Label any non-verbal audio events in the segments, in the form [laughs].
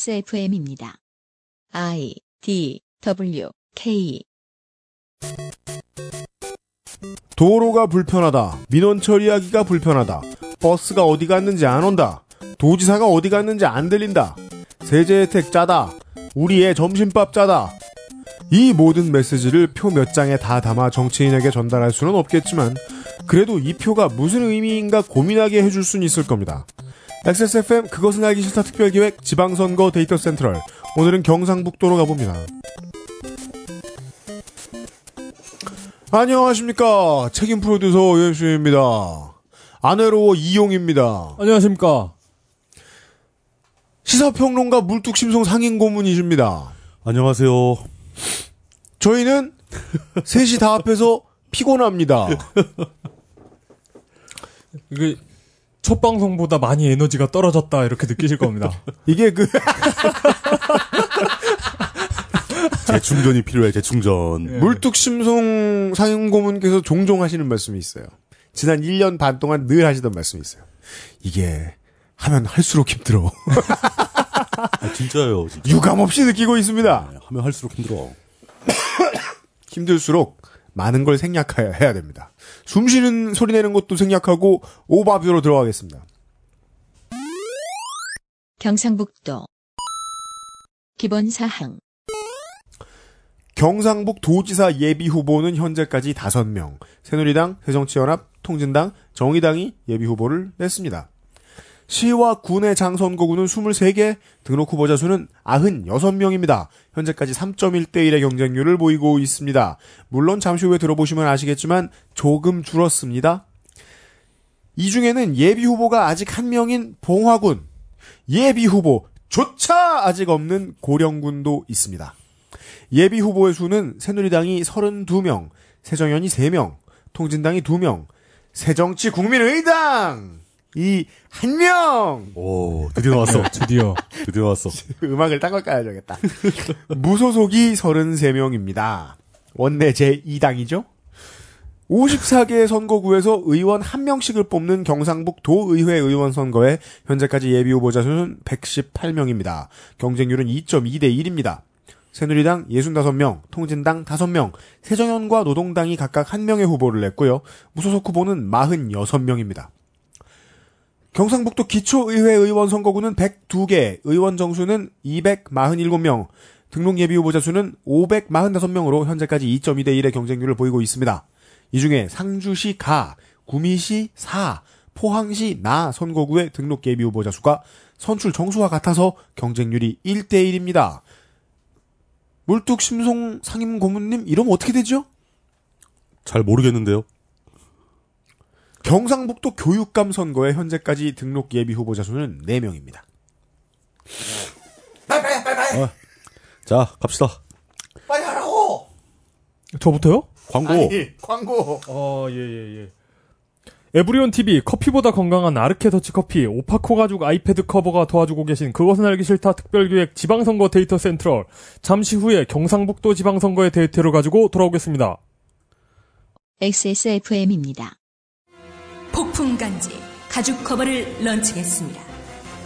XSFM입니다. I D W K 도로가 불편하다. 민원 처리하기가 불편하다. 버스가 어디 갔는지 안 온다. 도지사가 어디 갔는지 안 들린다. 세제 혜택 짜다. 우리 애 점심밥 짜다. 이 모든 메시지를 표 몇 장에 다 담아 정치인에게 전달할 수는 없겠지만 그래도 이 표가 무슨 의미인가 고민하게 해줄 수는 있을 겁니다. XSFM 그것은 알기 싫다 특별기획 지방선거 데이터 센트럴 오늘은 경상북도로 가봅니다. 안녕하십니까. 책임 프로듀서 유현수입니다. 안 외로워 이용입니다. 안녕하십니까. 시사평론가 물뚝심송 상인 고문이십니다. 안녕하세요. 저희는 셋이 다 앞에서 피곤합니다. 이게 첫 방송보다 많이 에너지가 떨어졌다 이렇게 느끼실 겁니다. 이게 그, 재충전이 필요해, 재충전. 예. 물뚝심송 상인 고문께서 종종 하시는 말씀이 있어요. 지난 1년 반 동안 늘 하시던 말씀이 있어요. 이게 하면 할수록 힘들어. [laughs] 아, 진짜예요, 진짜. 유감없이 느끼고 있습니다. 네, 하면 할수록 힘들어. 힘들수록 많은 걸 생략해야 해야 됩니다. 숨 쉬는 소리 내는 것도 생략하고 오바뷰로 들어가겠습니다. 경상북도 기본 사항 경상북 도지사 예비 후보는 현재까지 5명, 새누리당, 새정치연합, 통진당, 정의당이 예비 후보를 냈습니다. 시와 군의 장선거구는 23개, 등록 후보자 수는 96명입니다. 현재까지 3.1대1의 경쟁률을 보이고 있습니다. 물론 잠시 후에 들어보시면 아시겠지만 조금 줄었습니다. 이 중에는 예비 후보가 아직 한 명인 봉화군, 예비 후보조차 아직 없는 고령군도 있습니다. 예비 후보의 수는 새누리당이 32명, 새정연이 3명, 통진당이 2명, 새정치 국민의당이 1명! 오, 드디어 [laughs] [laughs] 나왔어. 드디어. 드디어 나왔어. [laughs] 음악을 딴 걸 까야겠다. 무소속이 33명입니다. 원내 제2당이죠? 54개의 선거구에서 의원 1명씩을 뽑는 경상북 도의회 의원 선거에 현재까지 예비 후보자 수는 118명입니다. 경쟁률은 2.2대1입니다. 새누리당 65명, 통진당 5명, 새정연과 노동당이 각각 1명의 후보를 냈고요. 무소속 후보는 46명입니다. 경상북도 기초의회 의원 선거구는 102개, 의원 정수는 247명, 등록 예비 후보자 수는 545명으로 현재까지 2.2대 1의 경쟁률을 보이고 있습니다. 이 중에 상주시 가, 구미시 사, 포항시 나 선거구의 등록 예비 후보자 수가 선출 정수와 같아서 경쟁률이 1대 1입니다. 물뚝 심송 상임 고문님 이러면 어떻게 되죠? 잘 모르겠는데요. 경상북도 교육감 선거에 현재까지 등록 예비 후보자 수는 4명입니다. 자, 갑시다. 빨리 하라고! 저부터요? 광고. 아니, 광고. 어, 예, 예, 예. 에브리온 TV 커피보다 건강한 아르케 더치 커피 오파코 가죽 아이패드 커버가 도와주고 계신 그것은 알기 싫다 특별기획 지방선거 데이터 센트럴 잠시 후에 경상북도 지방선거의 데이터를 가지고 돌아오겠습니다. XSFM입니다. 폭풍 간지 가죽 커버를 런칭했습니다.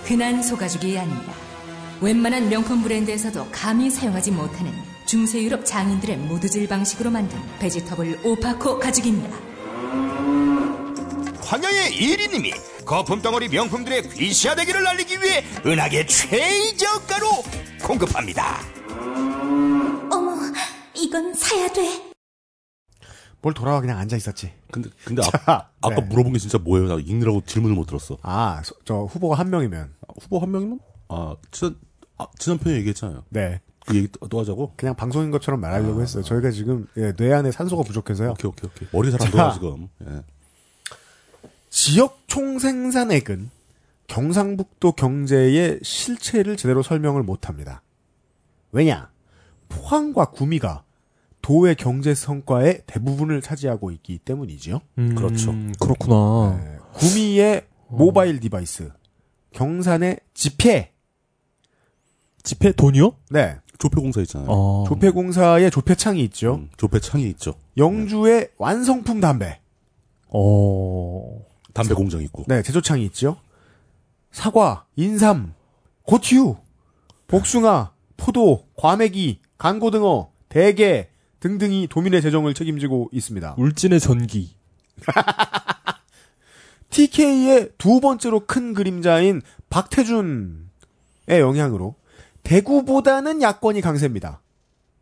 흔한 소가죽이 아닙니다. 웬만한 명품 브랜드에서도 감히 사용하지 못하는 중세 유럽 장인들의 모드질 방식으로 만든 베지터블 오파코 가죽입니다. 황영의 1인님이 거품덩어리 명품들의 귀시야 되기를 날리기 위해 은하계 최저가로 공급합니다. 어머, 이건 사야 돼. 뭘 돌아와 그냥 앉아 있었지. 근데, 근데 자, 아, 아까 네. 물어본 게 진짜 뭐예요? 나 읽느라고 질문을 못 들었어. 아, 소- 저 후보가 한 명이면. 후보 한 명이면? 아, 지난, 아, 지난 편에 얘기했잖아요. 네. 아. 그 얘기 또, 또 하자고? 그냥 방송인 것처럼 말하려고 했어요. 저희가 지금 예, 뇌 안에 산소가 부족해서요. 오케이, 오케이, 오케이. 머리 잘 안 자. 돌아, 지금. 예. 지역 총생산액은 경상북도 경제의 실체를 제대로 설명을 못합니다. 왜냐? 포항과 구미가 도의 경제 성과의 대부분을 차지하고 있기 때문이지요. 그렇죠. 음, 그렇구나. 네, 어. 구미의 모바일 디바이스, 경산의 지폐, 집회 돈이요? 네, 조표공사 있잖아요. 어. 조폐공사의 조폐창이 있죠. 음, 조폐창이 있죠. 영주의 완성품 담배. 어. 담배 공장 있고. 네, 제조창이 있죠. 사과, 인삼, 고추, 복숭아, 포도, 과메기, 간고등어, 대게 등등이 도민의 재정을 책임지고 있습니다. 울진의 전기. TK의 두 번째로 큰 그림자인 박태준의 영향으로 대구보다는 야권이 강세입니다.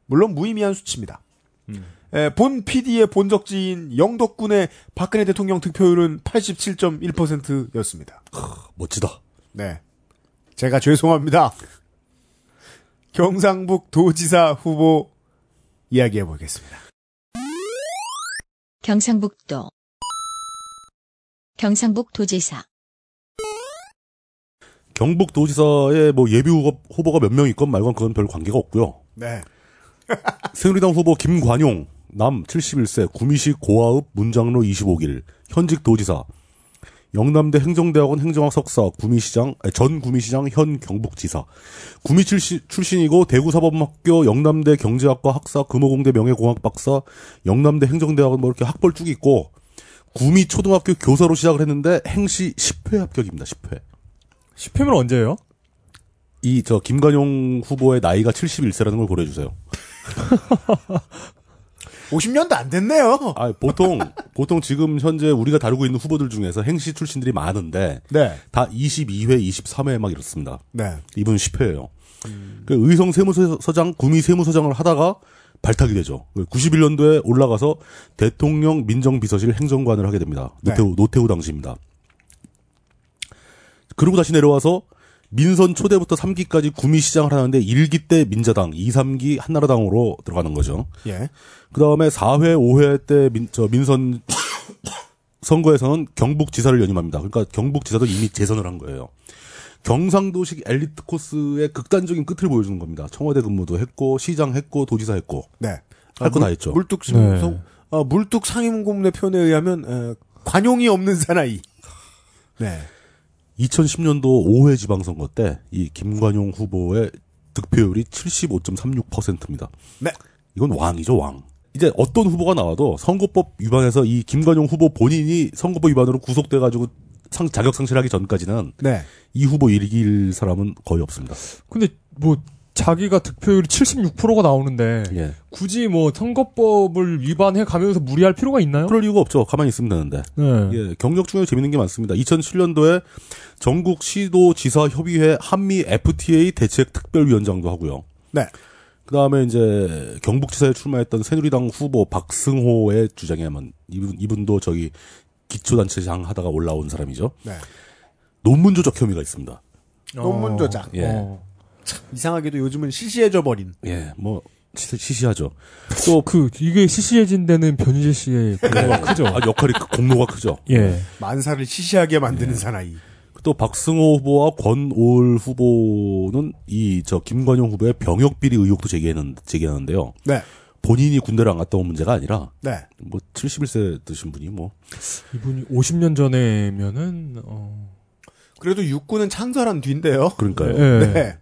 물론 무의미한 수치입니다. 에, 본 PD의 본적지인 영덕군의 박근혜 대통령 득표율은 87.1%였습니다. 멋지다. 네. 제가 죄송합니다. 경상북 도지사 후보 이야기해 보겠습니다. 경상북도 경상북 도지사 경북도지사에 뭐 예비 후보- 후보가 몇 명 있건 말건 그건 별 관계가 없고요. 네. 새누리당 후보 김관용 남 71세 구미시 고아읍 문장로 25길 현직 도지사 영남대 행정대학원 행정학 석사 구미시장 아니, 전 구미시장 현 경북지사 구미 출시, 출신이고 대구사범학교 영남대 경제학과 학사 금호공대 명예공학 박사 영남대 행정대학원 뭐 이렇게 학벌 쭉 있고 구미 초등학교 교사로 시작을 했는데 행시 10회 합격입니다 10회 10회면 언제예요? 이 저 김관용 후보의 나이가 71세라는 걸 고려해주세요 50년도 안 됐네요. 아, 보통 보통 지금 현재 우리가 다루고 있는 후보들 중에서 행시 출신들이 많은데 네. 다 22회, 23회 막 이렇습니다. 네. 이분 10회예요. 그 의성 세무서장, 구미 세무서장을 하다가 발탁이 되죠. 91년도에 올라가서 대통령 민정비서실 행정관을 하게 됩니다. 네. 노태우 노태우 당시입니다. 그리고 다시 내려와서 민선 초대부터 3기까지 구미시장을 하는데 1기 때 민자당, 2, 3기 한나라당으로 들어가는 거죠. 예. 그 다음에 4회, 5회 때 민, 저 민선 [coughs] 선거에서는 경북지사를 연임합니다. 그러니까 경북지사도 이미 재선을 한 거예요. 경상도식 엘리트 코스의 극단적인 끝을 보여주는 겁니다. 청와대 근무도 했고, 시장 했고, 도지사 했고, 네. 할 거 다 했죠. 물뚝 네. 성, 어, 물뚝 상임고문의 표현에 의하면 어, 관용이 없는 사나이. 네. 2010년도 5회 지방선거 때 이 김관용 후보의 득표율이 75.36%입니다. 네. 이건 왕이죠, 왕. 이제 어떤 후보가 나와도 선거법 위반해서 이 김관용 후보 본인이 선거법 위반으로 구속돼가지고 상, 자격 상실하기 전까지는 네. 이 후보 일길 사람은 거의 없습니다. 근데 뭐 자기가 득표율이 76%가 나오는데 예. 굳이 뭐 선거법을 위반해 가면서 무리할 필요가 있나요? 그럴 이유가 없죠. 가만히 있으면 되는데. 네. 예, 경력 중에 재밌는 게 많습니다. 2007년도에 전국 시도 지사 협의회 한미 FTA 대책 특별위원장도 하고요. 네. 그 다음에 이제 경북지사에 출마했던 새누리당 후보 박승호의 주장에 하면 이분, 이분도 저기 기초단체장 하다가 올라온 사람이죠. 네. 논문 조작 혐의가 있습니다. 논문 조작. 예. 어. 이상하게도 요즘은 시시해져 버린. 예, 뭐, 시- 시시하죠. 또그 이게 시시해진 데는 변희재 씨의 공로가 그 크죠. 아, 역할이 크- 공로가 크죠. 예. 만사를 시시하게 네. 만드는 사나이. 또 박승호 후보와 권오을 후보는 이 저 김관용 후보의 병역 비리 의혹도 제기하는 제기하는데요. 네. 본인이 군대를 안 갔다 온 문제가 아니라 네. 뭐 71세 드신 분이 뭐 이분이 50년 전에면은 어. 그래도 육군은 창설한 뒤인데요. 그러니까요. 예. 네.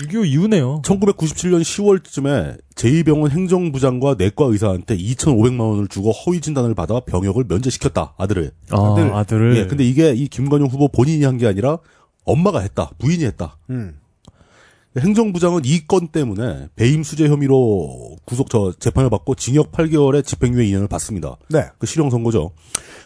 6.25 이후네요. 1997년 10월쯤에 제2병원 행정부장과 내과 의사한테 2,500만 원을 주고 허위 진단을 받아 병역을 면제시켰다 아들을. 아, 아들. 아들을. 예, 근데 이게 이 김관용 후보 본인이 한 게 아니라 엄마가 했다 부인이 했다. 음. 행정부장은 이 건 때문에 배임 수재 혐의로 구속 저 재판을 받고 징역 8개월에 집행유예 2년을 받습니다. 네. 그 실형 선고죠.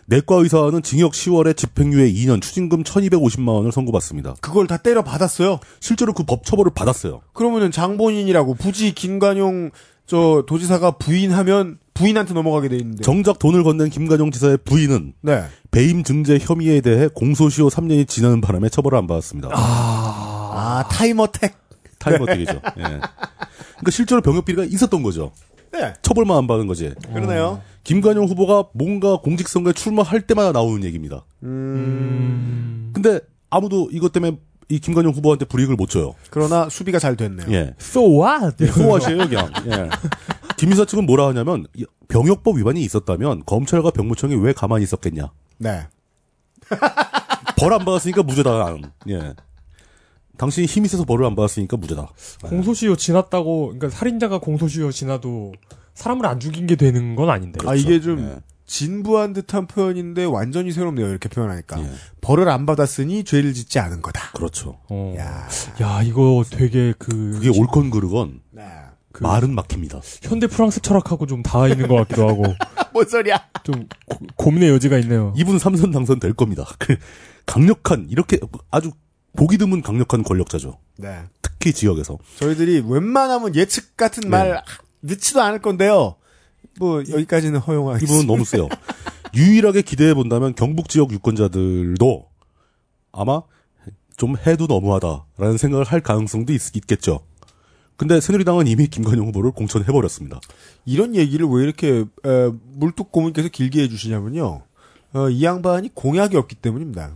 내과 의사는 징역 10월에 집행유예 2년, 추징금 1,250만 원을 선고받습니다. 그걸 다 때려 받았어요. 실제로 그 법 처벌을 받았어요. 그러면은 장본인이라고 굳이 김관용 저 도지사가 부인하면 부인한테 넘어가게 돼 있는데. 정작 돈을 건넨 김관용 지사의 부인은 네. 배임 증제 혐의에 대해 공소시효 3년이 지나는 바람에 처벌을 안 받았습니다. 아, 타이머택. 타이머 되겠죠. 예. 그러니까 실제로 병역 비리가 있었던 거죠. 네. 처벌만 안 받은 거지. 그러네요. 김관용 후보가 뭔가 공직선거에 출마할 때마다 나오는 얘기입니다. 근데 아무도 이것 때문에 이 김관용 후보한테 불이익을 못 줘요. 그러나 수비가 잘 됐네요. 예. so what? 소화시에요 그냥. 예. 김이사 측은 뭐라 하냐면 이 병역법 위반이 있었다면 검찰과 병무청이 왜 가만히 있었겠냐. 네. 벌 안 받았으니까 무죄다. 예. 당신이 힘이 세서 벌을 안 받았으니까 무죄다. 공소시효 지났다고 그러니까 살인자가 공소시효 지나도 사람을 안 죽인 게 되는 건 아닌데. 아 이게 좀 진부한 듯한 표현인데 완전히 새롭네요. 이렇게 표현하니까. 예. 벌을 안 받았으니 죄를 짓지 않은 거다. 그렇죠. 어. 야. 야, 이거 되게 그 그게 옳건 그르건 그 말은 막힙니다. 현대 프랑스 철학하고 좀 닿아 있는 것 같기도 하고 뭔 소리야? 좀 고- 고민의 여지가 있네요. 이분 삼선 당선 될 겁니다. [laughs] 그 강력한 이렇게 아주 보기 드문 강력한 권력자죠. 네. 특히 지역에서 저희들이 웬만하면 예측 같은 말 하- 넣지도 않을 건데요. 뭐 여기까지는 허용하겠습니다. 이분은 너무 세요. 유일하게 기대해 본다면 경북 지역 유권자들도 아마 좀 해도 너무하다라는 생각을 할 가능성도 있, 겠죠 근데 새누리당은 이미 김관영 후보를 공천해 버렸습니다. 이런 얘기를 왜 이렇게 에, 물뚝 고문께서 길게 해주시냐면요. 어, 이 양반이 공약이 없기 때문입니다.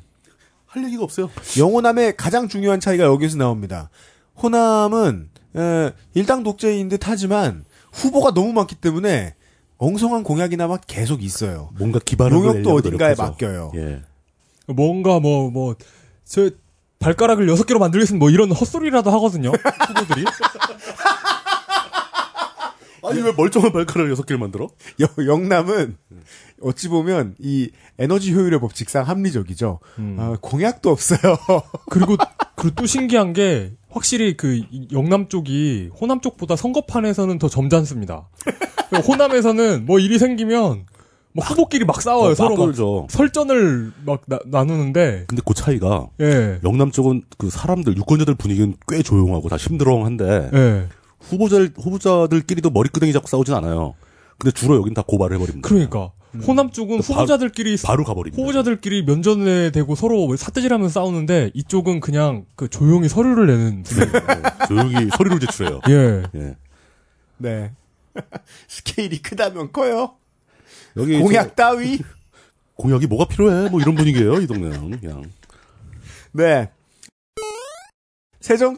할 얘기가 없어요. 영호남의 가장 중요한 차이가 여기서 나옵니다. 호남은 에, 일당 독재인 듯하지만 후보가 너무 많기 때문에 엉성한 공약이나마 계속 있어요. [laughs] 뭔가 기반을 용역도 내려고 어딘가에 노력하죠. 맡겨요. 예. 뭔가 뭐 뭐 저 발가락을 여섯 개로 만들겠으면 뭐 이런 헛소리라도 하거든요. 후보들이. 아니 왜 멀쩡한 발가락 여섯 개를 만들어? 여- 영남은 어찌 보면 이 에너지 효율의 법칙상 합리적이죠. 음. 아, 공약도 없어요. [laughs] 그리고 그리고 또 신기한 게 확실히 그 영남 쪽이 호남 쪽보다 선거판에서는 더 점잖습니다. 그러니까 호남에서는 뭐 일이 생기면 뭐 후보끼리 막 싸워요 어, 서로 막 막걸죠. 설전을 막 나, 누는데 근데 그 차이가 예. 영남 쪽은 그 사람들 유권자들 분위기는 꽤 조용하고 다 심드렁한데 예. 후보자 후보자들끼리도 머리끄덩이 잡고 싸우진 않아요. 근데 주로 여긴 다 고발을 해버립니다. 그러니까 호남 쪽은 음. 바- 후보자들끼리 바로 가버립니다. 후보자들끼리 면전에 대고 서로 사뜨질하면서 싸우는데 이쪽은 그냥 그 조용히 서류를 내는 분위기. 네. 조용히 서류를 제출해요. 예. 예. 네. [laughs] 스케일이 크다면 커요. 여기 공약 공약 따위. 공약이 뭐가 필요해? 뭐 이런 분위기예요 이 동네는 그냥 네.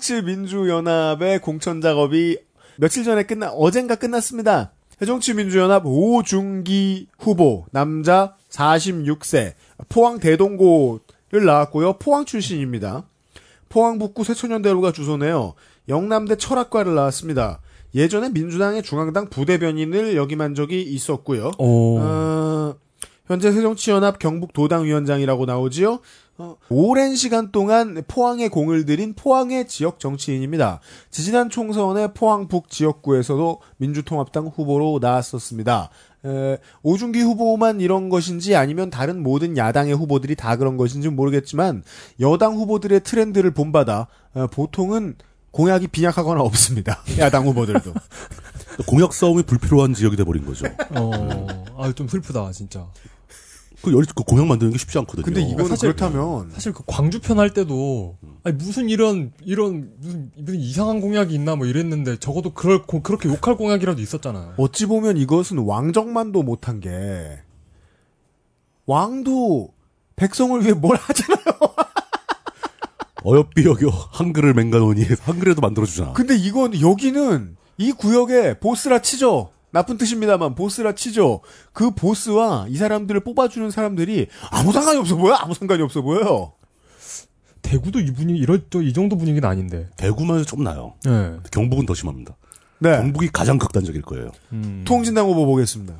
새정치민주연합의 공천 작업이 며칠 전에 끝나 어젠가 끝났습니다. 새정치민주연합 오중기 후보 남자 46세 포항 대동고를 나왔고요. 포항 출신입니다. 포항 북구 새소년대로가 주소네요. 영남대 철학과를 나왔습니다. 예전에 민주당의 중앙당 부대변인을 역임한 적이 있었고요. 오. 어, 현재 새정치연합 경북도당위원장이라고 나오지요. 어, 오랜 시간 동안 포항에 공을 들인 포항의 지역 정치인입니다. 지지난 총선에 포항 북 지역구에서도 민주통합당 후보로 나왔었습니다. 에, 오준기 후보만 이런 것인지 아니면 다른 모든 야당의 후보들이 다 그런 것인지 는 모르겠지만 여당 후보들의 트렌드를 본받아 어, 보통은 공약이 빈약하거나 없습니다. [laughs] 야당 후보들도. 공약 싸움이 불필요한 지역이 돼버린 거죠. 어. 아 좀 슬프다 진짜. 그, 열, 그 공약 만드는 게 쉽지 않거든요. 근데 이거는 사실- 그렇다면 사실 그 광주 편 할 때도 아니 무슨 이런 이런 무슨, 무슨 이상한 공약이 있나 뭐 이랬는데 적어도 그럴 고- 그렇게 욕할 공약이라도 있었잖아요. 어찌 보면 이것은 왕정만도 못한 게 왕도 백성을 위해 뭘 하잖아. 어여삐 여겨 한글을 맹가노니 해서 한글에도 만들어주잖아. 근데 이건 여기는 이 구역에 보스라 치죠. 나쁜 뜻입니다만 보스라 치죠. 그 보스와 이 사람들을 뽑아주는 사람들이 아무 상관이 없어 보여. 아무 상관이 없어 보여. 대구도 이 분위 이럴 저- 이 정도 분위기는 아닌데. 대구만 좀 나요. 예. 경북은 더 심합니다. 네. 경북이 가장 극단적일 거예요. 음. 통진당 후보 보겠습니다.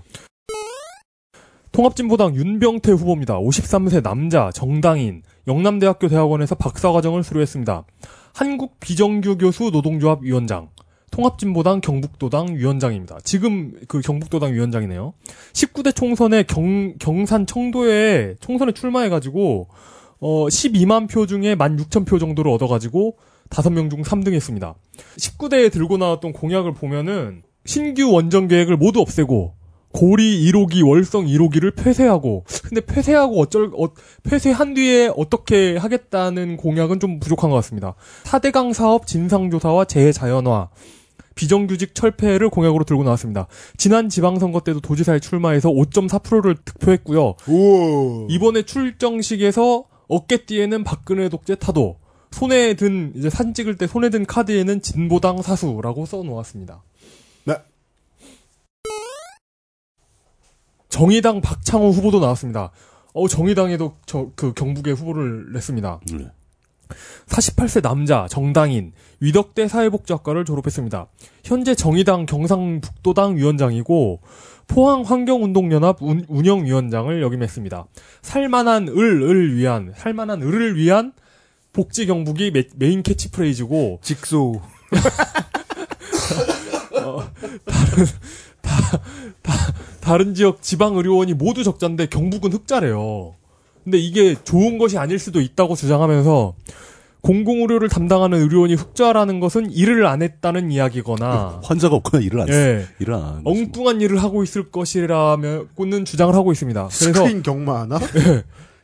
통합진보당 윤병태 후보입니다. 53세 남자 정당인 영남대학교 대학원에서 박사과정을 수료했습니다. 한국 비정규 교수 노동조합 위원장 통합진보당 경북도당 위원장입니다. 지금 그 경북도당 위원장이네요. 19대 총선에 경, 경산 청도에 총선에 출마해가지고 어 12만 표 중에 16,000표 정도를 얻어가지고 5명 중 3등 했습니다. 19대에 들고 나왔던 공약을 보면은 신규 원정 계획을 모두 없애고 고리 1호기 월성 1호기를 폐쇄하고 근데 폐쇄하고 어쩔 어, 폐쇄한 뒤에 어떻게 하겠다는 공약은 좀 부족한 것 같습니다. 4대강 사업 진상조사와 재자연화 비정규직 철폐를 공약으로 들고 나왔습니다. 지난 지방선거 때도 도지사에 출마해서 5.4%를 득표했고요. 오. 이번에 출정식에서 어깨띠에는 박근혜 독재 타도 손에 든 이제 사진 찍을 때 손에 든 카드에는 진보당 사수라고 써 놓았습니다. 네. 정의당 박창호 후보도 나왔습니다. 어 정의당에도 저 그 경북의 후보를 냈습니다. 네. 48세 남자 정당인 위덕대 사회복지학과를 졸업했습니다. 현재 정의당 경상북도당 위원장이고 포항 환경운동연합 운- 운영위원장을 역임했습니다. 살만한 을을 위한 살만한 을을 위한 복지 경북이 메- 메인 캐치프레이즈고 직소. 다른 지역 지방 의료원이 모두 적자인데 경북은 흑자래요. 근데 이게 좋은 것이 아닐 수도 있다고 주장하면서 공공의료를 담당하는 의료원이 흑자라는 것은 일을 안 했다는 어, 이야기거나 환자가 없거나 일을 안 해. 예, 일을 안 하는 거지. 엉뚱한 일을 하고 있을 것이라고는 주장을 하고 있습니다. 그래서 스크린 경마하나?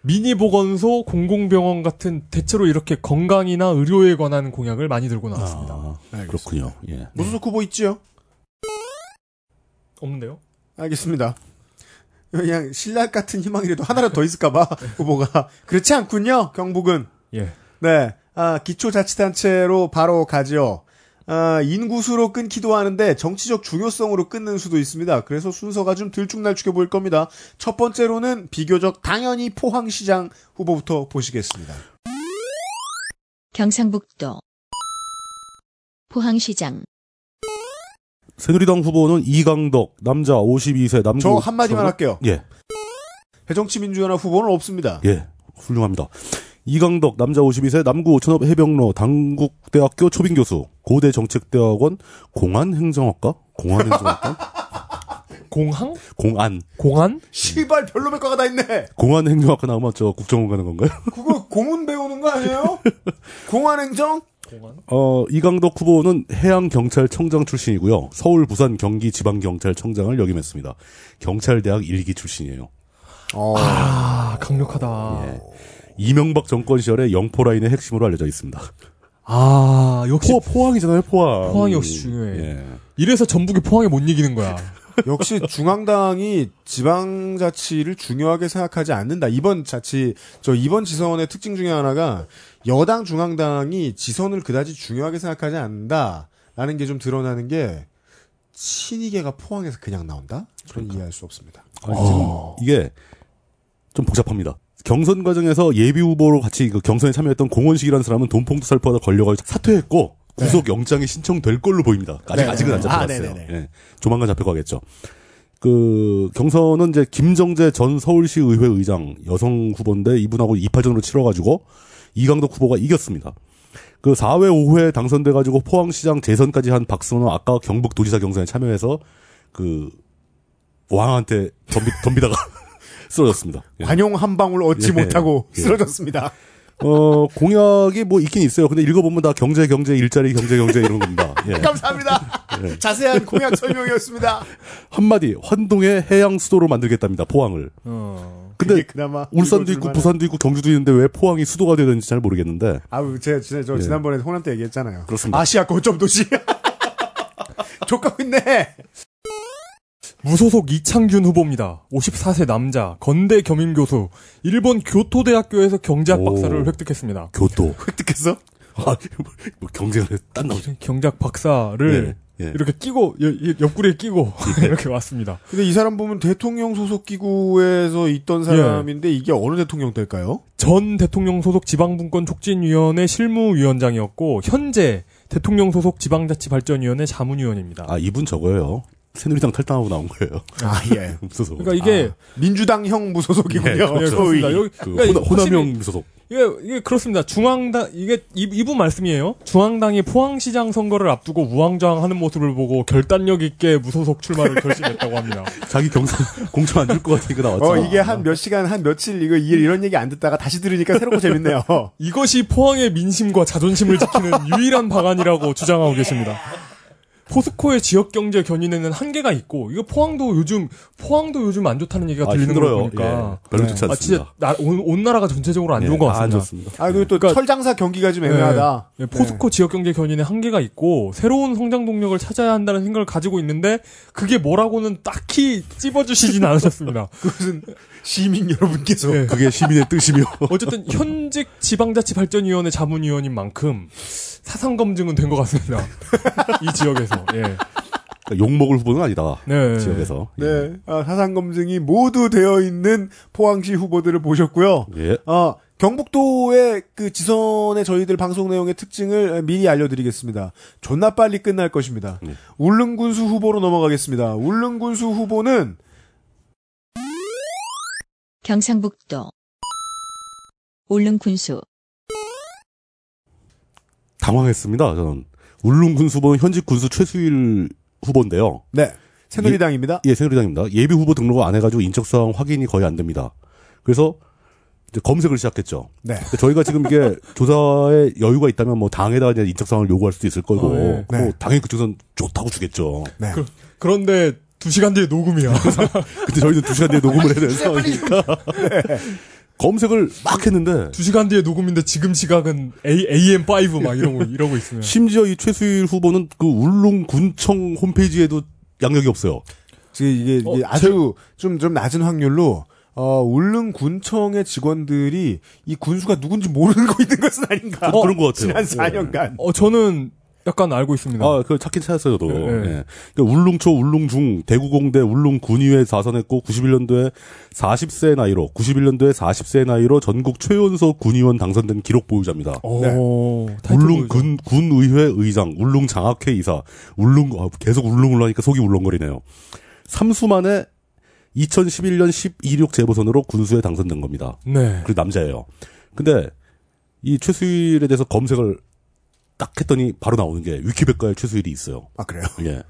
미니 보건소, 공공병원 같은 대체로 이렇게 건강이나 의료에 관한 공약을 많이 들고 나왔습니다. 아, 알겠습니다. 그렇군요. 예. 무소속 후보 있지요? 없는데요? 알겠습니다. 그냥 신랄 같은 희망이라도 하나라도 더 있을까봐 [laughs] 후보가 그렇지 않군요. 경북은 예. 네 아, 기초자치단체로 바로 가지요. 아, 인구수로 끊기도 하는데 정치적 중요성으로 끊는 수도 있습니다. 그래서 순서가 좀 들쭉날쭉해 보일 겁니다. 첫 번째로는 비교적 당연히 포항시장 후보부터 보시겠습니다. 경상북도 포항시장 새누리당 후보는 이강덕 남자 52세 남구. 저 한마디만 서울- 할게요. 예. 해정치민주연합 후보는 없습니다. 예, 훌륭합니다. 이강덕 남자 52세 남구 오천업 해병로 당국대학교 초빙 교수 고대 정책대학원 공안행정학과 [laughs] 공안행정학과 공항? 공안 공안? 시발 별로 별과가 다 있네. 공안행정학과 나오면 저 국정원 가는 건가요? 그거 고문 배우는 거 아니에요? 공안행정? 어 이강덕 후보는 해양경찰청장 출신이고요 서울 부산 경기 지방경찰청장을 역임했습니다 경찰대학 일기 출신이에요 아, 강력하다. 예. 이명박 정권 시절의 영포 라인의 핵심으로 알려져 있습니다 아, 역시 포, 포항이잖아요 포항 포항이 역시 중요해. 예. 이래서 전북이 포항에 못 이기는 거야. 역시 중앙당이 지방자치를 중요하게 생각하지 않는다. 이번 자치, 저 이번 지선의 특징 중에 하나가 여당 중앙당이 지선을 그다지 중요하게 생각하지 않는다. 라는 게 좀 드러나는 게 친이계가 포항에서 그냥 나온다? 저는 이해할 수 없습니다. 아니, 지금 어. 이게 좀 복잡합니다. 경선 과정에서 예비 후보로 같이 그 경선에 참여했던 공원식이라는 사람은 돈봉투 살포하다 걸려가지고 사퇴했고 구속 영장이 신청될 걸로 보입니다. 아직 네. 아직은 안 잡혀갔어요. 아, 네네네. 예. 조만간 잡혀가겠죠. 그 경선은 이제 김정재 전 서울시 의회 의장 여성 후보인데 이분하고 2파전으로 치러가지고 이강덕 후보가 이겼습니다. 그 4회 5회 당선돼가지고 포항시장 재선까지 한 박선호 아까 경북도지사 경선에 참여해서 그 왕한테 덤비, 덤비다가 쓰러졌습니다. 예. 관용 한 방울 얻지 예. 못하고 예. 쓰러졌습니다. 어 공약이 뭐 있긴 있어요. 근데 읽어보면 다 경제 경제 일자리 경제 경제 이런 겁니다. 예. 감사합니다. 자세한 공약 설명이었습니다. 한마디 환동의 해양 수도로 만들겠답니다. 포항을. 근데 근데 그나마 울산도 읽어줄 있고 만한- 부산도 있고 경주도 있는데 왜 포항이 수도가 되야 되는지 잘 모르겠는데 아우 제가 진짜 저 지난번에 호남 때 얘기했잖아요. 그렇습니다. 아시아 거점 도시. [laughs] 족하고 있네. 무소속 이창균 후보입니다. 54세 남자, 건대 겸임 교수, 일본 교토대학교에서 경제학 오. 박사를 획득했습니다. 교토 [laughs] 획득했어? 아, 뭐 경제가 딴 나오죠. 경제학 박사를 예, 예. 이렇게 끼고 여- 여- 옆구리에 끼고 [laughs] 이렇게 왔습니다. 근데 이 사람 보면 대통령 소속 기구에서 있던 사람인데 이게 어느 대통령 때일까요? 전 대통령 소속 지방분권 촉진위원회 실무위원장이었고 현재 대통령 소속 지방자치발전위원회 자문위원입니다. 아 이분 저거예요. 새누리당 탈당하고 나온 거예요. 아 예. [laughs] 무소속. 그러니까 이게 민주당형 무소속이군요. 예, 소위. 그렇습니다. 여기- 아, 그 그러니까 호남, 확실히- 호남형 무소속. 이게, 이게 그렇습니다. 중앙당, 이게, 이, 이분 말씀이에요. 중앙당이 포항시장 선거를 앞두고 우왕좌왕 하는 모습을 보고 결단력 있게 무소속 출마를 결심했다고 합니다. 자기 경선 [laughs] 공천 안 줄 것 같으니까 나왔잖아. 어 이게 한 몇 시간 한 며칠 이거 이- 이런 얘기 안 듣다가 다시 들으니까 새롭고 [laughs] 재밌네요. [laughs] 이것이 포항의 민심과 자존심을 [laughs] 지키는 유일한 방안이라고 주장하고 계십니다. 포스코의 지역 경제 견인에는 한계가 있고, 이거 포항도 요즘, 포항도 요즘 안 좋다는 얘기가 아, 들리는 거 힘들어요. 보니까. 예, 별로 좋지 않습니다. 아, 진짜, 나- 온, 온 나라가 전체적으로 안 좋은 것 예, 안 같습니다. 좋습니다. 아 그리고 또 그러니까- 철장사 경기가 좀 애매하다. 네. 예, 예, 포스코 지역 경제 견인에 한계가 있고 새로운 성장 동력을 찾아야 한다는 생각을 가지고 있는데 그게 뭐라고는 딱히 찝어주시진 [laughs] 않으셨습니다. 그것은 네. 시민 [laughs] 여러분께서 예. 그게 시민의 뜻이며 [laughs] 어쨌든 현직 지방자치발전위원회 자문위원인 만큼 사상 검증은 된 것 같습니다. 이 지역에서. 예. 그러니까 욕먹을 후보는 아니다. 네. 지역에서. 네, 아, 사상 검증이 모두 되어 있는 포항시 후보들을 보셨고요. 예. 어, 경북도의 그 지선의 저희들 방송 내용의 특징을 미리 알려드리겠습니다. 존나 빨리 끝날 것입니다. 울릉군수 후보로 넘어가겠습니다. 울릉군수 후보는 경상북도 울릉군수 당황했습니다. 저는 울릉 군수본 현직 군수 최수일 후보인데요. 네 새누리당입니다. 예, 새누리당입니다. 예비 후보 등록을 안 해가지고 인적사항 확인이 거의 안 됩니다. 그래서 이제 검색을 시작했죠. 네. 근데 저희가 지금 [laughs] 이게 조사에 여유가 있다면 뭐 당에다 이제 인적사항을 요구할 수도 있을 거고, 아, 예. 네. 뭐 당연히 그쪽에서는 좋다고 주겠죠. 네. 그런데 두 시간 뒤에 녹음이야. 근데 저희는 두 시간 뒤에 녹음을 [laughs] 해야 되는 상황이니까 네. 검색을 막 했는데 두 시간 뒤에 녹음인데 지금 시각은 A, AM5 막 이러고, 이러고 있으면. 심지어 이 최수일 후보는 그 울릉 군청 홈페이지에도 양력이 없어요. 지금 이게, 이게 아주 좀 좀 낮은 확률로 어, 울릉군청의 직원들이 이 군수가 누군지 모르는 거 [laughs] 있는 것은 네. 아닌가. 어, 그런 것 지난 같아요. 4년간. 어, 저는 약간 알고 있습니다. 아, 그 찾긴 찾았어요, 저도. 예, 예. 예. 그러니까 울릉초, 울릉중, 대구공대, 울릉군의회 사선했고, 91년도에 40세 나이로, 91년도에 40세 나이로 전국 최연소 군의원 당선된 기록 보유자입니다. 오, 어, 타이틀 울릉 보여줘. 네. 군, 군의회 의장, 울릉 장학회 이사, 울릉, 아, 계속 울릉울렁하니까 속이 울렁거리네요. 삼수만에 2011년 12.6 재보선으로 군수에 당선된 겁니다. 네. 그리고 남자예요. 근데 이 최수일에 대해서 검색을 딱 했더니 바로 나오는 게 위키백과에 최수일이 있어요. 아 그래요. 예.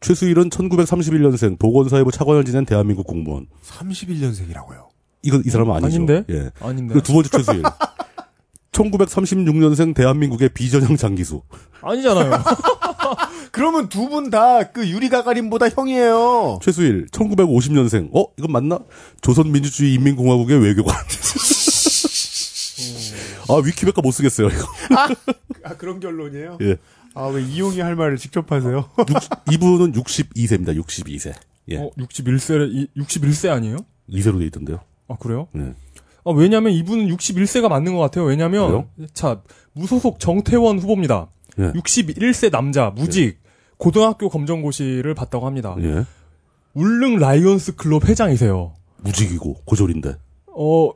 최수일은 1931년생 보건사회부 차관을 지낸 대한민국 공무원. 31년생이라고요. 이건 이 사람은 아니죠. 아닌데? 네. 예. 아닌데. 그리고 두 번째 [laughs] 최수일. 1936년생 대한민국의 비전형 장기수. 아니잖아요. 그러면 두 분 다 그 유리 가가린보다 형이에요. 최수일 1950년생. 어, 이건 맞나? 조선민주주의 인민공화국의 외교관. [laughs] 음. 아, 위키백과 못 쓰겠어요, 이거. 아 그런 결론이에요? 예. 아 왜 이용이 할 말을 직접 하세요? 육- 이분은 62세입니다. 62세. 예. 어, 61세, 61세 아니에요? 이세로 돼 있던데요. 아, 그래요? 네. 아, 왜냐면 이분은 61세가 맞는 것 같아요. 왜냐면, 자, 무소속 정태원 후보입니다. 예. 61세 남자, 무직, 네. 고등학교 검정고시를 봤다고 합니다. 예. 울릉 라이온스 클럽 회장이세요. 무직이고 고졸인데. 어,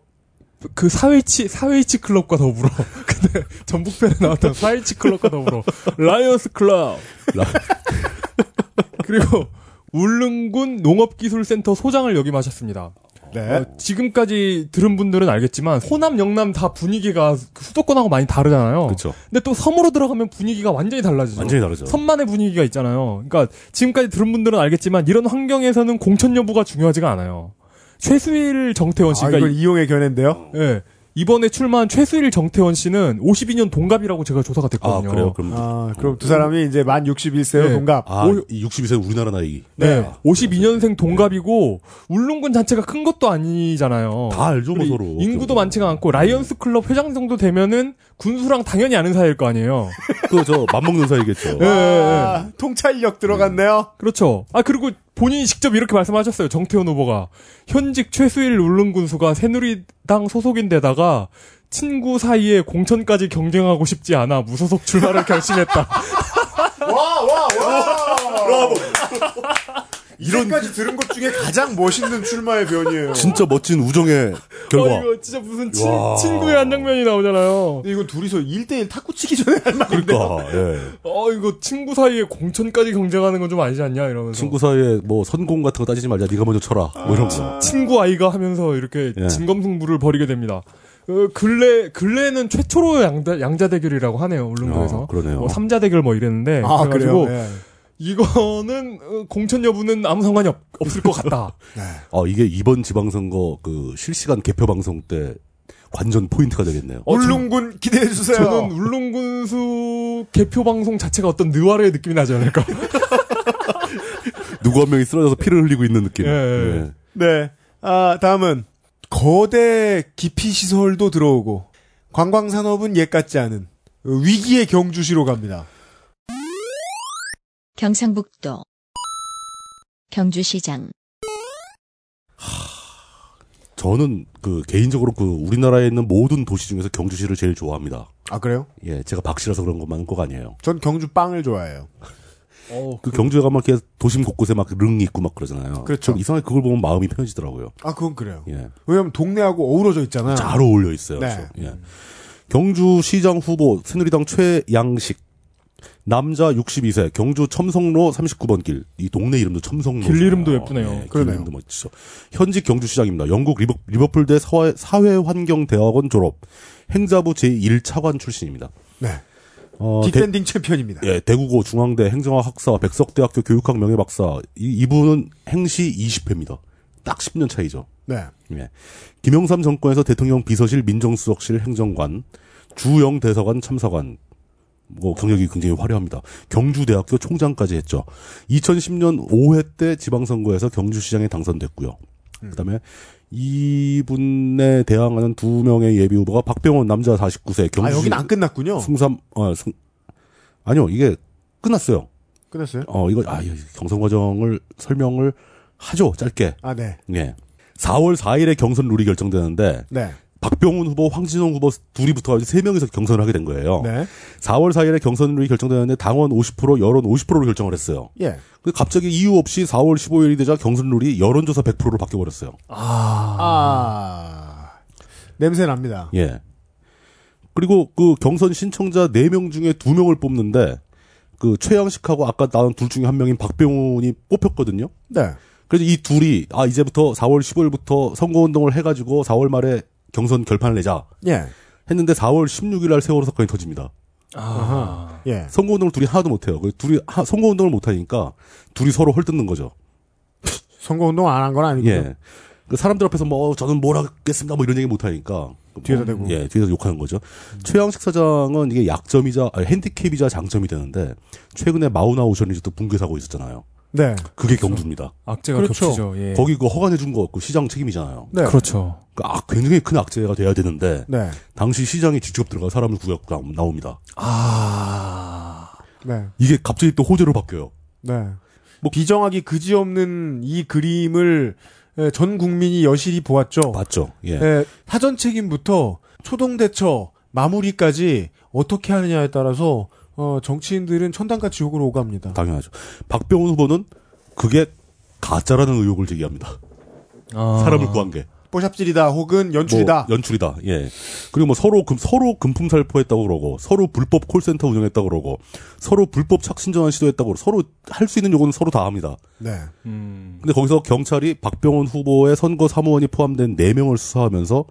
그 사회치, 사회치 클럽과 더불어. [laughs] 근데 전북편에 나왔던 사회치 클럽과 더불어. 라이언스 클럽. 라- 그리고 울릉군 농업기술센터 소장을 역임하셨습니다. 네. 어, 지금까지 들은 분들은 알겠지만 호남 영남 다 분위기가 그 수도권하고 많이 다르잖아요. 그쵸. 근데 또 섬으로 들어가면 분위기가 완전히 달라지죠. 완전히 다르죠. 섬만의 분위기가 있잖아요. 그러니까 지금까지 들은 분들은 알겠지만 이런 환경에서는 공천 여부가 중요하지가 않아요. 최수일 정태원 아 씨가 이건 이용의 견해인데요. 예. 이번에 출마한 최수일 정태원 씨는 52년 동갑이라고 제가 조사가 아, 됐거든요. 그래요. 그럼 아 그럼 두 사람이 이제 만 61세요 네. 동갑. 아, 오- 이 62세 는 우리나라 나이. 네. 52년생 동갑이고 울릉군 자체가 큰 것도 아니잖아요. 다 알죠, 뭐 우리 서로. 인구도 많지가 않고 라이언스 클럽 회장 정도 되면은 군수랑 당연히 아는 사이일 거 [laughs] 아니에요. 그저 맞먹는 사이겠죠. 예, 예, 예. 아, [laughs] 통찰력 들어갔네요. 그렇죠. 아 그리고 본인이 직접 이렇게 말씀하셨어요. 정태현 후보가 현직 최수일 울릉 군수가 새누리당 소속인데다가 친구 사이에 공천까지 경쟁하고 싶지 않아 무소속 출마를 결심했다. 이런까지 그- 들은 것 중에 가장 멋있는 출마의 변이에요. [laughs] 진짜 멋진 우정의 결과. 어, 이거 진짜 무슨 친, 와. 친구의 한 장면이 나오잖아요. 근데 이거 둘이서 1대1 탁구 치기 전에 할 말. 그러니까 예. 어, 이거 친구 사이에 공천까지 경쟁하는 건 좀 아니지 않냐 이러면서. 친구 사이에 뭐 선공 같은 거 따지지 말자. 네가 먼저 쳐라. 뭐 이런 거. 친구 아이가 하면서 이렇게 예. 진검승부를 벌이게 됩니다. 어, 근래 근래는 최초로 양자, 양자 대결이라고 하네요 울릉도에서. 어, 그러네요. 뭐 삼자 대결 뭐 이랬는데 아 그래가지고 그래요. 예. 이거는 어, 공천 여부는 아무 상관이 없, 없을 것 같다. 아 이게 이번 지방선거 그 실시간 개표 방송 때 관전 포인트가 되겠네요. [laughs] 어, 울릉군 기대해 주세요. 저는 울릉군수 개표 방송 자체가 어떤 느와르의 느낌이 나지 않을까. 누구 한 명이 쓰러져서 피를 흘리고 있는 느낌. 예, 예. 예. 네. 아, 다음은 거대 기피 시설도 들어오고 관광 산업은 옛 같지 않은 위기의 경주시로 갑니다. 경상북도 경주시장 저는 그 개인적으로 그 우리나라에 있는 모든 도시 중에서 경주시를 제일 좋아합니다. 아 그래요? 예, 제가 박씨라서 그런 것만 꼭 아니에요. 전 경주 빵을 좋아해요. 어우, 그 경주에 가면 이렇게 도심 곳곳에 막 릉이 있고 막 그러잖아요. 그렇죠. 좀 이상하게 그걸 보면 마음이 편해지더라고요. 아, 그건 그래요. 예. 왜냐면 동네하고 어우러져 있잖아. 잘 어울려 있어요. 네. 저. 예. 경주시장 후보 새누리당 최양식 남자 62세 경주 첨성로 39번 길 이 동네 이름도 첨성로 길 이름도 예쁘네요. 길 그러네요. 이름도 멋지죠. 현직 경주시장입니다. 영국 리버, 리버풀대 사회, 사회환경대학원 졸업 행자부 제1차관 출신입니다. 네. 어, 대, 디펜딩 챔피언입니다. 예, 대구고 중앙대 행정학 학사 백석대학교 교육학 명예박사 이, 이분은 행시 20회입니다. 딱 10년 차이죠. 네. 예. 김영삼 정권에서 대통령 비서실, 민정수석실, 행정관, 주영 대사관, 참사관. 뭐 경력이 굉장히 화려합니다. 경주대학교 총장까지 했죠. 2010년 5회 때 지방선거에서 경주시장에 당선됐고요. 그다음에 이분에 대항하는 두 명의 예비 후보가 박병원 남자 49세 경주 아, 여긴 안 끝났군요. 숭삼 어 숭, 아니요 이게 끝났어요. 끝났어요? 어 이거 아 이거 경선 과정을 설명을 하죠 짧게 아, 네. 예. 4월 4일에 경선 룰이 결정되는데 네. 박병훈 후보, 황진영 후보 둘이 붙어가지고 세 명이서 경선을 하게 된 거예요. 네. 4월 4일에 경선 룰이 결정되는데 당원 50% 여론 50%로 결정을 했어요. 예. 근데 갑자기 이유 없이 4월 15일이 되자 경선 룰이 여론조사 100%로 바뀌어 버렸어요. 아. 냄새 납니다. 예. 그리고 그 경선 신청자 4명 중에 2명을 뽑는데 그 최양식하고 아까 나온 둘 중에 한 명인 박병훈이 뽑혔거든요. 네. 그래서 이 둘이 아 이제부터 4월 15일부터 선거운동을 해가지고 4월 말에 경선 결판을 내자 예. 했는데 4월 16일 날 세월호 사건이 터집니다. 예. 선거운동을 둘이 하나도 못해요. 그 둘이 하- 선거운동을 못하니까 둘이 서로 헐뜯는 거죠. [laughs] 선거운동 안 한 건 아니고요. 예. 그 사람들 앞에서 뭐 어, 저는 뭘 하겠습니다 뭐 이런 얘기 못하니까 뒤에다 대고. 예 뒤에서 욕하는 거죠. 최양식 사장은 이게 약점이자 아니, 핸디캡이자 장점이 되는데 최근에 마우나 오션리즈도 붕괴 사고 있었잖아요. 네. 그게 경주입니다. 악재가 그렇죠. 겹치죠. 예. 거기 그 허가해 준 거 없고 시장 책임이잖아요. 네. 그렇죠. 그 악- 굉장히 큰 악재가 돼야 되는데 네. 당시 시장에 직접 들어가 사람을 구역 나옵니다. 네. 이게 갑자기 또 호재로 바뀌어요. 네. 비정하기 그지없는 이 그림을 예, 전 국민이 여실히 보았죠. 맞죠? 예. 예, 사전 책임부터 초동 대처 마무리까지 어떻게 하느냐에 따라서 어, 정치인들은 천당과 지옥으로 오갑니다. 당연하죠. 박병훈 후보는 그게 가짜라는 의혹을 제기합니다. 아. 사람을 구한 게. 뽀샵질이다 혹은 연출이다. 뭐 연출이다. 예. 그리고 뭐 서로 금 서로 금품 살포했다고 그러고 서로 불법 콜센터 운영했다고 그러고 서로 불법 착신전환 시도했다고 그러고 서로 할 수 있는 요구는 서로 다 합니다. 네. 음. 근데 거기서 경찰이 박병훈 후보의 선거 사무원이 포함된 네 명을 수사하면서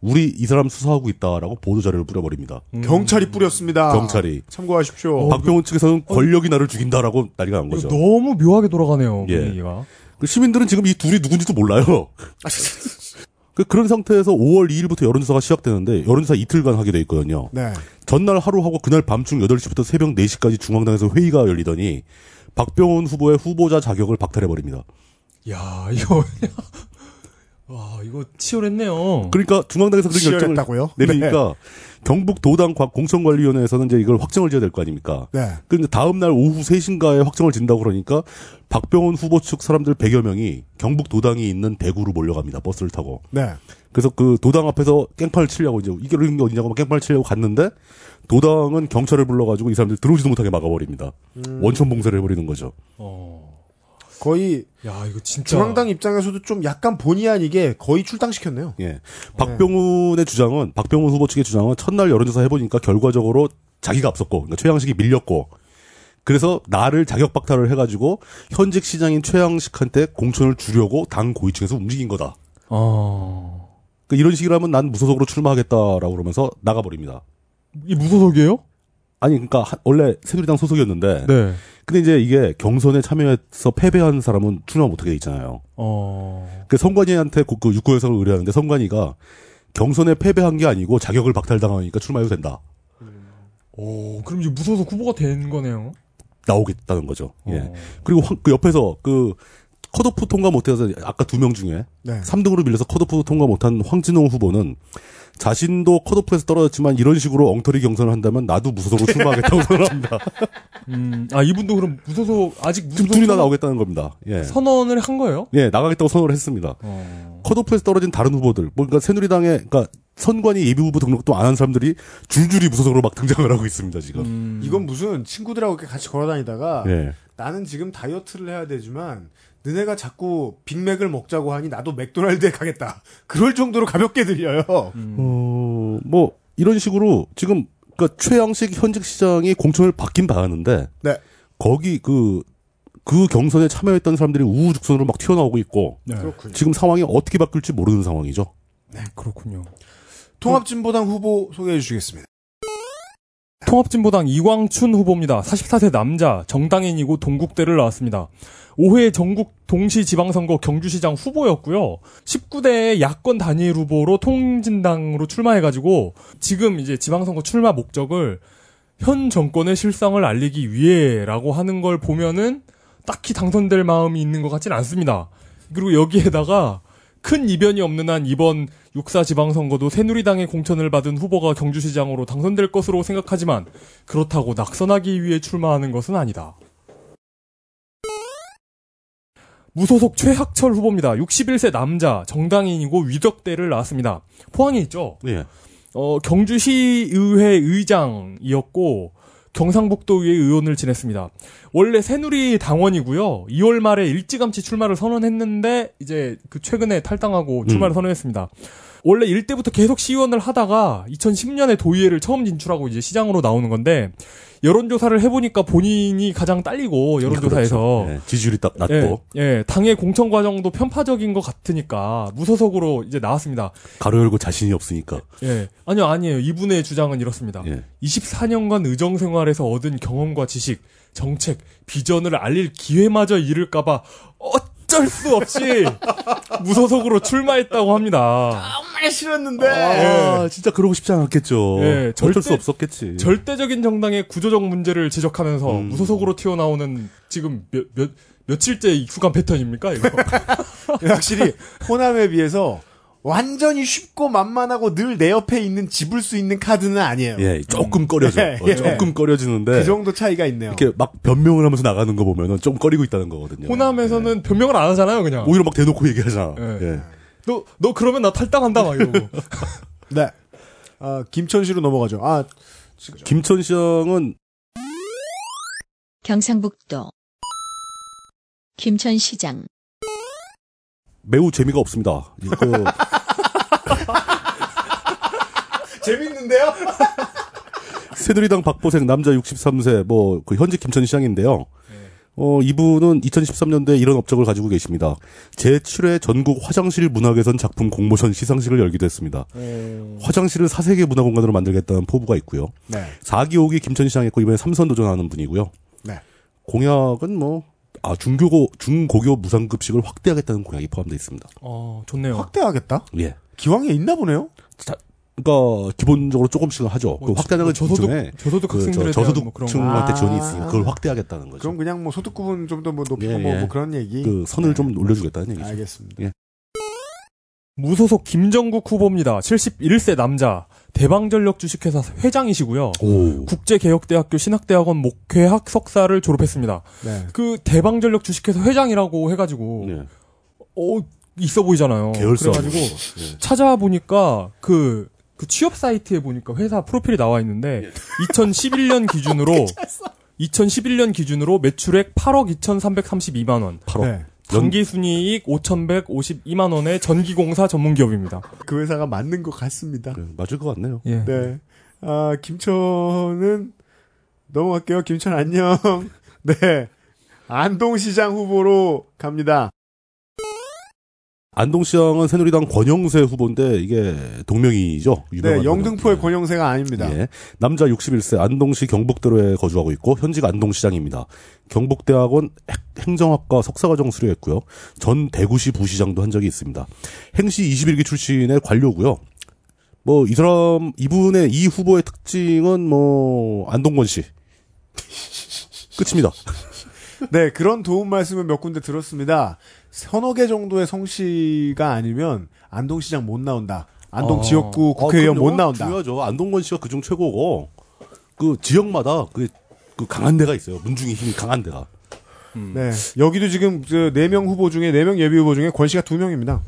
우리 이 사람 수사하고 있다라고 보도 자료를 뿌려버립니다. 음. 경찰이 뿌렸습니다. 경찰이. 어. 참고하십시오. 박병훈 측에서는 권력이 나를 죽인다라고 난리가 난 거죠. 너무 묘하게 돌아가네요. 예. 분위기가. 그 시민들은 지금 이 둘이 누군지도 몰라요. [laughs] 그- 그런 상태에서 5월 2일부터 여론조사가 시작되는데 여론조사 이틀간 하게 돼 있거든요. 네. 전날 하루하고 그날 밤중 8시부터 새벽 4시까지 중앙당에서 회의가 열리더니 박병훈 후보의 후보자 자격을 박탈해버립니다. 야, 이거 와, 이거 치열했네요. 그러니까 중앙당에서 그런 결정을 치열했다고요? 네. 내리니까 경북 도당 과- 공천관리위원회에서는 이제 이걸 확정을 지어야 될 거 아닙니까? 네. 근데 다음 날 오후 3시인가에 확정을 진다고 그러니까 박병훈 후보 측 사람들 100여 명이 경북 도당이 있는 대구로 몰려갑니다. 버스를 타고. 네. 그래서 그 도당 앞에서 깽판을 치려고 이제 이게 이런 게 어디냐고 막 깽판을 치려고 갔는데 도당은 경찰을 불러가지고 이 사람들 들어오지도 못하게 막아버립니다. 음. 원천 봉쇄를 해버리는 거죠. 거의 야, 이거 진짜 중앙당 입장에서도 좀 약간 본의 아니게 거의 출당시켰네요. 예. 박병훈의 주장은 박병훈 후보 측의 주장은 첫날 여론조사 해보니까 결과적으로 자기가 앞섰고 그러니까 최양식이 밀렸고 그래서 나를 자격 박탈을 해가지고 현직 시장인 최양식한테 공천을 주려고 당 고위층에서 움직인 거다. 아. 그러니까 이런 식으로 하면 난 무소속으로 출마하겠다라고 그러면서 나가버립니다. 이 무소속이에요? 아니 그러니까 하- 원래 새누리당 소속이었는데 네. 근데 이제 이게 경선에 참여해서 패배한 사람은 출마 못하게 돼 있잖아요. 어. 그 성관이한테 그- 그 육구 해석을 의뢰하는데 성관이가 경선에 패배한 게 아니고 자격을 박탈당하니까 출마해도 된다. 오, 그럼 이제 무소속 후보가 된 거네요. 나오겠다는 거죠. 예. 어. 그리고 황- 그 옆에서 그 컷오프 통과 못해서 아까 두 명 중에 네. 3등으로 밀려서 컷오프 통과 못한 황진홍 후보는 자신도 컷오프에서 떨어졌지만 이런 식으로 엉터리 경선을 한다면 나도 무소속으로 [laughs] 출마하겠다고 선언합니다. 음. 아, 이분도 그럼 무소속 아직 지금 무소속 둘이 다 선- 나오겠다는 겁니다. 예. 선언을 어. 한 거예요? 예, 나가겠다고 선언을 했습니다. 컷오프에서 떨어진 다른 후보들, 뭐, 그러니까 새누리당의, 그러니까 선관위 예비 후보 등록도 안 한 사람들이 음, 음. 줄줄이 무소속으로 막 등장을 하고 있습니다, 지금. 이건 무슨 친구들하고 이렇게 같이 걸어다니다가 예. 나는 지금 다이어트를 해야 되지만 너네가 자꾸 빅맥을 먹자고 하니 나도 맥도날드에 가겠다. 그럴 정도로 가볍게 들려요. 어, 뭐 이런 식으로 지금 그러니까 최양식 현직 시장이 공천을 받긴 받았는데 네. 거기 그 그 경선에 참여했던 사람들이 우후죽순으로 막 튀어나오고 있고 네. 그렇군요. 지금 상황이 어떻게 바뀔지 모르는 상황이죠. 그렇군요. 통합진보당 후보 소개해 주시겠습니다. 통합진보당 이광춘 후보입니다. 44세 남자, 정당인이고 동국대를 나왔습니다. 5회 전국 동시 지방선거 경주시장 후보였고요. 19대 야권 단일 후보로 통진당으로 출마해가지고 지금 이제 지방선거 출마 목적을 현 정권의 실상을 알리기 위해라고 하는 걸 보면은 딱히 당선될 마음이 있는 것 같진 않습니다. 그리고 여기에다가 큰 이변이 없는 한 이번 육사 지방선거도 새누리당의 공천을 받은 후보가 경주시장으로 당선될 것으로 생각하지만 그렇다고 낙선하기 위해 출마하는 것은 아니다. 무소속 최학철 후보입니다. 61세 남자, 정당인이고 위덕대를 나왔습니다. 포항에 있죠? 예. 어, 경주시의회 의장이었고 경상북도의회 의원을 지냈습니다. 원래 새누리 당원이고요. 2월 말에 일찌감치 출마를 선언했는데 이제 그 최근에 탈당하고 음. 출마를 선언했습니다. 원래 일때부터 계속 시의원을 하다가 2010년에 도의회를 처음 진출하고 이제 시장으로 나오는 건데 여론조사를 해보니까 본인이 가장 딸리고 여론조사에서 그렇죠. 예, 지지율이 딱 낮고 예, 예, 당의 공천 과정도 편파적인 것 같으니까 무소속으로 이제 나왔습니다. 가로 열고 자신이 없으니까. 예. 아니요, 아니에요. 이분의 주장은 이렇습니다. 예. 24년간 의정 생활에서 얻은 경험과 지식, 정책, 비전을 알릴 기회마저 잃을까봐 어쩔 수 없이 [laughs] 무소속으로 출마했다고 합니다. 정말 싫었는데. 아, 진짜 그러고 싶지 않았겠죠. 예, 네. 절대- 어쩔 수 없었겠지. 절대적인 정당의 구조적 문제를 지적하면서 음. 무소속으로 튀어나오는 지금 몇, 몇, 며칠째 익숙한 패턴입니까, [laughs] 이거? [laughs] 예, 확실히 호남에 비해서 완전히 쉽고 만만하고 늘 내 옆에 있는 집을 수 있는 카드는 아니에요. 예, 조금 꺼려져. 예, 어, 예. 조금 꺼려지는데 그 정도 차이가 있네요. 이렇게 막 변명을 하면서 나가는 거 보면은 좀 꺼리고 있다는 거거든요. 예. 네. 호남에서는 변명을 안 하잖아요, 그냥. 오히려 막 대놓고 얘기하잖아. 예. 예. 너, 너 그러면 나 탈당한다, 막 [laughs] 이러고. 네. 아, 김천시로 넘어가죠. 아, 김천 시장은 경상북도 김천시장 매우 재미가 없습니다. 이 그, 재밌는데요? 새누리당 박보생 남자 63세 뭐 그 현직 김천 시장인데요. 어 이분은 2013년도에 이런 업적을 가지고 계십니다. 제7회 전국 화장실 문화개선 작품 공모전 시상식을 열기도 했습니다. 화장실을 사세계 문화공간으로 만들겠다는 포부가 있고요. 네. 4기 5기 김천 시장했고 이번에 삼선 도전하는 분이고요. 네. 공약은 뭐 아 중교고 중고교 무상급식을 확대하겠다는 공약이 포함되어 있습니다. 어, 좋네요. 확대하겠다? 예. 기왕에 있나 보네요? 그러니까 기본적으로 조금씩은 하죠. 그 확대하는 뭐 어, 저소득, 중에 저소득 그 학생들에 저, 대한 뭐 그런 거. 저소득층한테 지원이 아. 있으니까 그걸 확대하겠다는 거죠. 그럼 그냥 뭐 소득 구분 좀 더 뭐 높이고 예, 뭐, 예. 뭐 그런 얘기. 그 네. 선을 좀 올려주겠다는 아, 얘기죠. 알겠습니다. 무소속 김정국 후보입니다. 71세 남자, 대방전력 주식회사 회장이시고요. 오. 국제개혁대학교 신학대학원 목회학 석사를 졸업했습니다. 네. 그 대방전력 주식회사 회장이라고 해가지고 예. 어 있어 보이잖아요. 계열사. 그래가지고 예. 찾아보니까 그, 그 취업 사이트에 보니까 회사 프로필이 나와 있는데 예. 2011년 기준으로 2011년 기준으로 매출액 8억 2,332만 원, 바로 네. 단기 순이익 5,152만 원의 전기공사 전문기업입니다. 그 회사가 맞는 것 같습니다. 예, 맞을 것 같네요. 예. 네. 아, 김천은 넘어갈게요. 김천 안녕. [laughs] 네. 안동시장 후보로 갑니다. 안동시장은 새누리당 권영세 후보인데 이게 동명이죠. 유명한 네, 영등포의 권영- 권영세가 아닙니다. 예. 남자 61세 안동시 경북대로에 거주하고 있고 현직 안동시장입니다. 경북대학원 핵- 행정학과 석사과정 수료했고요. 전 대구시 부시장도 한 적이 있습니다. 행시 21기 출신의 관료고요. 뭐 이 사람 이분의 이 후보의 특징은 뭐 안동권 씨 [laughs] 끝입니다. 네, 그런 도움 말씀을 몇 군데 들었습니다. 서너 개 정도의 성씨가 아니면 안동시장 못 나온다. 안동 어. 지역구 국회의원 아, 못 그럼요. 나온다. 중요하죠. 안동권 씨가 그중 최고고 그 지역마다 그, 그 강한 데가 있어요. 문중의 힘이 강한 데가. 네. 여기도 지금 네 명 후보 중에 네 명 예비 후보 중에 권 씨가 두 명입니다.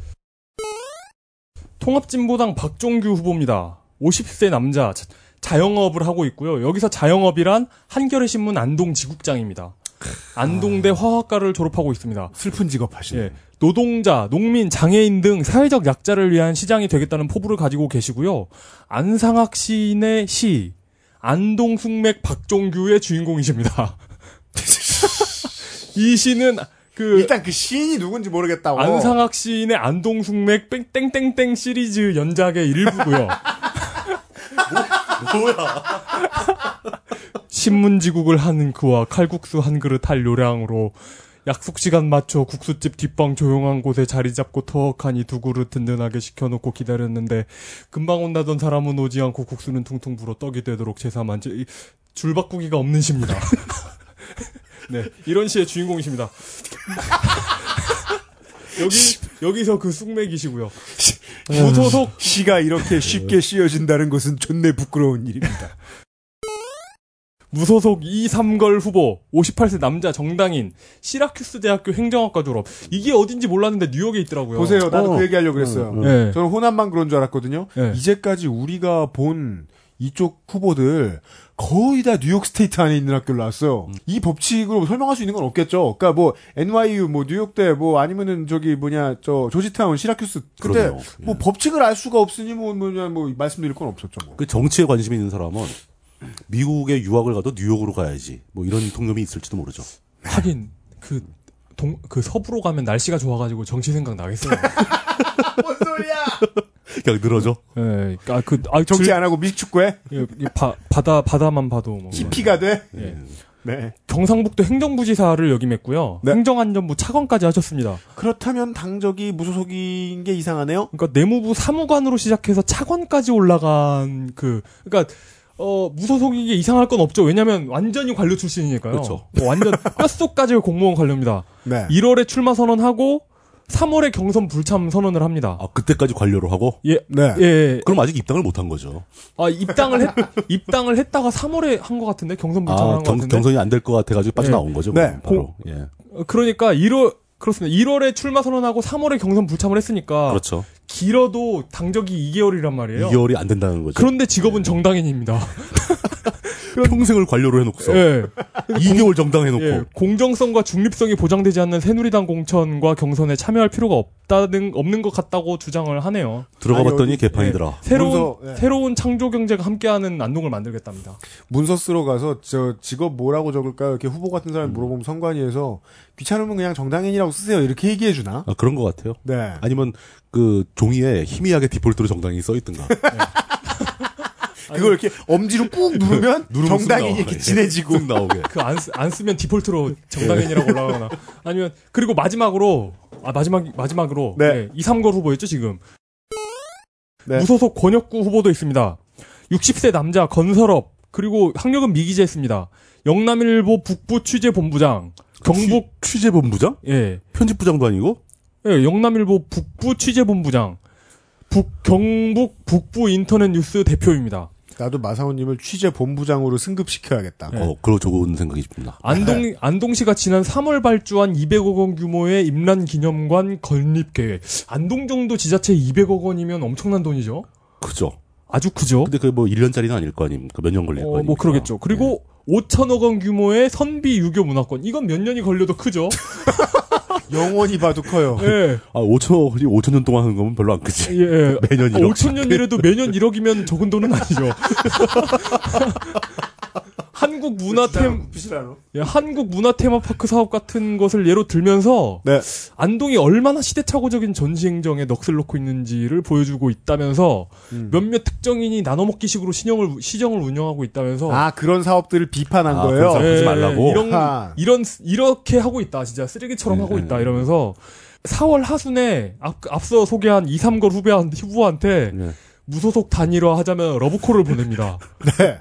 통합진보당 박종규 후보입니다. 50세 남자 자- 자영업을 하고 있고요. 여기서 자영업이란 한겨레 신문 안동 지국장입니다. 안동대 화학과를 졸업하고 있습니다. 슬픈 직업 하시네. 예, 노동자, 농민, 장애인 등 사회적 약자를 위한 시장이 되겠다는 포부를 가지고 계시고요. 안상학 시인의 시 안동숙맥 박종규의 주인공이십니다. [laughs] 이 시는 그 일단 그 시인이 누군지 어. 모르겠다고. 안상학 시인의 안동숙맥 뺑- 땡땡땡 시리즈 연작의 일부고요. [laughs] 뭐야? 신문지국을 하는 그와 칼국수 한 그릇 할 요량으로 약속 시간 맞춰 국수집 뒷방 조용한 곳에 자리 잡고 터하니 두 그릇 든든하게 시켜놓고 기다렸는데 금방 온다던 사람은 오지 않고 국수는 퉁퉁 불어 떡이 되도록 제사만 제- 이- 줄바꾸기가 없는 시입니다. [laughs] 네, 이런 시의 주인공이십니다. 여기 여기서 그 숙맥이시고요. 예. 무소속 시가 이렇게 쉽게 씌어진다는 것은 존내 부끄러운 일입니다. 무소속 이삼걸 후보 58세 남자 정당인 시라큐스 대학교 행정학과 졸업 이게 어딘지 몰랐는데 뉴욕에 있더라고요. 보세요, 나도 어. 그 얘기하려고 그랬어요. 응, 예. 저는 호남만 그런 줄 알았거든요. 예. 이제까지 우리가 본 이쪽 후보들 거의 다 뉴욕 스테이트 안에 있는 학교를 나왔어요. 이 법칙으로 설명할 수 있는 건 없겠죠. 그러니까 뭐 NYU, 뭐 뉴욕대, 뭐 아니면은 저기 뭐냐 저 조지타운, 시라큐스. 근데 그러네요. 예. 뭐 법칙을 알 수가 없으니 뭐 뭐냐 뭐 말씀드릴 건 없었죠. 뭐. 그 정치에 관심이 있는 사람은 미국에 유학을 가도 뉴욕으로 가야지. 뭐 이런 통념이 있을지도 모르죠. 하긴 그 동, 그 서부로 가면 날씨가 좋아가지고 정치 [laughs] 생각 나겠어요. 뭔 소리야? 그냥 늘어져. 예, 아, 그, 아, 정치 질- 안 하고 미식축구해? 예, 이 바, 바다, 바다만 봐도 뭐. TP가 돼? 예. 네. 경상북도 행정부지사를 역임했고요. 네. 행정안전부 차관까지 하셨습니다. 그렇다면 당적이 무소속인 게 이상하네요. 그러니까 내무부 사무관으로 시작해서 차관까지 올라간 그 그러니까 어 무소속이게 이상할 건 없죠. 왜냐면 완전히 관료 출신이니까요. 그렇죠. 뭐 [laughs] 완전 뼛속까지 공무원 관료입니다. 네. 1월에 출마 선언하고 3월에 경선 불참 선언을 합니다. 아 그때까지 관료로 하고. 예. 네. 예, 예. 그럼 아직 입당을 못 한 거죠. 아, 입당을 했, 입당을 했다가 3월에 한 것 같은데 경선 불참을 아 한 것 경, 그 같은데. 선이 안 될 것 같아가지고 빠져나온 거죠. 네. 그럼 바로. 예. 어, 그러니까 1월 그렇습니다. 1월에 출마 선언하고 3월에 경선 불참을 했으니까 그렇죠. 길어도 당적이 2개월이란 말이에요. 2개월이 안 된다는 거죠. 그런데 직업은 정당인입니다. 평생을 관료로 해놓고서 예. 2개월 정당 해놓고 예, 공정성과 중립성이 보장되지 않는 새누리당 공천과 경선에 참여할 필요가 없다는 없는 것 같다고 주장을 하네요. 들어가봤더니 아니, 개판이더라. 새로운 문서, 예. 새로운 창조 경제가 함께하는 안동을 만들겠답니다. 문서 쓰러 가서 저 직업 뭐라고 적을까요? 이렇게 후보 같은 음. 사람이 물어보면 선관위에서 귀찮으면 그냥 정당인이라고 쓰세요. 이렇게 얘기해 주나? 아, 그런 것 같아요. 네. 아니면 그 종이에 희미하게 디폴트로 정당이 써있든가. 그걸 이렇게 엄지로 꾹 누르면 [laughs] 누르면 정당인이 쓱 나와. 이렇게 진해지고 쓱 나오게. 그 안 안 쓰면 예. 디폴트로 정당인이라고 올라가거나 아니면 그리고 마지막으로 아 마지막 마지막으로 네. 예, 이삼걸 후보였죠 지금 네. 무소속 권혁구 후보도 있습니다. 60세 남자 건설업 그리고 학력은 미기재했습니다. 영남일보 북부 취재본부장 경북 취재본부장? 예 편집부장도 아니고? 예, 영남일보 북부 취재본부장, 북 경북 북부 인터넷 뉴스 대표입니다. 나도 마사오님을 취재 본부장으로 [laughs] 승급시켜야겠다. 네. 아, 어, 그거 좋은 생각이 듭니다. 안동 안동시가 지난 3월 발주한 200억 원 규모의 임란 기념관 건립 계획. 안동 정도 지자체 200억 원이면 엄청난 돈이죠. 그죠. 아주 크죠. 근데 그게 뭐 1년짜리는 아닐 거 아님. 그 몇 년 걸릴 거 어, 아님. 뭐 그러겠죠. 그리고 5천억 원 규모의 선비 유교 문화권. 이건 몇 년이 걸려도 크죠. 영원히 봐도 커요. 예. 아, 5천, 5천 년 동안 하는 거면 별로 안 크지. 예, 예. 매년 1억. 5천 년이라도 매년 1억이면 적은 돈은 아니죠. [laughs] 한국 문화 템 예, 한국 문화 테마파크 사업 같은 것을 예로 들면서 네. 안동이 얼마나 시대착오적인 전시 행정에 넋을 놓고 있는지를 보여주고 있다면서 음. 몇몇 특정인이 나눠먹기식으로 신형을 시정을 운영하고 있다면서 아 그런 사업들을 비판한 어. 아, 거예요. 그런 사업. 하지 음, 말라고? 이런 아. 이런 이렇게 하고 있다 진짜 쓰레기처럼 하고 있다 이러면서 4월 하순에 앞, 앞서 소개한 2, 3걸 후배한 후보한테 네. 무소속 단일화 하자면 러브콜을 [laughs] 보냅니다. 네.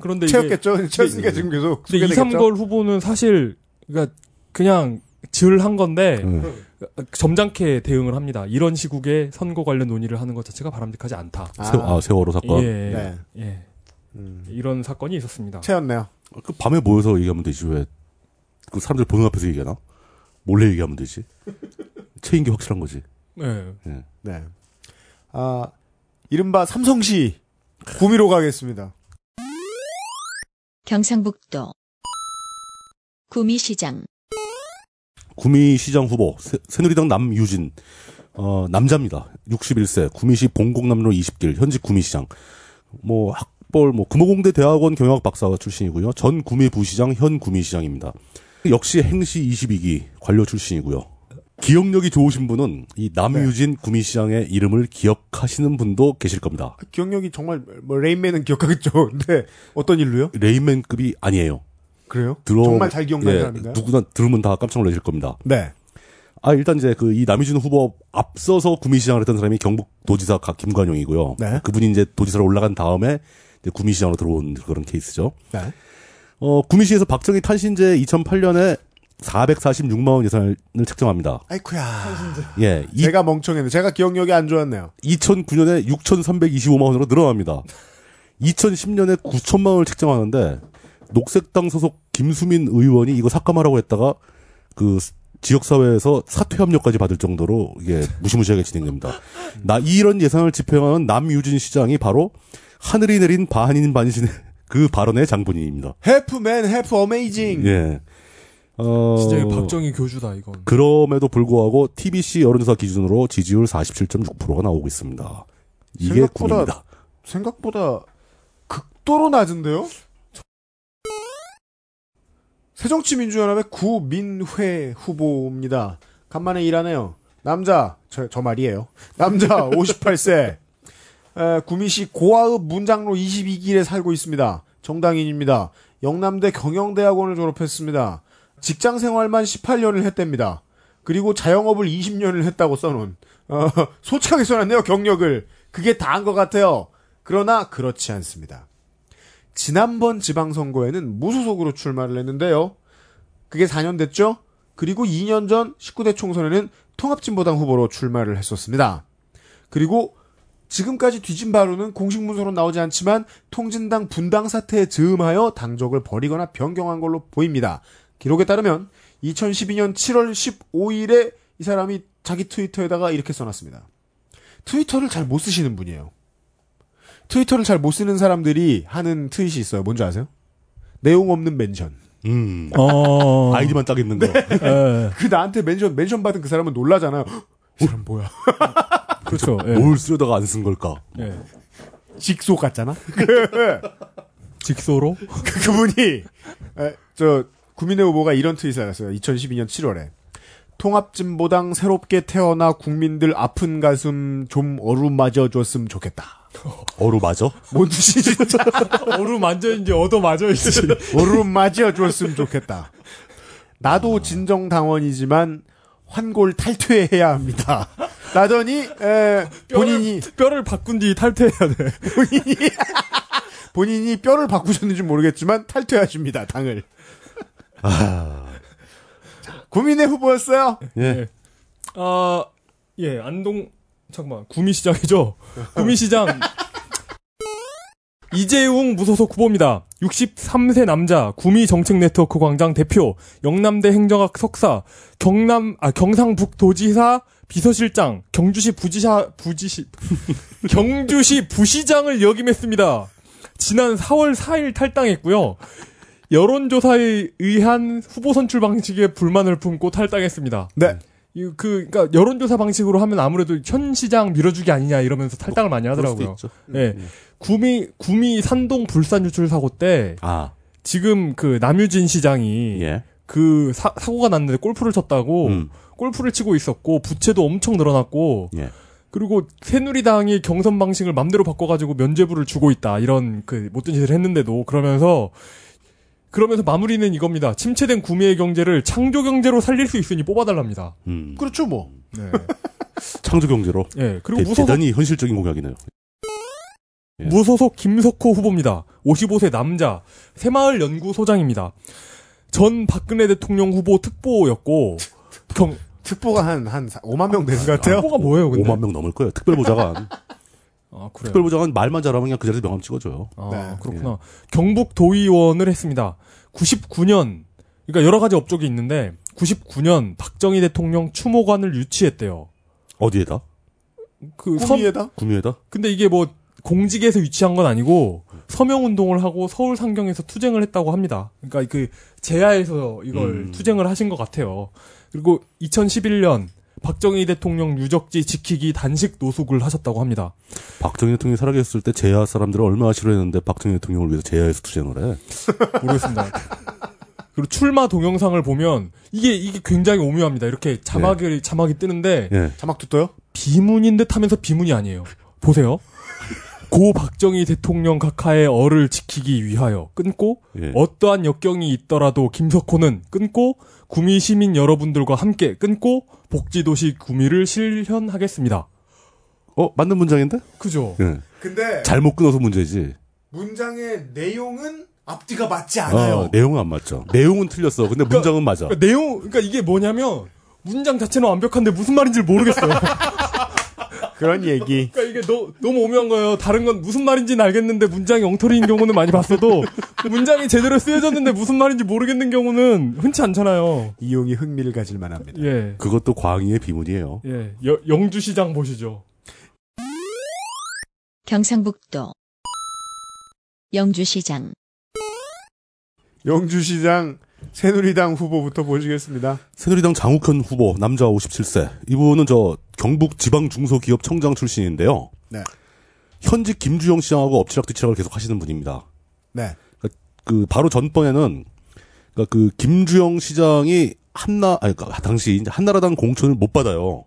그런데 이게 채웠겠죠. 채웠으니까 지금 계속. 근데 2, 소개되겠죠? 3걸 후보는 사실 그러니까 그냥 질한 건데 점잖게 대응을 합니다. 이런 시국에 선거 관련 논의를 하는 것 자체가 바람직하지 않다. 세, 아, 세월호 사건. 예, 네. 예. 이런 사건이 있었습니다. 채웠네요. 그 밤에 모여서 얘기하면 되지. 왜, 그 사람들 보는 앞에서 얘기하나? 몰래 얘기하면 되지. 체인 게 확실한 거지. 예. 네. 아, 이른바 삼성시 구미로 가겠습니다. 경상북도 구미시장, 구미시장 후보 새- 새누리당 남유진 어, 남자입니다. 61세 구미시 봉곡남로 20길 현직 구미시장 뭐 학벌 뭐 금호공대 대학원 경영학 박사 출신이고요. 전 구미부시장 현 구미시장입니다. 역시 행시 22기 관료 출신이고요. 기억력이 좋으신 분은 이 네. 남유진 구미시장의 이름을 기억하시는 분도 계실 겁니다. 기억력이 정말 뭐 레인맨은 기억하겠죠. [laughs] 근데 어떤 일로요? 레인맨급이 아니에요. 그래요? 들어 정말 잘 기억나는 예, 사람인가요? 누구나 들으면 다 깜짝 놀라실 겁니다. 네. 아 일단 이제 그 이 남유진 후보 앞서서 구미시장을 했던 사람이 경북도지사 가- 김관용이고요. 네. 그분이 이제 도지사로 올라간 다음에 이제 구미시장으로 들어온 그런 케이스죠. 네. 어 구미시에서 박정희 탄신제 2008년에 446만 원 예산을 책정합니다. 아이쿠야. 예, 이, 제가 멍청했네. 제가 기억력이 안 좋았네요. 2009년에 6,325만 원으로 늘어납니다. 2010년에 9천만 원을 책정하는데 녹색당 소속 김수민 의원이 이거 삭감하라고 했다가 그 스- 지역사회에서 사퇴 협력까지 받을 정도로 이게 무시무시하게 진행됩니다. 나 이런 예산을 집행하는 남유진 시장이 바로 하늘이 내린 반인 반신의 [laughs] 그 발언의 장본인입니다. 해프맨, 해프 어메이징. 예. 어, 진짜 이거 박정희 교주다 이건. 그럼에도 불구하고 TBC 여론조사 기준으로 지지율 47.6%가 나오고 있습니다. 이게 생각보다- 군입니다. 생각보다 극도로 낮은데요? 새정치민주연합의 구민회 후보입니다. 간만에 일하네요. 남자, 저, 저 말이에요. 남자 58세. 구미시 고아읍 문장로 22길에 살고 있습니다. 정당인입니다. 영남대 경영대학원을 졸업했습니다. 직장 생활만 18년을 했답니다. 그리고 자영업을 20년을 했다고 써놓은 어, [laughs] 솔직하게 써놨네요 경력을 그게 다한 것 같아요. 그러나 그렇지 않습니다. 지난번 지방선거에는 무소속으로 출마를 했는데요. 그게 4년 됐죠? 그리고 2년 전 19대 총선에는 통합진보당 후보로 출마를 했었습니다. 그리고 지금까지 뒤진 바로는 공식 문서로 나오지 않지만 통진당 분당 사태에 즈음하여 당적을 버리거나 변경한 걸로 보입니다. 기록에 따르면 2012년 7월 15일에 이 사람이 자기 트위터에다가 이렇게 써놨습니다. 트위터를 잘 못 쓰시는 분이에요. 트위터를 잘 못 쓰는 사람들이 하는 트윗이 있어요. 뭔지 아세요? 내용 없는 멘션. 음. 어. 아이디만 딱 있는 거. 예. 그 나한테 멘션 멘션 받은 그 사람은 놀라잖아요. [gasps] 헉, 이 사람 뭐야? [laughs] 그렇죠. 예. [laughs] 뭘 쓰려다가 안 쓴 걸까? 예. 직소 같잖아. 직소로 그- 그분이 에, 저 구민의 후보가 이런 트윗을 했어요. 2012년 7월에 통합진보당 새롭게 태어나 국민들 아픈 가슴 좀 어루마저 줬으면 좋겠다. 어루 맞아? 뭔 뜻이지? 어루 만져인지 얻어 맞아인지. [laughs] [laughs] 어루마저 줬으면 좋겠다. 나도 진정 당원이지만 환골 탈퇴해야 합니다. 나더니 에, 본인이 뼈를 바꾼 뒤 탈퇴해야 돼. [laughs] 본인이 뼈를 바꾸셨는지 모르겠지만 탈퇴하십니다 당을. 자, 국민의 후보였어요. 예. 아, 예, 안동, 잠깐만, 구미시장이죠? 구미시장. 이재웅 무소속 후보입니다. 63세 남자, 구미 정책 네트워크 광장 대표, 영남대 행정학 석사, 경남, 아, 경상북도지사 비서실장, 경주시 부지사, 부지시, [laughs] 경주시 부시장을 역임했습니다. 지난 4월 4일 탈당했고요. 여론조사에 의한 후보 선출 방식에 불만을 품고 탈당했습니다. 네. 이- 그, 그니까, 여론조사 방식으로 하면 아무래도 현 시장 밀어주기 아니냐 이러면서 탈당을 많이 뭐, 하더라고요. 음, 예. 구미, 구미 산동 불산 유출 사고 때, 아, 지금 그 남유진 시장이, 예. 그 사, 사고가 났는데 골프를 쳤다고, 음. 골프를 치고 있었고, 부채도 엄청 늘어났고, 예. 그리고 새누리당이 경선 방식을 맘대로 바꿔가지고 면죄부를 주고 있다. 이런 그 못된 짓을 했는데도, 그러면서, 그러면서 마무리는 이겁니다. 침체된 구미의 경제를 창조 경제로 살릴 수 있으니 뽑아달랍니다. 음. 그렇죠 뭐. 창조 경제로. 예, 그리고 어, 대- 무소속, 대단히 현실적인 공약이네요. 예. 무소속 김석호 후보입니다. 55세 남자, 새마을 연구소장입니다. 전 박근혜 대통령 후보 [laughs] 특보였고, 경, 특보가 한, 한 5만 명 되는 것 같아요? 특보가 뭐예요, 근데? 5만 명 넘을 거예요. [laughs] 특별보좌관. 아, 그래요. 특별보좌관 말만 잘하면 그냥 그 자리에서 명함 찍어줘요. 아, 네. 그렇구나. 경북 도의원을 했습니다. 99년, 그러니까 여러 가지 업적이 있는데, 99년 박정희 대통령 추모관을 유치했대요. 어디에다? 그 섬, 구미에다? 구미에다? 근데 이게 뭐 공직에서 유치한 건 아니고 서명 운동을 하고 서울 상경에서 투쟁을 했다고 합니다. 그러니까 그 제야에서 이걸 투쟁을 하신 것 같아요. 그리고 2011년 박정희 대통령 유적지 지키기 단식 노숙을 하셨다고 합니다. 박정희 대통령이 살아계셨을 때 제야 사람들을 얼마나 싫어했는데 박정희 대통령을 위해서 제야에서 투쟁을 해. 모르겠습니다. 그리고 출마 동영상을 보면 이게 이게 굉장히 오묘합니다. 이렇게 자막이 자막이 뜨는데 예. 자막 두떠요? 비문인 듯 하면서 비문이 아니에요. 보세요. 고 박정희 대통령 각하의 얼을 지키기 위하여 끊고 예. 어떠한 역경이 있더라도 김석호는 끊고 구미 시민 여러분들과 함께 끊고 복지도시 구미를 실현하겠습니다. 어, 맞는 문장인데? 그죠? 예. 근데 잘못 끊어서 문제지. 문장의 내용은 앞뒤가 맞지 어, 내용은 안 맞죠. 내용은 틀렸어. 근데 문장은 맞아. 그러니까 내용 그러니까 이게 뭐냐면 문장 자체는 완벽한데 무슨 말인지 를 모르겠어요. [laughs] 그런 얘기. 그러니까 이게 너, 무 오묘한 거예요. 다른 건 무슨 말인지는 알겠는데 문장이 엉터리인 경우는 많이 봤어도 문장이 제대로 쓰여졌는데 무슨 말인지 모르겠는 경우는 흔치 않잖아요. 이용이 흥미를 가질 만합니다. 예. 그것도 광희의 비문이에요. 예. 여- 영주시장 보시죠. 경상북도 영주시장 영주시장 새누리당 후보부터 보시겠습니다. 새누리당 장욱현 후보 남자 57세 이분은 저 경북 지방 중소기업 청장 출신인데요. 네. 현직 김주영 시장하고 엎치락뒤치락을 계속 하시는 분입니다. 네. 그 바로 전번에는 그러니까 그 김주영 시장이 한나 아니 그러니까 당시 이제 한나라당 공천을 못 받아요.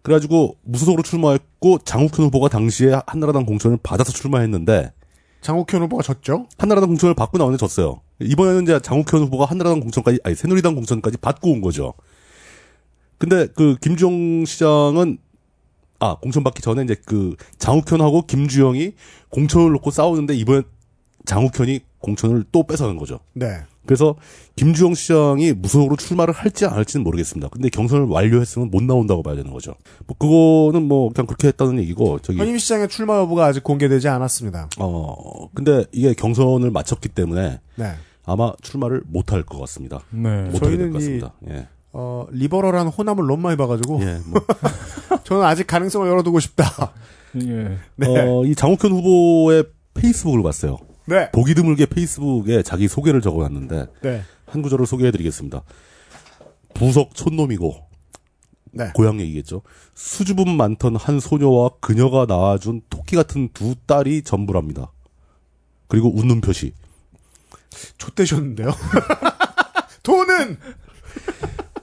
그래가지고 무소속으로 출마했고 장욱현 후보가 당시에 한나라당 공천을 받아서 출마했는데 장옥현 후보가 졌죠? 한나라당 공천을 받고 나오는데 졌어요. 이번에는 이제 장욱현 후보가 한나라당 공천까지, 아니, 새누리당 공천까지 받고 온 거죠. 근데 그 김주영 시장은, 아, 공천 받기 전에 이제 그 장욱현하고 김주영이 공천을 놓고 싸우는데 이번에 장욱현이 공천을 또 뺏어간 거죠. 네. 그래서 김주영 시장이 무소속으로 출마를 할지 안 할지는 모르겠습니다. 근데 경선을 완료했으면 못 나온다고 봐야 되는 거죠. 뭐 그거는 뭐 그냥 그렇게 했다는 얘기고, 저기. 현임시장의 출마 여부가 아직 공개되지 않았습니다. 어, 근데 이게 경선을 마쳤기 때문에 네. 아마 출마를 못 할 것 같습니다. 네. 못하게 저희는 될것 같습니다. 예. 어, 리버럴한 호남을 너무 많이 봐가지고, 예, [laughs] 뭐. 저는 아직 가능성을 열어두고 싶다. 예. 어, 이 장욱현 후보의 페이스북을 봤어요. 네. 보기 드물게 페이스북에 자기 소개를 적어놨는데 네. 한 구절을 소개해드리겠습니다. 부석 촌놈이고 네. 고향 얘기겠죠. 수줍음 많던 한 소녀와 그녀가 낳아준 토끼 같은 두 딸이 전부랍니다. 그리고 웃는 표시. 좆되셨는데요? [laughs] 돈은!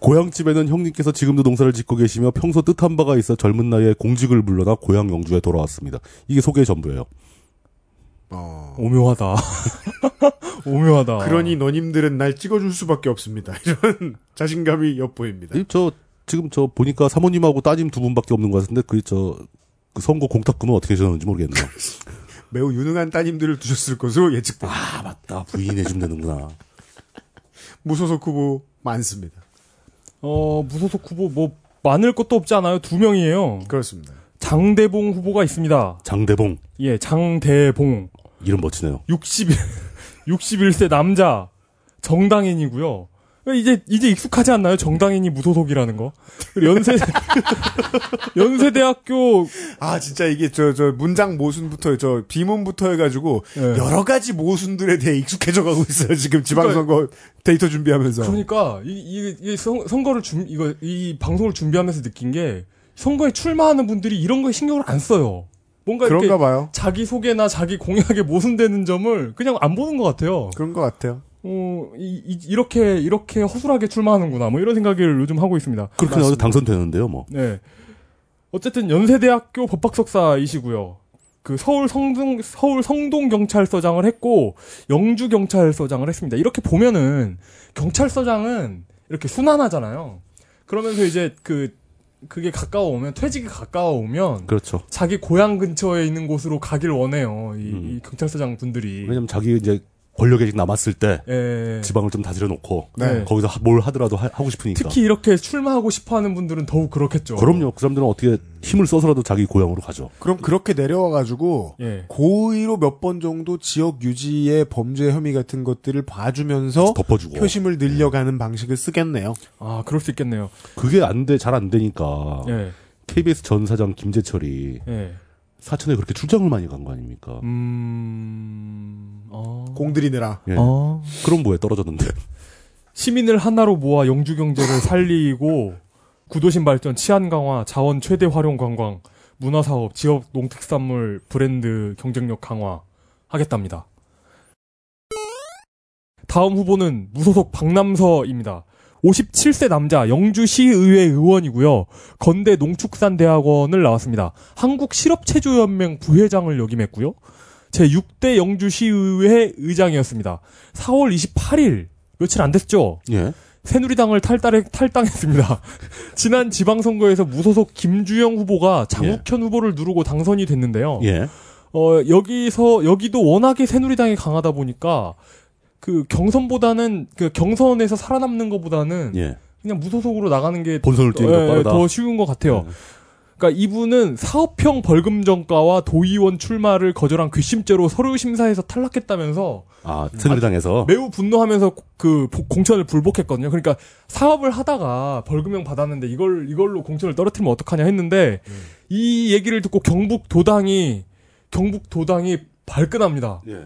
고향집에는 형님께서 지금도 농사를 짓고 계시며 평소 뜻한 바가 있어 젊은 나이에 공직을 물러나 고향 영주에 돌아왔습니다. 이게 소개 전부예요. 오묘하다. [laughs] 오묘하다. 그러니 너님들은 날 찍어줄 수밖에 없습니다. [laughs] 이런 자신감이 엿보입니다. 이, 저 지금 저 보니까 사모님하고 따님 두 분밖에 없는 것 같은데 그저 그 선거 공탁금은 어떻게 되셨는지 모르겠네요. 매우 유능한 따님들을 두셨을 것으로 예측됩니다. [laughs] 아 맞다 부인해 주면 되는구나. 무소속 후보 많습니다. 어, 무소속 후보 뭐 많을 것도 없지 않아요. 두 명이에요. 그렇습니다. 장대봉 후보가 있습니다. 장대봉 예, 장대봉. 이름 멋지네요. [laughs] 60, 61세 남자 정당인이고요. 이제 이제 익숙하지 않나요? 정당인이 무소속이라는 거. 그리고 연세 [laughs] 연세대학교 아 진짜 이게 저 저 문장 모순부터 저 비문부터 해가지고 예. 여러 가지 모순들에 대해 익숙해져가고 있어요 지금 지방선거 그러니까 데이터 준비하면서 그러니까 이이 선거를 준 이거 이 방송을 준비하면서 느낀 게 선거에 출마하는 분들이 이런 거에 신경을 안 써요. 뭔가 그런가 이렇게 봐요 자기 소개나 자기 공약에 모순되는 점을 그냥 안 보는 것 같아요. 그런 것 같아요 어, 이, 이, 렇게 이렇게 허술하게 출마하는구나 뭐 이런 생각을 요즘 하고 있습니다. 그렇게 나와서 당선되는데요 뭐. 네. 어쨌든 연세대학교 법학석사이시고요. 그 서울 성동 서울 성동 경찰서장을 했고 영주 경찰서장을 했습니다. 이렇게 보면은 경찰서장은 이렇게 순환하잖아요. 그러면서 이제 그 그게 가까워오면 퇴직이 가까워오면 그렇죠. 자기 고향 근처에 있는 곳으로 가길 원해요. 이, 음. 이 경찰서장 분들이. 왜냐면 자기 이제 권력에 아직 남았을 때 예. 지방을 좀 다스려 놓고 네. 거기서 하- 뭘 하더라도 하, 고 싶으니까. 특히 이렇게 출마하고 싶어하는 분들은 더욱 그렇겠죠. 그럼요. 그 사람들은 어떻게 음. 힘을 써서라도 자기 고향으로 가죠. 그럼 그렇게 내려와가지고 예. 고의로 몇 번 정도 지역 유지의 범죄 혐의 같은 것들을 봐주면서 덮어주고. 표심을 늘려가는 방식을 쓰겠네요 아 그럴 수 있겠네요. 그게 안 돼, 잘 안 되니까. 예. KBS 전 사장 김재철이 예. 사천에 그렇게 출장을 많이 간 거 아닙니까? 음, 어. 공들이느라. 예. 어. 그럼 뭐에 떨어졌는데. 시민을 하나로 모아 영주 경제를 살리고 구도심 발전, 치안 강화, 자원 최대 활용 관광, 문화 사업, 지역 농특산물 브랜드 경쟁력 강화 하겠답니다. 다음 후보는 무소속 박남서입니다. 57세 남자 영주시의회 의원이고요. 건대 농축산대학원을 나왔습니다. 한국실업체조연맹 부회장을 역임했고요. 제6대 영주시의회 의장이었습니다. 4월 28일 며칠 안 됐죠. 예. 새누리당을 탈당해, 탈당했습니다. [laughs] 지난 지방선거에서 무소속 김주영 후보가 장욱현 후보를 누르고 당선이 됐는데요. 예. 어, 여기서, 여기도 워낙에 새누리당이 강하다 보니까, 그 경선보다는, 그 경선에서 살아남는 것보다는, 예. 그냥 무소속으로 나가는 게 본선을 뛰는 예, 거 빠르다. 예. 더 쉬운 것 같아요. 그러니까 이분은 사업형 벌금 정가와 도의원 출마를 거절한 괘씸죄로 서류 심사에서 탈락했다면서 아, 새누리당에서. 매우 분노하면서 고- 그 보- 공천을 불복했거든요. 그러니까 사업을 하다가 벌금형 받았는데 이걸 이걸로 공천을 떨어뜨리면 어떡하냐 했는데 이 얘기를 듣고 경북 도당이 경북 도당이 발끈합니다. 예.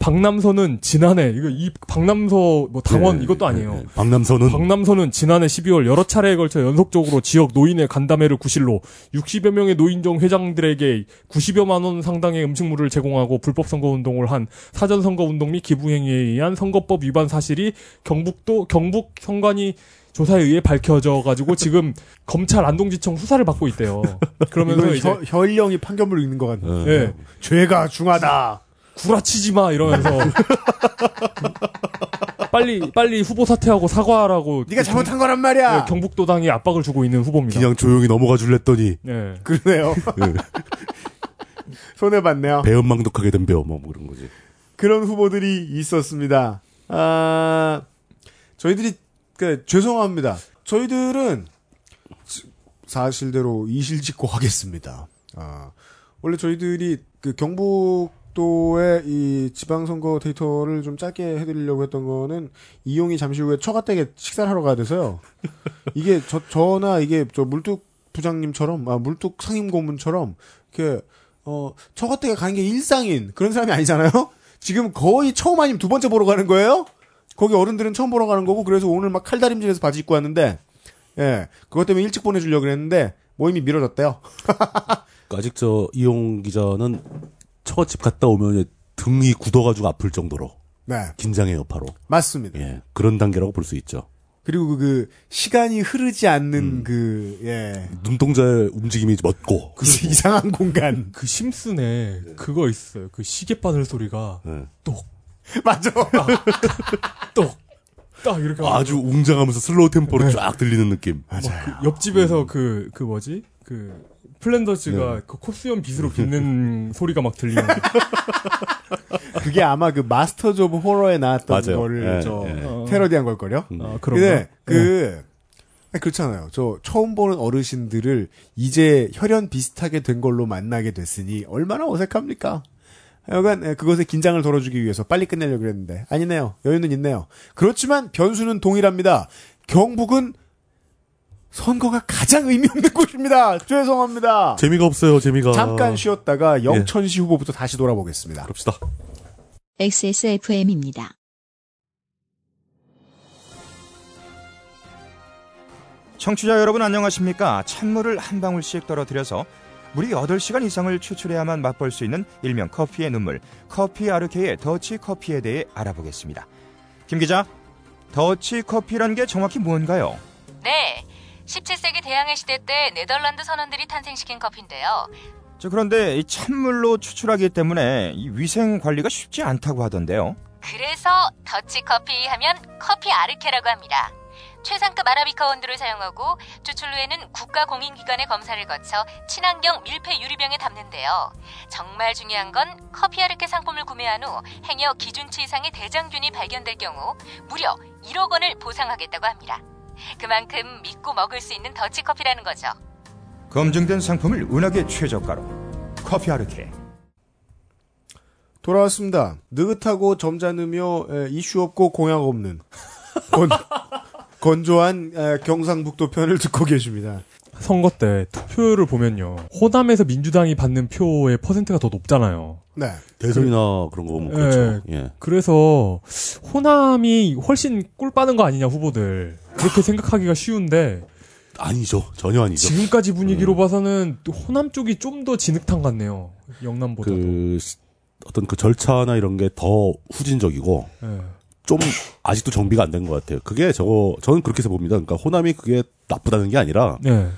박남서는 지난해 이거 이 박남서 뭐 당원 예, 이것도 예, 아니에요. 예. 박남선은 박남선은 지난해 12월 여러 차례에 걸쳐 연속적으로 지역 노인의 간담회를 구실로 60여 명의 노인정 회장들에게 90여만 원 상당의 음식물을 제공하고 불법 선거 운동을 한 사전 선거 운동 및 기부 행위에 의한 선거법 위반 사실이 경북도 경북 선관위 조사에 의해 밝혀져 가지고 지금 검찰 안동지청 수사를 받고 [laughs] 있대요. 그러면서 이건 이제 혀, 혈령이 판결문을 읽는 것 같네요. 예. 죄가 중하다. 구라치지 마 이러면서 빨리 빨리 후보 사퇴하고 사과하라고 네가 잘못한 거란 말이야. 예, 경북도당이 압박을 주고 있는 후보입니다. 그냥 조용히 넘어가 줄랬더니 네. 그러네요. 손해 봤네요. 배은망덕하게 된 배우 뭐 그런 거지. 그런 후보들이 있었습니다. 아, 저희들이, 그, 죄송합니다. 저희들은, 지- 사실대로 이실직고 하겠습니다. 아, 원래 저희들이 그 경북도의 이 지방선거 데이터를 좀 짧게 해드리려고 했던 거는 이용이 잠시 후에 처가댁에 식사를 하러 가야 돼서요. 이게 저, 저나 이게 저 물뚝 부장님처럼, 아, 물뚝 상임고문처럼, 이렇게, 어, 처가댁에 가는 게 일상인 그런 사람이 아니잖아요? 지금 거의 처음 아니면 두 번째 보러 가는 거예요? 거기 어른들은 처음 보러 가는 거고 그래서 오늘 막 칼다림질해서 바지 입고 왔는데 예 그것 때문에 일찍 보내주려고 그랬는데 모임이 미뤄졌대요. 그 아직 저 이용 기자는 처갓집 갔다 오면 등이 굳어가지고 아플 정도로 네 긴장의 여파로 맞습니다. 예 그런 단계라고 볼 수 있죠. 그리고 그, 그 시간이 흐르지 않는 그예 [laughs] 눈동자의 움직임이 멋고 이상한 공간 [laughs] 그 심슨에 그거 있어요. 그 시계 바늘 소리가 예. 맞아. 똑, 딱 이렇게 아주 웅장하면서 슬로우 템포로 쫙 들리는 느낌. 그 옆집에서 그 그 뭐지 그 플랜더즈가 그 코스염 빗으로 빗는 소리가 막 들리는 거. 그게 아마 그 마스터즈 오브 호러에 나왔던 맞아요. 거를 예, 저 어. 예. 패러디한 걸걸요. 아, 근데 그런 거. 네. 그 아니, 그렇잖아요. 저 처음 보는 어르신들을 이제 혈연 비슷하게 된 걸로 만나게 됐으니 얼마나 어색합니까? 여간 예, 그것의 긴장을 덜어주기 위해서 빨리 끝내려고 그랬는데 아니네요. 여유는 있네요. 그렇지만 변수는 동일합니다. 경북은 선거가 가장 의미 없는 [laughs] 곳입니다. 죄송합니다. 예. 재미가 없어요 재미가. 잠깐 쉬었다가 영천시 후보부터 다시 돌아보겠습니다. 그럽시다. XSFM입니다. 청취자 여러분 안녕하십니까? 찬물을 한 방울씩 떨어뜨려서 물이 8시간 이상을 추출해야만 맛볼 수 있는 일명 커피의 눈물, 커피 아르케의 더치 커피에 대해 알아보겠습니다. 김 기자, 더치 커피란 게 정확히 뭔가요? 네. 17세기 대항해 시대 때 네덜란드 선원들이 탄생시킨 커피인데요. 저 그런데 이 찬물로 추출하기 때문에 이 위생 관리가 쉽지 않다고 하던데요. 그래서 더치 커피 하면 커피 아르케라고 합니다. 최상급 아라비카 원두를 사용하고 추출 후에는 국가 공인 기관의 검사를 거쳐 친환경 밀폐 유리병에 담는데요. 정말 중요한 건 커피 아르케 상품을 구매한 후 행여 기준치 이상의 대장균이 발견될 경우 무려 1억 원을 보상하겠다고 합니다. 그만큼 믿고 먹을 수 있는 더치 커피라는 거죠. 검증된 상품을 은하계 최저가로 커피 아르케. 돌아왔습니다. 느긋하고 점잖으며 에, 이슈 없고 공약 [laughs] 없는 건, 건조한 에, 경상북도 편을 듣고 계십니다. 선거 때 투표율을 보면요. 호남에서 민주당이 받는 표의 퍼센트가 더 높잖아요. 네. 대선이나 그런 거 보면 예. 그렇죠. 예. 그래서 호남이 훨씬 꿀 빠는 거 아니냐 후보들 그렇게 생각하기가 쉬운데 아니죠. 전혀 아니죠. 지금까지 분위기로 봐서는 또 호남 쪽이 좀 더 진흙탕 같네요. 영남보다도. 그 시- 어떤 그 절차나 이런 게 더 후진적이고 예. 좀 아직도 정비가 안 된 것 같아요. 그게 저거 저는 그렇게 해서 봅니다. 그러니까 호남이 그게 나쁘다는 게 아니라 네.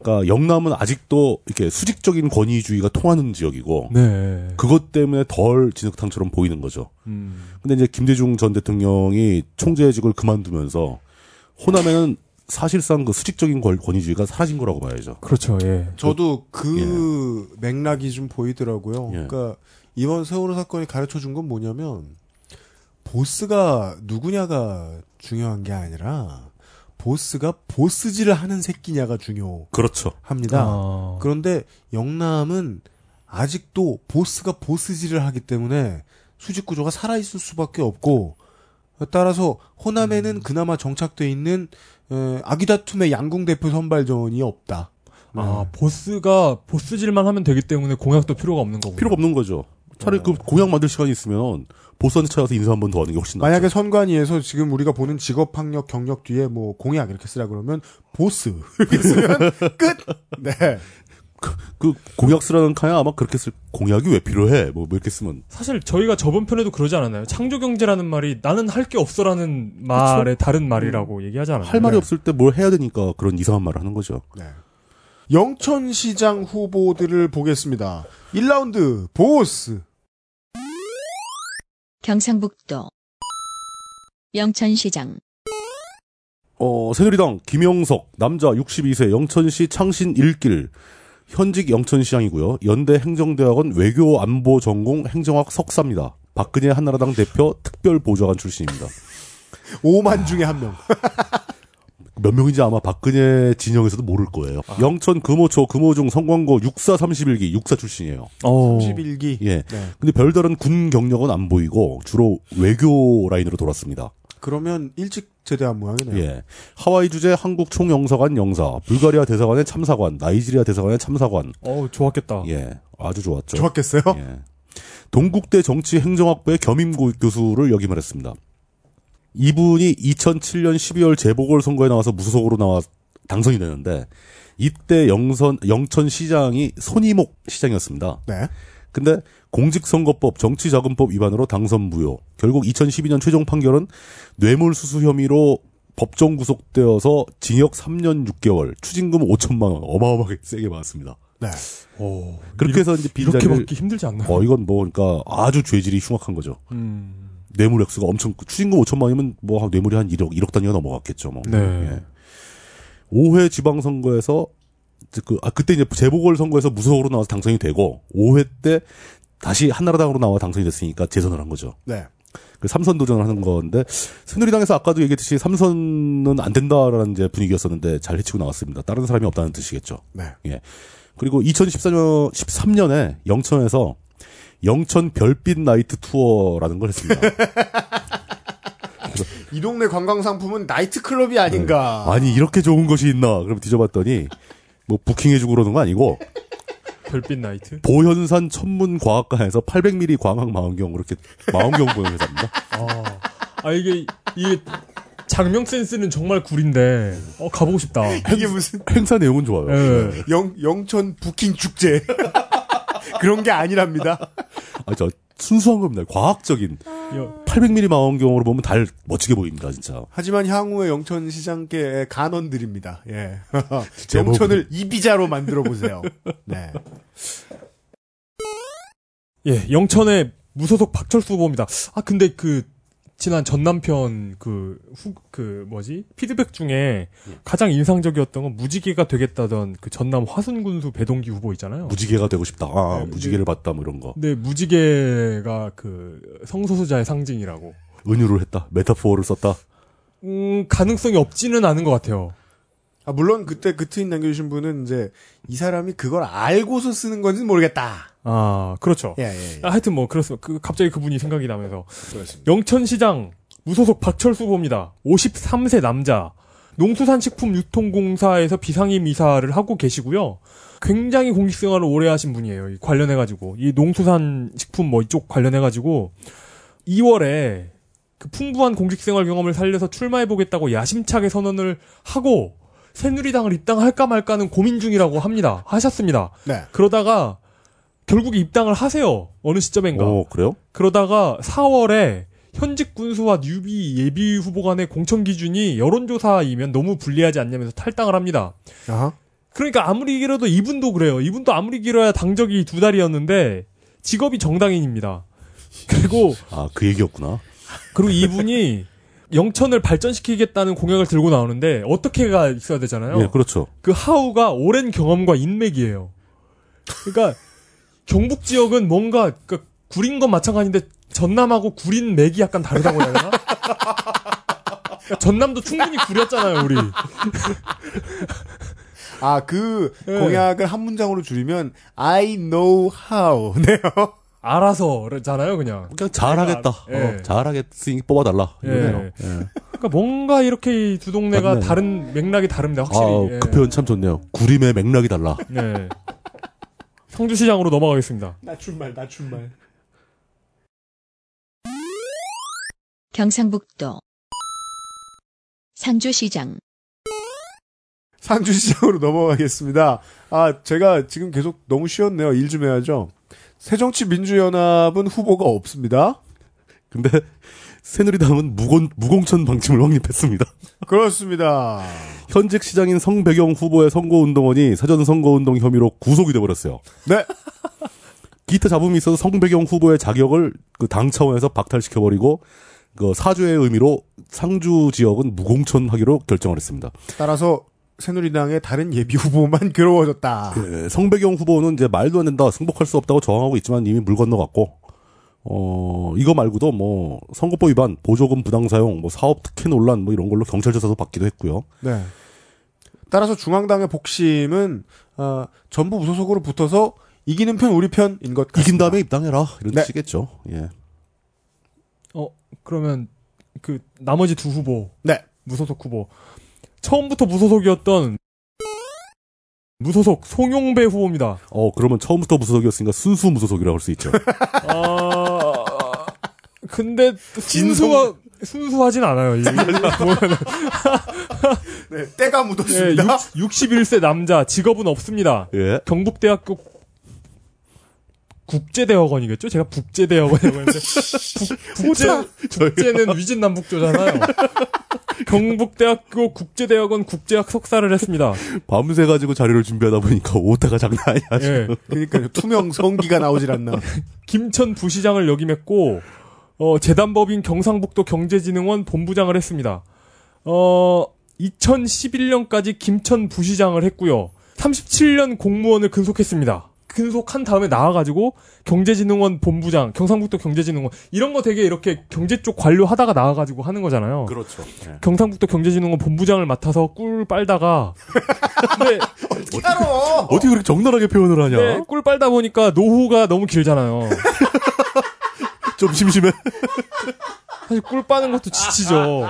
그러니까 영남은 아직도 이렇게 수직적인 권위주의가 통하는 지역이고 네. 그것 때문에 덜 진흙탕처럼 보이는 거죠. 음. 근데 이제 김대중 전 대통령이 총재직을 그만두면서 호남에는 사실상 그 수직적인 권- 권위주의가 사라진 거라고 봐야죠. 그렇죠. 예. 저도 그 맥락이 좀 보이더라고요. 예. 그러니까 이번 세월호 사건이 가르쳐 준 건 뭐냐면 보스가 누구냐가 중요한 게 아니라 보스가 보스질을 하는 새끼냐가 중요합니다. 그렇죠. 아. 그런데 영남은 아직도 보스가 보스질을 하기 때문에 수직 구조가 살아 있을 수밖에 없고 따라서 음. 호남에는 그나마 정착돼 있는 에, 아기다툼의 양궁 대표 선발전이 없다. 음. 아, 보스가 보스질만 하면 되기 때문에 공약도 필요가 없는 거고. 필요가 없는 거죠. 차라리 네. 그 공약 만들 시간이 있으면 보스한테 찾아서 인사 한 번 더 하는 게 훨씬 낫죠. 만약에 선관위에서 지금 우리가 보는 직업 학력 경력 뒤에 뭐 공약 이렇게 쓰라 그러면 보스 [laughs] 이렇게 쓰면 끝. 네. 그 공약 쓰라는 칸에 아마 그렇게 쓸 공약이 왜 필요해? 뭐 이렇게 쓰면 사실 저희가 저번 편에도 그러지 않았나요? 창조 경제라는 말이 나는 할 게 없어라는 말의 다른 음. 말이라고 얘기하지 않았나요? 네. 할 말이 없을 때 뭘 해야 되니까 그런 이상한 말을 하는 거죠. 영천시장 후보들을 보겠습니다. 1라운드 보스 경상북도 영천시장 어, 새누리당 김영석 남자 62세 영천시 창신 1길 현직 영천시장이고요. 연대 행정대학원 외교 안보 전공 행정학 석사입니다. 박근혜 한나라당 대표 특별보좌관 출신입니다. 5만 중에 한 명. 몇 명인지 아마 박근혜 진영에서도 모를 거예요. 영천 금호초 금호중 성광고 육사 31기 육사 출신이에요. 어. 31기. 예. 네. 근데 별다른 군 경력은 안 보이고 주로 외교 라인으로 돌았습니다. 그러면 일찍 제대한 모양이네요. 예. 하와이 주재 한국 총영사관 영사, 불가리아 대사관의 참사관, 나이지리아 대사관의 참사관. 어, 좋았겠다. 예. 아주 좋았죠. 좋았겠어요? 예. 동국대 정치행정학부의 겸임 고- 교수를 역임을 했습니다. 이분이 2007년 12월 재보궐선거에 나와서 무소속으로 나와 당선이 되는데 이때 영선 영천 시장이 손이목 시장이었습니다. 네. 근데 공직선거법, 정치자금법 위반으로 당선 무효. 결국 2012년 최종 판결은 뇌물수수 혐의로 법정 구속되어서 징역 3년 6개월, 추징금 5천만 원 어마어마하게 세게 받았습니다. 네. 오. 그렇게 해서 이제 이렇게 빈자리를 먹기 힘들지 않나요? 어 이건 뭐 그러니까 아주 죄질이 흉악한 거죠. 음. 뇌물 액수가 엄청 추징금 5천만 원이면 뭐 한- 뇌물이 한 1억 1억 단위가 넘어갔겠죠. 뭐. 네. 5회 지방선거에서 즉 그, 아, 그때 이제 재보궐선거에서 무소속으로 나와서 당선이 되고 5회 때 다시 한나라당으로 나와 당선이 됐으니까 재선을 한 거죠. 네. 그 삼선 도전을 하는 건데 새누리당에서 아까도 얘기했듯이 삼선은 안 된다라는 이제 분위기였었는데 잘 해치고 나왔습니다. 다른 사람이 없다는 뜻이겠죠. 네. 예. 그리고 2014년 13년에 영천에서 영천 별빛 나이트 투어라는 걸 했습니다. 이 동네 관광 상품은 나이트클럽이 아닌가. 아니 이렇게 좋은 것이 있나? 그럼 뒤져봤더니 뭐 부킹해주고 그러는 거 아니고 별빛 나이트. 보현산 천문과학관에서 800mm 광학 망원경 그렇게 망원경 보는 회사입니다. 아. 아 이게 이게 장명 센스는 정말 굴인데. 어, 가보고 싶다. 이게 무슨 행사 내용은 좋아요. 예. 영, 영천 부킹 축제. [laughs] 그런 게 아니랍니다. 아, 저 순수한 겁니다. 과학적인 여- 800mm 망원경으로 보면 달 멋지게 보입니다, 진짜. 하지만 향후에 영천시장께 간원드립니다. 예. [laughs] 제목은- 영천을 이비자로 만들어 보세요. 네. 예, 영천의 무소속 박철수 후보입니다. 아, 근데 그, 지난 전 남편 그, 후, 그, 뭐지? 피드백 중에 가장 인상적이었던 건 무지개가 되겠다던 그 전남 화순군수 배동기 후보 있잖아요. 무지개가 되고 싶다. 아, 네, 무지개를 봤다, 뭐 이런 거. 근데 무지개가 그, 성소수자의 상징이라고. 은유를 했다. 메타포어를 썼다. 음, 가능성이 없지는 않은 것 같아요. 아, 물론 그때 그 트윗 남겨주신 분은 이제 이 사람이 그걸 알고서 쓰는 건지는 모르겠다. 아, 그렇죠. 예, 예, 예. 아, 하여튼 뭐, 그렇습니다. 그, 갑자기 그분이 생각이 나면서. 영천시장 무소속 박철수 후보입니다. 53세 남자. 농수산식품 유통공사에서 비상임 이사를 하고 계시고요. 굉장히 공익생활을 오래 하신 분이에요. 이 관련해가지고 이 농수산식품 뭐 이쪽 관련해가지고 2월에 그 풍부한 공직생활 경험을 살려서 출마해보겠다고 야심차게 선언을 하고 새누리당을 입당할까 말까는 고민 중이라고 합니다. 하셨습니다. 네. 그러다가 결국에 입당을 하세요. 어느 시점인가. 어, 그래요? 그러다가 4월에 현직 군수와 뉴비 예비 후보 간의 공천 기준이 여론조사이면 너무 불리하지 않냐면서 탈당을 합니다. 아하. 그러니까 아무리 길어도 이분도 그래요. 이분도 아무리 길어야 당적이 두 달이었는데 직업이 정당인입니다. 그리고 아, 그 얘기였구나. 그리고 이분이 영천을 발전시키겠다는 공약을 들고 나오는데 어떻게가 있어야 되잖아요. 예, 그렇죠. 그 하우가 오랜 경험과 인맥이에요. 그러니까 경북 지역은 뭔가 그 구린 건 마찬가지인데 전남하고 구린 맥이 약간 다르다고 해야 되나? [laughs] 전남도 충분히 구렸잖아요, 우리. 아, 그 예. 공약을 한 문장으로 줄이면 I know how. [laughs] 네요. 알아서잖아요, 그냥. 그냥 잘하겠다. 예. 어, 잘하겠으니 뽑아달라. 예. 이러네요. 예. 그러니까 뭔가 이렇게 두 동네가 맞네. 다른 맥락이 다릅니다, 아, 확실히. 예. 그 표현 참 좋네요. 구림의 맥락이 달라. 네. 청주시장으로 넘어가겠습니다. 낮춤말, 낮춤말. 경상북도 상주시장 상주시장으로 넘어가겠습니다. 아, 제가 지금 계속 너무 쉬었네요. 일 좀 해야죠. 새정치민주연합은 후보가 없습니다. 근데 [laughs] 새누리당은 무공, 무공천 방침을 확립했습니다. [laughs] 그렇습니다. 현직 시장인 성배경 후보의 선거운동원이 사전 선거운동 혐의로 구속이 돼버렸어요. 네. 기타 잡음이 있어서 성배경 후보의 자격을 그 당 차원에서 박탈시켜버리고 그 사주의 의미로 상주 지역은 무공천하기로 결정을 했습니다. 따라서 새누리당의 다른 예비 후보만 [laughs] 괴로워졌다. 예, 성배경 후보는 이제 말도 안 된다, 승복할 수 없다고 저항하고 있지만 이미 물 건너갔고, 어, 이거 말고도 뭐, 선거법 위반, 보조금 부당 사용, 뭐, 사업 특혜 논란, 뭐, 이런 걸로 경찰 조사도 받기도 했고요. 네. 따라서 중앙당의 복심은 어, 전부 무소속으로 붙어서 이기는 편 우리 편인 것 같습니다. 이긴 다음에 입당해라, 이런 네. 뜻이겠죠. 예. 그러면 그 나머지 두 후보 네. 무소속 후보 처음부터 무소속이었던 무소속 송용배 후보입니다. 어, 그러면 처음부터 무소속이었으니까 순수 무소속이라고 할 수 [laughs] 있죠. 아 근데 순수하 순수하진 않아요. 이- 보면은. 네, 때가 예, 묻었습니다. 6 61세 남자 직업은 없습니다. 예. 경북대학교 국제대학원이겠죠? 제가 북제대학원이라고 했는데 북, 국제, 국제는 위진남북조잖아요. 경북대학교 국제대학원 국제학 석사를 했습니다. 밤새 가지고 자료를 준비하다 보니까 오타가 장난 아니야. 예. 그러니까요. [laughs] 투명 성기가 나오질 않나. 김천 부시장을 역임했고 어, 재단법인 경상북도 경제진흥원 본부장을 했습니다. 어, 2011년까지 김천 부시장을 했고요. 37년 공무원을 근속했습니다. 근속한 다음에 나와가지고 경제진흥원 본부장, 경상북도 경제진흥원 이런 거 되게 이렇게 경제 쪽 관료 하다가 나와가지고 하는 거잖아요. 그렇죠. 경상북도 경제진흥원 본부장을 맡아서 꿀 [laughs] 빨다가 근데 따로. [laughs] 어떻게 그렇게 정나라하게 표현을 하냐? 네, 꿀 빨다 보니까 노후가 너무 길잖아요. 좀 심심해. 사실 꿀 빠는 것도 지치죠.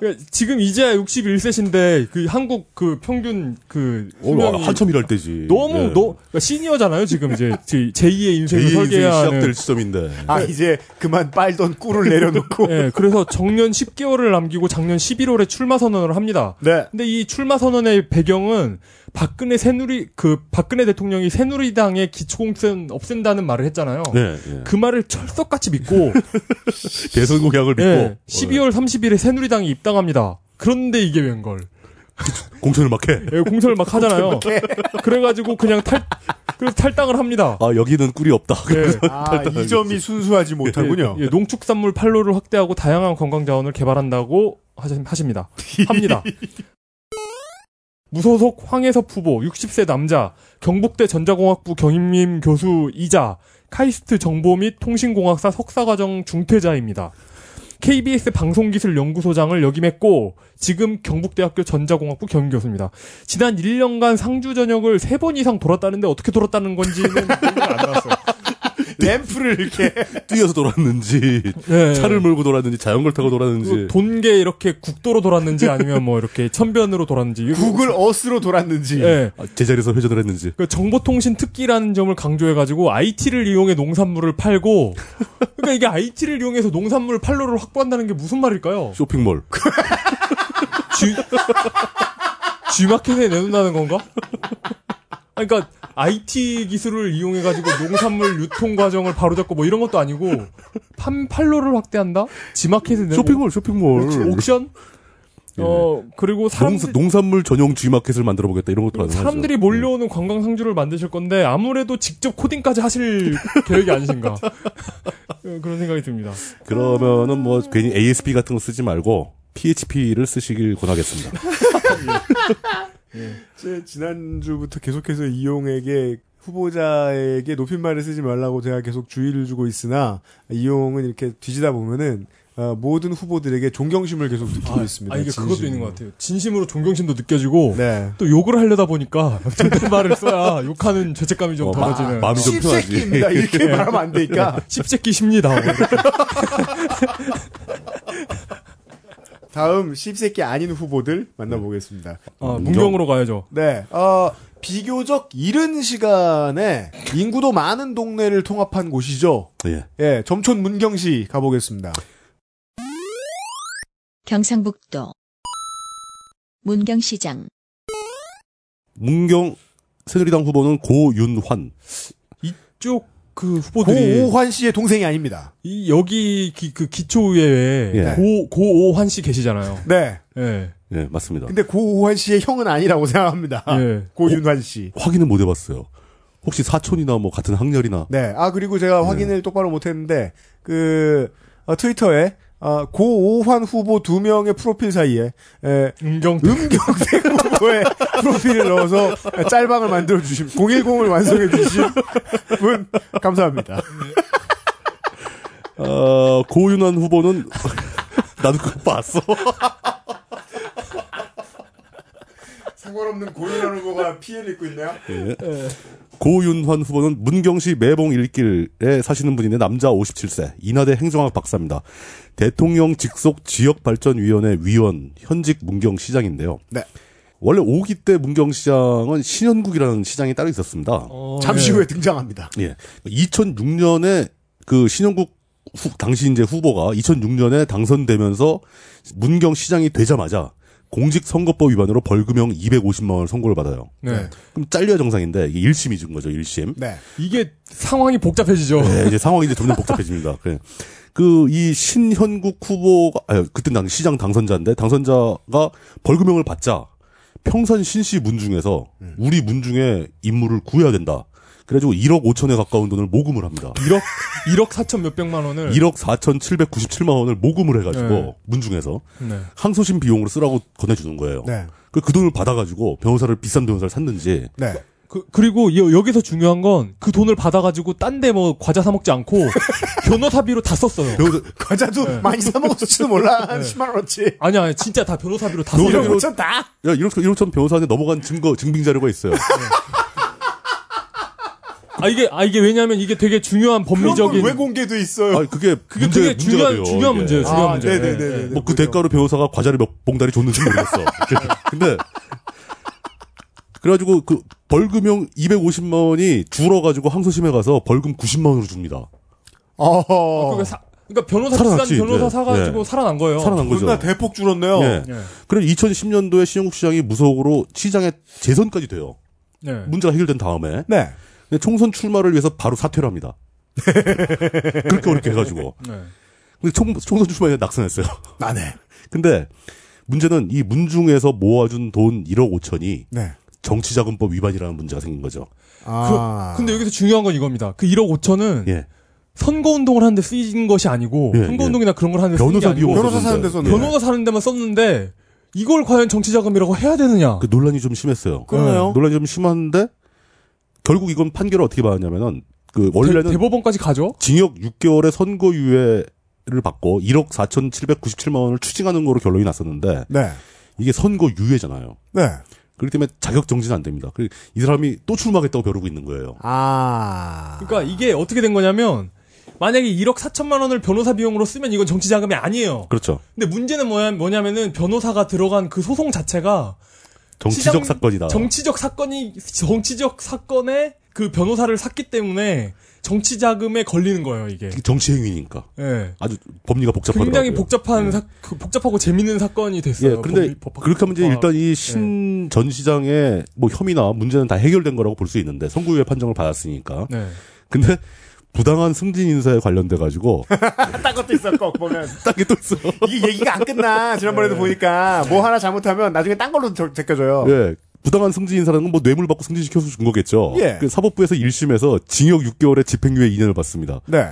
그러니까 지금 이제야 61세신데 그 한국 그 평균 그 어, 수명이 한참 일할 때지. 너무 예. 너 그러니까 시니어잖아요 지금 이제 제- 제2의 인생을 제2의 인생이 설계하는. 시작될 시점인데. 아 이제 그만 빨던 꿀을 내려놓고. 예, 그래서 정년 10개월을 남기고 작년 11월에 출마 선언을 합니다. 네. 근데 이 출마 선언의 배경은 박근혜 새누리 그 박근혜 대통령이 새누리당의 기초공천 없앤다는 말을 했잖아요. 네. 예. 그 말을 철석같이 [laughs] 믿고 대선 공약을 믿고 예, 12월 30일에 새누리당이 입당합니다. 그런데 이게 웬걸? 어, 네. 공천을 막 해. 예, 공천을 막 하잖아요. 그래가지고 그냥 탈, 그래서 탈당을 합니다. 아 여기는 꿀이 없다. 예. 아, 이 점이 순수하지 못하군요. 예, 농축산물 판로를 확대하고 다양한 관광 자원을 개발한다고 하시- 하십니다. 합니다. 무소속 황혜섭 후보 60세 남자 경북대 전자공학부 경임임 교수이자 카이스트 정보 및 통신공학사 석사과정 중퇴자입니다. KBS 방송기술연구소장을 역임했고 지금 경북대학교 전자공학부 경임교수입니다. 지난 [laughs] 1년간 상주 전역을 3번 이상 돌았다는데 어떻게 돌았다는 건지는 얘기가 안 나왔어요. 램프를 이렇게 [laughs] 뛰어서 돌았는지 예. 차를 몰고 돌았는지 자전거를 타고 돌았는지 그 돈게 이렇게 국도로 돌았는지 아니면 뭐 이렇게 천변으로 돌았는지 이거- 구글 어스로 돌았는지 예. 아, 제자리에서 회전을 했는지 그 정보통신 특기라는 점을 강조해가지고 IT를 이용해 농산물을 팔고 그러니까 이게 IT를 이용해서 농산물 판로를 확보한다는 게 무슨 말일까요? 쇼핑몰 G G마켓에 내놓는다는 건가? 그러니까 IT 기술을 이용해가지고 농산물 유통 과정을 바로잡고 뭐 이런 것도 아니고 판 판로를 확대한다? G마켓에 내놓 쇼핑몰 쇼핑몰 네, 옥션? 어 그리고 사람 농, 농산물 전용 G마켓을 만들어 보겠다 이런 것도 가능하죠. 네. 사람들이 몰려오는 관광 상주를 만드실 건데 아무래도 직접 코딩까지 [laughs] 하실 계획이 아니신가 어, 그런 생각이 듭니다. 그러면은 뭐 괜히 ASP 같은 거 쓰지 말고 PHP를 쓰시길 권하겠습니다. 제 지난주부터 계속해서 이용에게 후보자에게 높임말을 쓰지 말라고 제가 계속 주의를 주고 있으나 이용은 이렇게 뒤지다 보면은 어, 모든 후보들에게 존경심을 계속 느끼고 있습니다. 아 네, 이게 그것도 진심으로. 있는 것 같아요. 진심으로 존경심도 느껴지고 네. 또 욕을 하려다 보니까 [laughs] 존댓말을 써야 욕하는 죄책감이 좀 어, 마- 덜어지는 마음이 좀 편하지. 씹새끼입니다. 이렇게 말하면 안 되니까. [laughs] 씹새끼십니다. 뭐 이렇게. [laughs] 다음 씹새끼 아닌 후보들 만나보겠습니다. 아, 문경으로 가야죠. 네. 어, 비교적 이른 시간에 인구도 많은 동네를 통합한 곳이죠. 예. 예, 점촌 문경시 가보겠습니다. 경상북도 문경시장 문경 새누리당 후보는 고윤환. 이쪽 그 후보들이 고오환 씨의 동생이 아닙니다. 이 여기 기, 그 기초의회에 예. 고 고오환 씨 계시잖아요. 네. 예. 예, 맞습니다. 근데 고오환 씨의 형은 아니라고 생각합니다. 예. 고윤환 씨. 확인은 못 해봤어요. 혹시 사촌이나 뭐 같은 학렬이나 네. 아, 그리고 제가 확인을 똑바로 못했는데, 그, 어, 트위터에, 어, 고오환 후보 두 명의 프로필 사이에, 에, 은경 음경생 [laughs] 후보의 프로필을 넣어서 짤방을 만들어 주신 010을 완성해 주신 분 감사합니다. 어, 고윤환 후보는 [laughs] 나도 그거 봤어. 상관없는 고윤환 후보가 피해를 입고 있네요. 고윤환 후보는 문경시 매봉 일길에 사시는 분인데 남자 57세 인하대 행정학 박사입니다. 대통령 직속 지역발전위원회 위원 현직 문경시장인데요. 네. 원래 5기 때 문경시장은 신현국이라는 시장이 따로 있었습니다. 어, 잠시 예. 후에 등장합니다. 예. 2006년에 그 신영국 후- 당시 이제 후보가 2006년에 당선되면서 문경 시장이 되자마자 공직선거법 위반으로 벌금형 250만 원 선고를 받아요. 네. 그럼 잘려야 정상인데 이게 1심이 준 거죠, 1심. 네. 이게 상황이 복잡해지죠. [laughs] 네, 이제 상황이 이제 점점 복잡해집니다. 그래. 그, 이 신현국 후보가, 아 그때 당 시장 당선자인데, 당선자가 벌금형을 받자, 평산 신씨 문중에서, 우리 문중에 인물을 구해야 된다. 그래가지고 1억 5천에 가까운 돈을 모금을 합니다. 1억 1억 4천 몇백만 원을 1억 4,797만 원을 모금을 해가지고 네. 문중에서 네. 항소심 비용으로 쓰라고 건네주는 거예요. 네. 그, 그 돈을 받아가지고 변호사를 비싼 변호사를 샀는지 네. 그, 그리고 여, 여기서 중요한 건 그 돈을 받아가지고 딴 데 뭐 과자 사 먹지 [laughs] 않고 변호사비로 다 썼어요. 뭐, 변호사, 그 과자도 많이 사먹었을지도 몰라. 한 10만원어치. 아니 아니 진짜 다 변호사비로 다 썼어요. 너무 이런 이런- 거참 다. 야 이렇게 이렇게 변호사한테 넘어간 증거 증빙 자료가 있어요. 아 이게 아 이게 왜냐하면 이게 되게 중요한 그런 법리적인 걸왜 공개돼 있어요? 아 그게 그게 문제, 되게 문제가 중요한 중요한 돼요. 이게. 아, 문제예요. 중요한 문제. 아, 네네네. 뭐그 대가로 변호사가 과자를 몇 봉다리 줬는지 모르겠어. 근데 그래가지고 그 벌금형 250만 원이 줄어가지고 항소심에 가서 벌금 90만 원으로 줍니다. 어, 어허. 그게 사- 그러니까 변호사 살아났지, 비싼 변호사 네. 사가지고 네. 살아난 거예요. 살아난 거죠. 존나 대폭 줄었네요. 예. 그럼 2010년도에 신영국 시장이 무속으로 시장에 재선까지 돼요. 네. 문제가 해결된 다음에 네. 근데 총선 출마를 위해서 바로 사퇴를 [laughs] 합니다. 그렇게 어렵게 해가지고. 네. 근데 총, 총선 출마에 낙선했어요. 아, 나네. [laughs] 근데 문제는 이 문중에서 모아준 돈 1억 5천이 네. 정치자금법 위반이라는 문제가 생긴 거죠. 아. 그- 근데 여기서 중요한 건 이겁니다. 그 1억 5천은 예. 선거 운동을 하는데 쓰인 것이 아니고 예, 선거 예. 운동이나 그런 걸 하는데 쓰인 게 변호사 아니고 비용 변호사 사는 데서 예. 변호- 변호사 사는 데만 썼는데 이걸 과연 정치 자금이라고 해야 되느냐? 그 논란이 좀 심했어요. 예. 그러네요. 논란이 좀 심한데 결국 이건 판결을 어떻게 받았냐면은 그 원래는 대, 법원까지 가죠. 징역 6개월의 선거유예를 받고 1억 4,797만 원을 추징하는 거로 결론이 났었는데 네. 이게 선거유예잖아요. 네. 그렇기 때문에 자격 정지는 안 됩니다. 그- 이 사람이 또 출마하겠다고 벼르고 있는 거예요. 아. 그러니까 이게 어떻게 된 거냐면 만약에 1억 4천만 원을 변호사 비용으로 쓰면 이건 정치 자금이 아니에요. 그렇죠. 근데 문제는 뭐야, 뭐냐면은 변호사가 들어간 그 소송 자체가 정치적 시장- 사건이다. 정치적 사건이 정치적 사건에 그 변호사를 샀기 때문에 정치 자금에 걸리는 거예요 이게. 정치 행위니까 예. 아주 법리가 복잡하더라고요. 굉장히 복잡한 사, 그 복잡하고 재밌는 사건이 어. 됐어요. 예, 그런데 법- 법- 그렇게 하면 이제 법- 일단 이 신 예. 전 시장의 뭐 혐의나 문제는 다 해결된 거라고 볼 수 있는데 선거유예 판정을 받았으니까. 네. 근데 부당한 승진 인사에 관련돼 가지고 딴 [laughs] 것도 있었고 보면 딱히 또 있어. 이게 얘기가 안 끝나. 지난번에도 보니까 뭐 하나 잘못하면 나중에 딴 걸로 저- 제껴줘요. 예. 부당한 승진 인사라는 건 뭐 뇌물 받고 승진시켜서 준 거겠죠. 예. 그 사법부에서 1심에서 징역 6개월에 집행유예 2년을 받습니다. 네.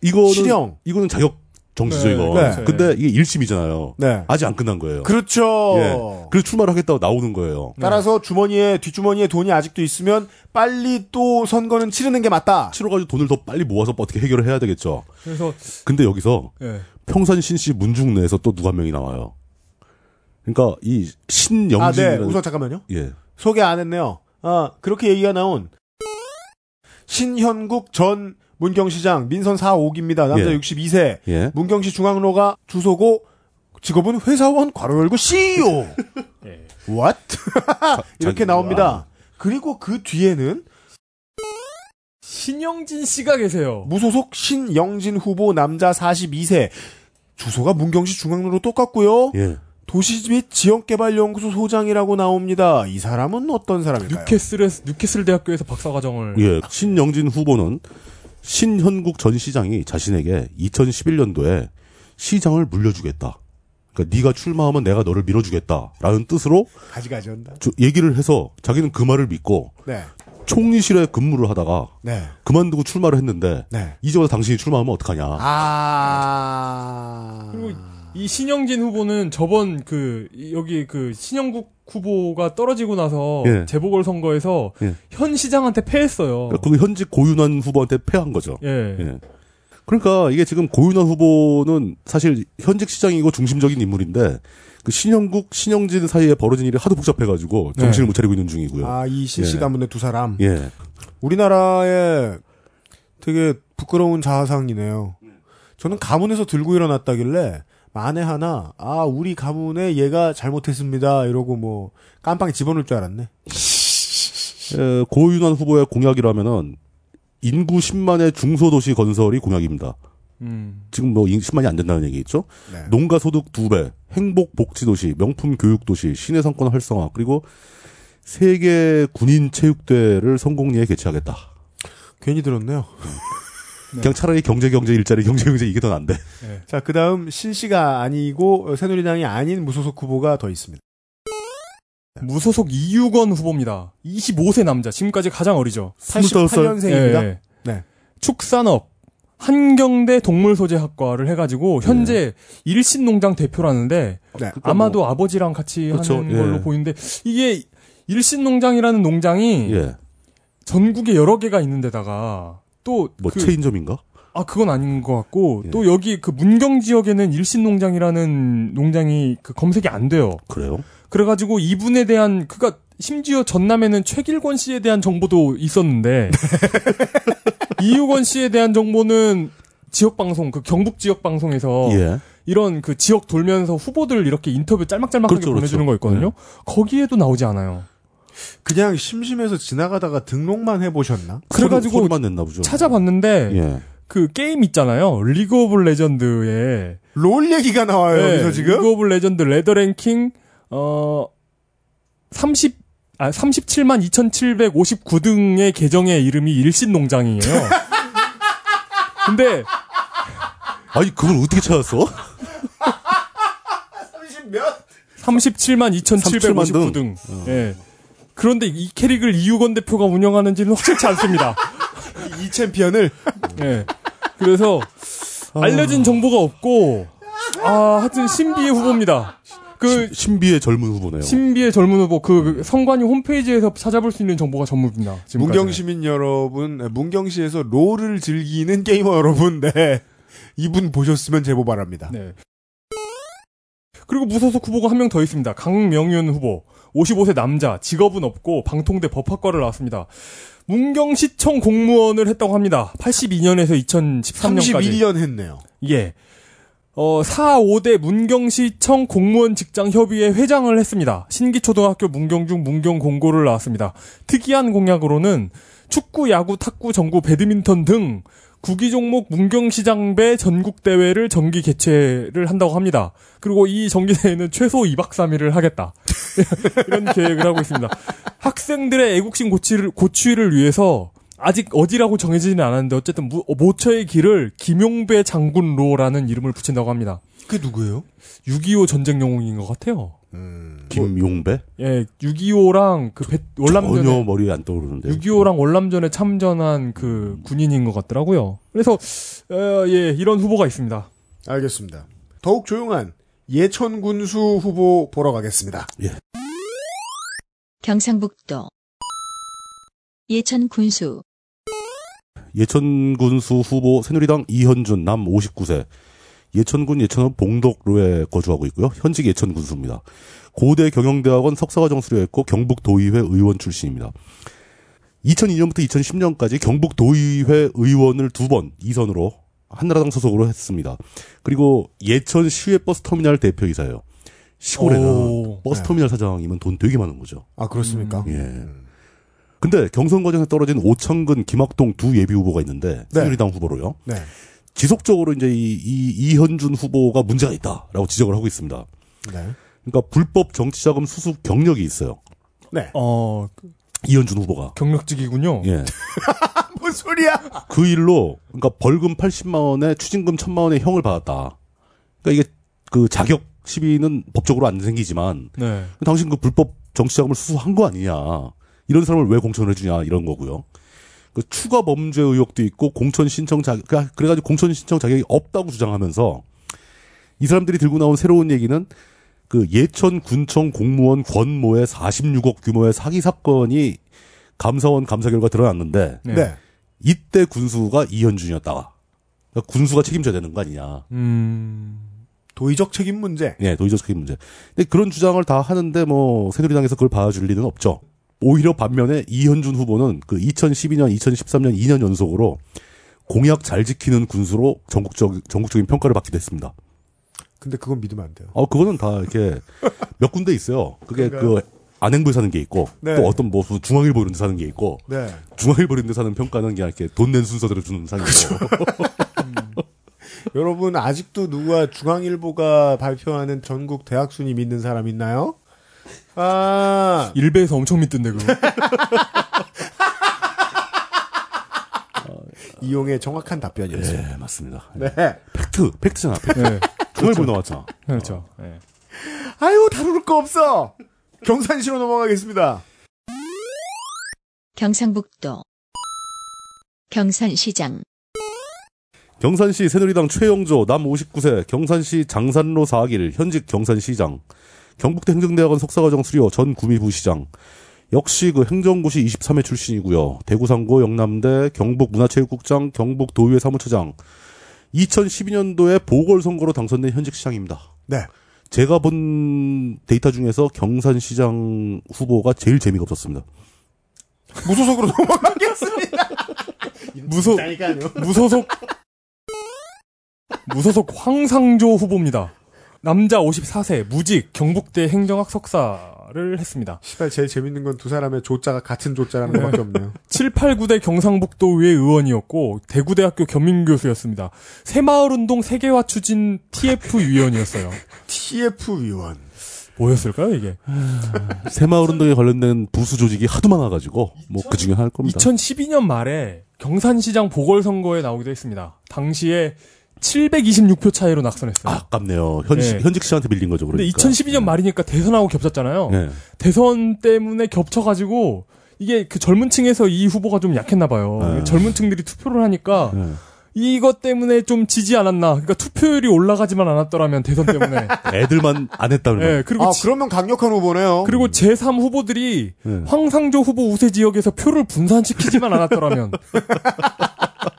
이거는 실형. 이거는 자격 정지죠 네, 이거. 네. 근데 이게 1심이잖아요. 네. 아직 안 끝난 거예요. 그렇죠. 예. 그래서 출마를 하겠다고 나오는 거예요. 따라서 주머니에 뒷주머니에 돈이 아직도 있으면 빨리 또 선거는 치르는 게 맞다. 치러가지고 돈을 더 빨리 모아서 어떻게 해결을 해야 되겠죠. 그래서 근데 여기서 예. 평산 신씨 문중 내에서 또 누가 한 명이 나와요. 그러니까 이 아, 네. 신영진이라는 우선 잠깐만요. 예. 소개 안 했네요. 아, 그렇게 얘기가 나온 신현국 전 문경시장 민선 4호기입니다. 남자 예. 62세. 예. 문경시 중앙로가 주소고 직업은 회사원 괄호 열고 CEO. What? [laughs] 이렇게 자기- 나옵니다. 그리고 그 뒤에는 신영진 씨가 계세요. 무소속 신영진 후보 남자 42세. 주소가 문경시 중앙로로 똑같고요. 예. 도시 및 지역개발연구소 소장이라고 나옵니다. 이 사람은 어떤 사람일까요? 뉴캐슬에 뉴캐슬 대학교에서 박사과정을 예. 신영진 후보는 신현국 전 시장이 자신에게 2011년도에 시장을 물려주겠다. 그러니까 네가 출마하면 내가 너를 밀어주겠다라는 뜻으로 가지가지 한다. 저- 얘기를 해서 자기는 그 말을 믿고 네. 총리실에 근무를 하다가 네. 그만두고 출마를 했는데 네. 이제 와서 당신이 출마하면 어떡하냐. 아. 그리고 이 신영진 후보는 저번 그 이- 여기 그 신영국 후보가 떨어지고 나서 예. 재보궐 선거에서 예. 현 시장한테 패했어요. 그러니까 그 현직 고윤환 후보한테 패한 거죠. 예. 예. 그러니까 이게 지금 고윤원 후보는 사실 현직 시장이고 중심적인 인물인데 그 신영국 신영진 사이에 벌어진 일이 하도 복잡해가지고 정신을 못 차리고 있는 중이고요. 네. 아, 이 예. 네. 신씨 가문의 두 사람. 예, 우리나라의 되게 부끄러운 자아상이네요. 저는 가문에서 들고 일어났다길래 만에 하나 아 우리 가문에 얘가 잘못했습니다 이러고 뭐 깜빵에 집어넣을 줄 알았네. 예, 고윤원 후보의 공약이라면은 인구 10만의 중소도시 건설이 공약입니다. 음. 지금 뭐 인- 10만이 안 된다는 얘기겠죠? 네. 농가 소득 두 배, 행복 복지 도시, 명품 교육 도시, 시내 상권 활성화 그리고 세계 군인 체육대를 성공리에 개최하겠다. 괜히 들었네요. 네. 그냥 차라리 경제 경제 일자리 경제 경제 이게 더 난데. 자 그다음 신 씨가 아니고 새누리당이 아닌 무소속 후보가 더 있습니다. 무소속 이유건 후보입니다. 25세 남자, 지금까지 가장 어리죠. 88년생입니다. 예. 네. 축산업 한경대 동물소재학과를 해가지고 예. 현재 일신농장 대표라는데 네. 아마도 아버지랑 같이 뭐 그렇죠. 하는 예. 걸로 보이는데 이게 일신농장이라는 농장이 예. 전국에 여러 개가 있는데다가 또 뭐 그, 체인점인가? 아 그건 아닌 것 같고 예. 또 여기 그 문경 지역에는 일신농장이라는 농장이 그 검색이 안 돼요. 그래요? 그래가지고 이분에 대한 그니까 심지어 전남에는 최길권 씨에 대한 정보도 있었는데 [laughs] 이유건 씨에 대한 정보는 지역 방송 그 경북 지역 방송에서 예. 이런 그 지역 돌면서 후보들 이렇게 인터뷰 짤막짤막하게 그렇죠, 보내주는 그렇죠. 거 있거든요. 거기에도 나오지 않아요. 뭐 그냥 심심해서 지나가다가 등록만 해보셨나? 그래가지고 소리, 만 냈나 보죠. 찾아봤는데 그렇죠. 예. 그 게임 있잖아요. 리그 오브 레전드에 롤 얘기가 나와요 네, 여기서 지금. 리그 오브 레전드 레더 랭킹 어 30, 아, 37만 2,759등의 계정의 이름이 일신농장이에요. [laughs] 근데 아니 그걸 어떻게 찾았어? 37만 37만 2,759등. 예. 그런데 이 캐릭을 이유건 대표가 운영하는지는 확실치 않습니다. 이 챔피언을 예. 그래서 아. 알려진 정보가 없고 아, 하여튼 신비의 후보입니다. 그 신비의 젊은 후보네요. 신비의 젊은 후보 그 성관이 홈페이지에서 찾아볼 수 있는 정보가 전부입니다. 지금 문경 시민 여러분, 네, 문경시에서 롤을 즐기는 게이머 여러분, 네. 이분 보셨으면 제보 바랍니다. 네. 그리고 무소속 후보가 한 명 더 있습니다. 강명윤 후보. 55세 남자, 직업은 없고 방통대 법학과를 나왔습니다. 문경시청 공무원을 했다고 합니다. 82년에서 2013년까지. 31년 했네요. 예. 어, 4, 5대 문경시청 공무원 직장 협의회 회장을 했습니다. 신기초등학교 문경중 문경공고를 나왔습니다. 특이한 공약으로는 축구, 야구, 탁구, 정구, 배드민턴 등 구기 종목 문경시장배 전국 대회를 정기 개최를 한다고 합니다. 그리고 이 정기 대회는 최소 2박 3일을 하겠다. [laughs] 이런 계획을 하고 있습니다. 학생들의 애국심 고치를, 고취를 위해서 아직 어디라고 정해지지는 않았는데 어쨌든 무- 모처의 길을 김용배 장군로라는 이름을 붙인다고 합니다. 그게 누구예요? 6.25 전쟁 영웅인 것 같아요. 김용배? 예, 6.25랑 그 배- 전혀 월남전에 머리에 안 떠오르는데. 6.25랑 월남전에 참전한 그 군인인 것 같더라고요. 그래서 어, 예, 이런 후보가 있습니다. 알겠습니다. 더욱 조용한 예천 군수 후보 보러 가겠습니다. 경상북도 예천 군수 예천군수 후보 새누리당 이현준 남 59세. 예천군 예천읍 봉덕로에 거주하고 있고요. 현직 예천군수입니다. 고대 경영대학원 석사과정 수료했고 경북도의회 의원 출신입니다. 2002년부터 2010년까지 경북도의회 의원을 두 번 이선으로 한나라당 소속으로 했습니다. 그리고 예천 시외 버스터미널 대표이사예요. 시골에는 오. 버스터미널 사장이면 돈 되게 많은 거죠. 아 그렇습니까? 예. 근데 경선 과정에서 떨어진 오천근, 김학동 두 예비 후보가 있는데 네. 새누리당 후보로요. 네. 지속적으로 이제 이, 이 이현준 후보가 문제가 있다라고 지적을 하고 있습니다. 네. 그러니까 불법 정치자금 수습 경력이 있어요. 네. 어, 이현준 후보가. 경력직이군요. 예. 뭔 소리야? 그 일로 그러니까 벌금 80만 원에 추징금 1000만 원의 형을 받았다. 그러니까 이게 그 자격 시비는 법적으로 안 생기지만 네. 당신 그 불법 정치자금을 수수한 거 아니냐. 이런 사람을 왜 공천을 해주냐, 이런 거고요. 그 추가 범죄 의혹도 있고, 공천 신청 자격, 그러니까 그래- 그래가지고 공천 신청 자격이 없다고 주장하면서, 이 사람들이 들고 나온 새로운 얘기는, 그 예천 군청 공무원 권모의 46억 규모의 사기 사건이 감사원 감사 결과 드러났는데, 네. 이때 군수가 이현준이었다가, 그러니까 군수가 책임져야 되는 거 아니냐. 음. 도의적 책임 문제. 예, 도의적 책임 문제. 근데 그런 주장을 다 하는데 뭐 새누리당에서 그걸 봐줄 리는 없죠. 오히려 반면에 이현준 후보는 그 2012년, 2013년 2년 연속으로 공약 잘 지키는 군수로 전국적 전국적인 평가를 받기도 했습니다. 근데 그건 믿으면 안 돼요. 어 그거는 다 이렇게 몇 군데 있어요. 그게 그 그런가요? 안행부에 사는 게 있고 네. 또 어떤 뭐 중앙일보 이런 데 사는 게 있고 네. 중앙일보 이런 데 사는 평가는 그냥 이렇게 돈 낸 순서대로 주는 상이고 여러분 아직도 누가 중앙일보가 발표하는 전국 대학 순위 믿는 사람 있나요? 아, 일베에서 엄청 [laughs] 믿던데 그거. 이용의 정확한 답변이었어요. 예, 맞습니다. 네. 그렇죠. 팩트, 팩트잖아. 팩트. 네. 중앙일보 나왔잖아. 그렇죠. 예. 아유, 다룰 거 없어. 경산시로 넘어가겠습니다. 경상북도 경산시장 경산시 새누리당 최영조 남 59세 경산시 장산로 4길 현직 경산시장 경북대 행정대학원 석사과정 수료 전 구미부시장 역시 그 행정고시 23회 출신이고요 대구상고 영남대 경북문화체육국장 경북도의회 사무처장 2012년도에 보궐선거로 당선된 현직 시장입니다. 네. 제가 본 데이터 중에서 경산시장 후보가 제일 재미가 없었습니다. 무소속으로 넘어가겠습니다. 무소 무소속 무소속 황상조 후보입니다. 남자 54세 무직 경북대 행정학 석사를 했습니다. 시발 제일 재밌는 건 두 사람의 조자가 같은 조자라는 것밖에 [laughs] 없네요. 7, 8, 9대 경상북도의회 의원이었고 대구대학교 겸임교수였습니다. 새마을운동 세계화 추진 TF 위원이었어요. TF 위원. 뭐였을까요 이게? 새마을운동에 관련된 부수 조직이 하도 많아가지고 뭐 그 중에 하나일 겁니다. 2012년 말에 경산시장 보궐선거에 나오기도 했습니다. 당시에 726표 차이로 낙선했어요. 아깝네요. 그러니까. 현, 네. 현직 씨한테 밀린 거죠. 그러니까. 근데 2012년 말이니까 대선하고 겹쳤잖아요. 네. 대선 때문에 겹쳐가지고 이게 그 젊은 층에서 이 후보가 좀 약했나 봐요. 네. 젊은 층들이 투표를 하니까 네. 이것 때문에 좀 지지 않았나. 그러니까 투표율이 올라가지만 않았더라면 대선 [laughs] 때문에. 애들만 안 했다는 거. 예, 그리고 아, 지- 그러면 강력한 후보네요. 그리고 제3 후보들이 네. 황상조 후보 우세 지역에서 표를 분산시키지만 [laughs] 않았더라면.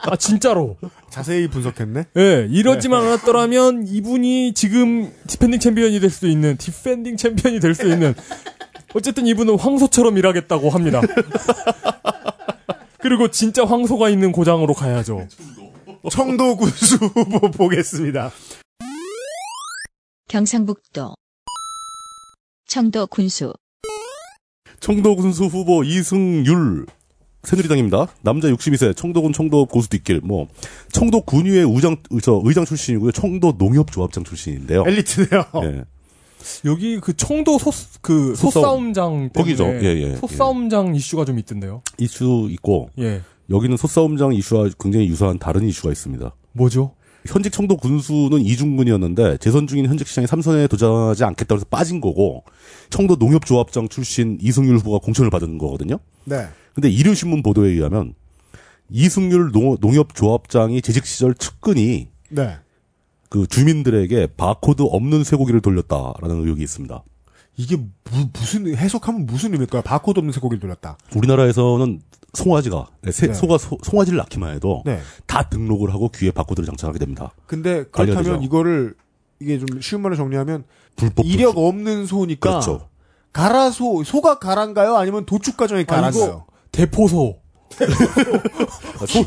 아 진짜로. 자세히 분석했네. 예, 이러지만 않았더라면 이분이 지금 디펜딩 챔피언이 될 수 있는 디펜딩 챔피언이 될 수 있는 어쨌든 이분은 황소처럼 일하겠다고 합니다. [laughs] 그리고 진짜 황소가 있는 고장으로 가야죠. 청도 군수 [laughs] 후보 보겠습니다. 경상북도 청도 군수 네, 청도군 수 후보 이승율 새누리당입니다. 남자 62세 청도군 청도읍 고수뒷길 뭐 청도 군위의 우장 저 의장 출신이고요. 청도 농협조합장 출신인데요. 엘리트네요. 예. 여기 그 청도 소, 그 소싸움. 소싸움장 때문에 거기죠. 예, 예, 예. 소싸움장 이슈가 좀 있던데요. 이슈 있고 예. 여기는 소싸움장 이슈와 굉장히 유사한 다른 이슈가 있습니다. 뭐죠? 현직 청도 군수는 이중군이었는데 재선 중인 현직 시장이 삼선에 도전하지 않겠다고 해서 빠진 거고 청도 농협조합장 출신 이승율 후보가 공천을 받은 거거든요. 네. 근데 일요신문 보도에 의하면 이승율 농, 농협조합장이 재직 시절 측근이 네. 그 주민들에게 바코드 없는 쇠고기를 돌렸다라는 의혹이 있습니다. 이게 무, 무슨 해석하면 무슨 의미일까요? 바코드 없는 쇠고기를 돌렸다. 우리나라에서는 송아지가 새, 네. 소가 소- 송아지를 낳기만 해도 네. 다 등록을 하고 귀에 바코드를 장착하게 됩니다. 근데 그렇다면 알려주죠. 이거를 이게 좀 쉬운 말로 정리하면 불법 이력 없는 소니까 그렇죠. 가라소 소가 가란가요? 아니면 도축 과정에 가라요? 대포소. 아, 소,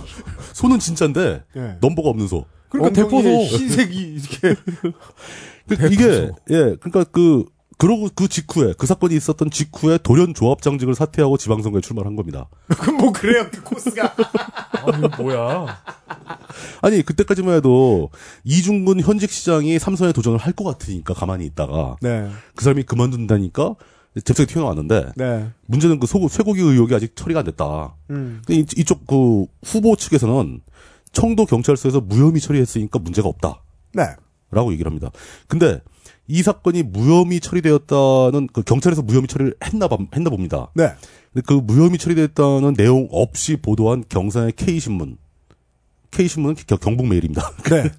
소는 진짜인데 예. 넘버가 없는 소. 그러니까 엉덩이에 대포소. 흰색이 이렇게 [laughs] 그, 이게 예 그러니까 그 그러고 그 직후에 그 사건이 있었던 직후에 돌연 조합장직을 사퇴하고 지방선거에 출마한 겁니다. 그럼 뭐 그래요 그 코스가 아니 [laughs] 뭐야? 아니 그때까지만 해도 이중근 현직 시장이 삼선에 도전을 할 것 같으니까 가만히 있다가 네 그 사람이 그만둔다니까 잽싸게 튀어나왔는데 네. 문제는 그 소, 쇠고기 의혹이 아직 처리가 안 됐다. 음. 근데 이, 이쪽 그 후보 측에서는 청도 경찰서에서 무혐의 처리했으니까 문제가 없다. 네. 라고 얘기를 합니다. 근데 이 사건이 무혐의 처리되었다는 그 경찰에서 무혐의 처리를 했나 봐- 했나 봅니다. 네. 근데 그 무혐의 처리됐다는 내용 없이 보도한 경산의 K 신문. K 신문은 경북 메일입니다. [laughs] 네.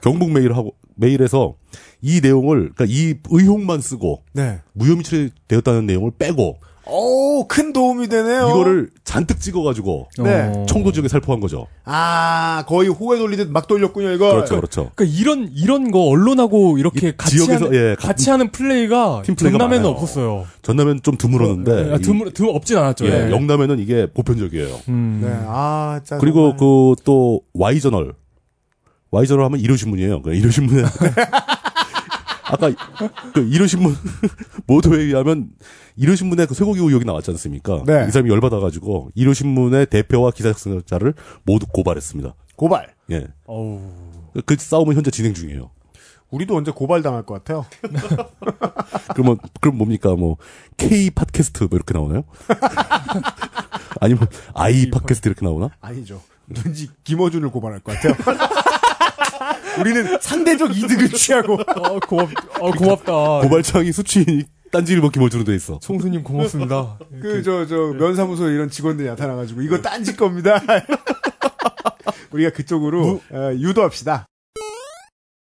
경북 메일하고 메일에서 이 내용을 그러니까 이 의혹만 쓰고 네. 무혐의 처리되었다는 내용을 빼고 오, 큰 도움이 되네요. 이거를 잔뜩 찍어가지고 네. 어. 청도 지역에 살포한 거죠. 아, 거의 호에 돌리듯 막 돌렸군요, 이거. 그렇죠, 그렇죠. 그러니까 이런 이런 거 언론하고 이렇게 이 같이 지역에서, 하는, 예, 같이 하는 플레이가 팀 플레이가 전남에는 많아요. 없었어요. 전남에는 좀 네, 드물었는데 아, 드물 드 없진 않았죠. 이- 예. 예, 영남에는 이게 보편적이에요. 음. 네. 아, 짜 그리고 그 또 Y 저널, Y 저널 하면 일요 신문이에요. 그 일요 신문에 [laughs] 아까 그 일요 신문 [laughs] 모도에 의하면 일요 신문에 그 쇠고기 의혹이 나왔지 않습니까? 네. 이 사람이 열받아가지고 일요 신문의 대표와 기사 작성자를 모두 고발했습니다. 고발. 예, 어우. 그 싸움은 현재 진행 중이에요. 우리도 언제 고발 당할 것 같아요. 그러면 그럼 뭡니까 뭐 K 팟캐스트 뭐 이렇게 나오나요? [laughs] 아니면 I 팟캐스트 이렇게 나오나? 아니죠. 왠지 김어준을 고발할 것 같아요. [laughs] 우리는 상대적 이득을 취하고. 아, 고맙, 아, 고맙다. 고발창이 수치인 딴지일보 김어준으로 돼 있어. 총수님 [laughs] 고맙습니다. 그, 저, 네. 저, 면사무소 이런 직원들이 나타나가지고, 이거 딴짓 겁니다. [laughs] 우리가 그쪽으로 어, 유도합시다.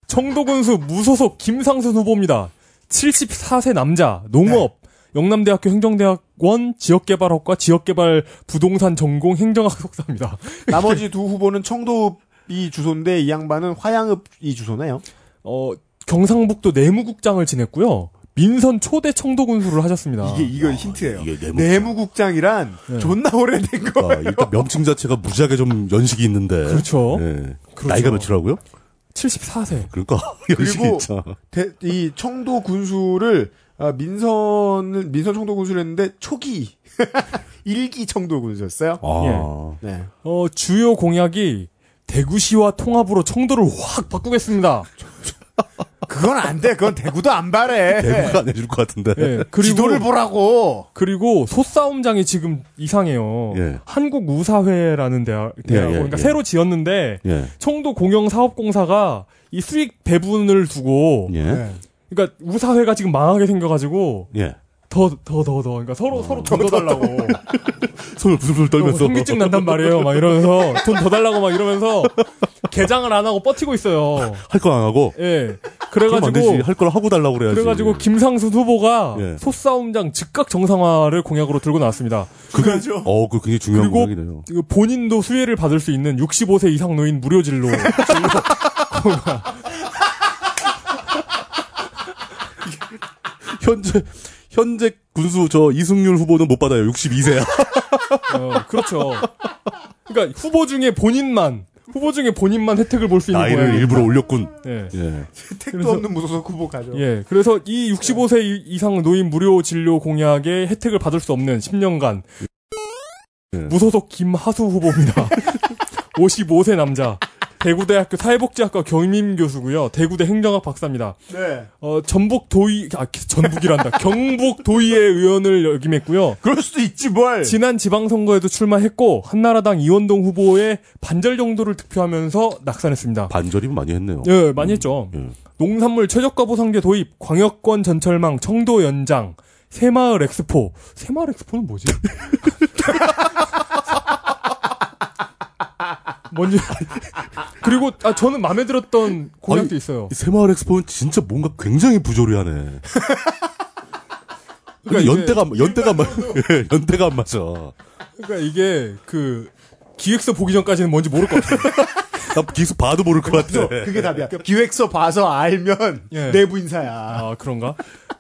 청도군수 무소속 김상순 후보입니다. 74세 남자, 농업, 네. 영남대학교 행정대학원 지역개발학과 지역개발 부동산 전공 행정학 석사입니다. 나머지 두 후보는 청도읍 이 주소인데, 이 양반은 화양읍 이 주소네요. 어, 경상북도 내무국장을 지냈고요. 민선 초대 청도군수를 하셨습니다. 이게, 이거 힌트예요. 아, 이게 내무- 네. 내무국장이란 존나 오래된 거. 아, 일단 명칭 자체가 무지하게 좀 연식이 있는데. 그렇죠. 예. 그렇죠. 나이가 몇이라고요? 74세. 그러니까 [laughs] 연식이 그리고- 있잖아. 대- 이 청도 군수를 아, 민선을 민선 청도 군수를 했는데 초기 [laughs] 일기 청도 군수였어요. 아. 네. 어, 주요 공약이 대구시와 통합으로 청도를 [laughs] 확 바꾸겠습니다. 그건 안 돼. 그건 대구도 안 바래. 대구가 안 해줄 것 같은데. 예, 그리고 지도를 보라고. 그리고 소싸움장이 지금 이상해요. 예. 한국 우사회라는 대학, 대학 예, 예, 그러니까 예. 새로 지었는데 예. 청도 공영사업공사가 이 수익 배분을 두고 예. 네. 그러니까 우사회가 지금 망하게 생겨가지고 예. 더 더 더 더 그러니까 서로 서로 돈 더 달라고 손을 부슬부슬 떨면서. 현기증 난단 말이에요 막 이러면서 돈 더 달라고 막 이러면서 개장을 안 하고 버티고 있어요 할 거 안 하고. 예 그러면 안 되지. 그래가지고 할 걸 하고 달라고 그래야지. 그래가지고 김상순 후보가 예. 소싸움장 즉각 정상화를 공약으로 들고 나왔습니다 그게, 어, 그 굉장히 중요한 그리고 공약이네요. 그 본인도 수혜를 받을 수 있는 65세 이상 노인 무료 [laughs] 진로. 어, 진로. 현재 현재 군수 저 이승률 후보는 못 받아요. 62세야. 어, 그렇죠. 그러니까 후보 중에 본인만 후보 중에 본인만 혜택을 볼 수 있는 나이를 [laughs] 거예요. 일부러 올렸군. 예. 예. 택도 그래서- 없는 무소속 후보가죠. 예. 그래서 이 65세 이- 이상 노인 무료 진료 공약의 혜택을 받을 수 없는 10년간 예. 무소속 김하수 후보입니다. [laughs] 55세 남자. 대구대학교 사회복지학과 경임 교수고요. 대구대 행정학 박사입니다. 네. 어, 전북 도의 아 전북이란다. 경북 도의회 의원을 역임했고요. 그럴 수도 있지 뭘. 네. 지난 지방선거에도 출마했고 한나라당 이원동 후보의 반절 정도를 득표하면서 낙선했습니다. 반절이면 많이 했네요. 예, 많이 했죠. 예. 농산물 최저가 보상제 도입, 광역권 전철망 청도 연장, 새마을 엑스포. 새마을 엑스포는 뭐지? [laughs] 뭔지 그리고 아 저는 마음에 들었던 공약도 아니, 있어요. 이 새마을 엑스포는 진짜 뭔가 굉장히 [laughs] 부조리하네. 근데 이게- 연대가 안- [laughs] 연대가 안 맞- [laughs] 예, 연대가 안 맞아. 그러니까 이게 그 기획서 보기 전까지는 뭔지 모를 것 같아요. 나 기수 봐도 모를 것 같아. 예. 그게 답이야. 기획서 봐서 알면 예. 내부 인사야. 네. 아 그런가?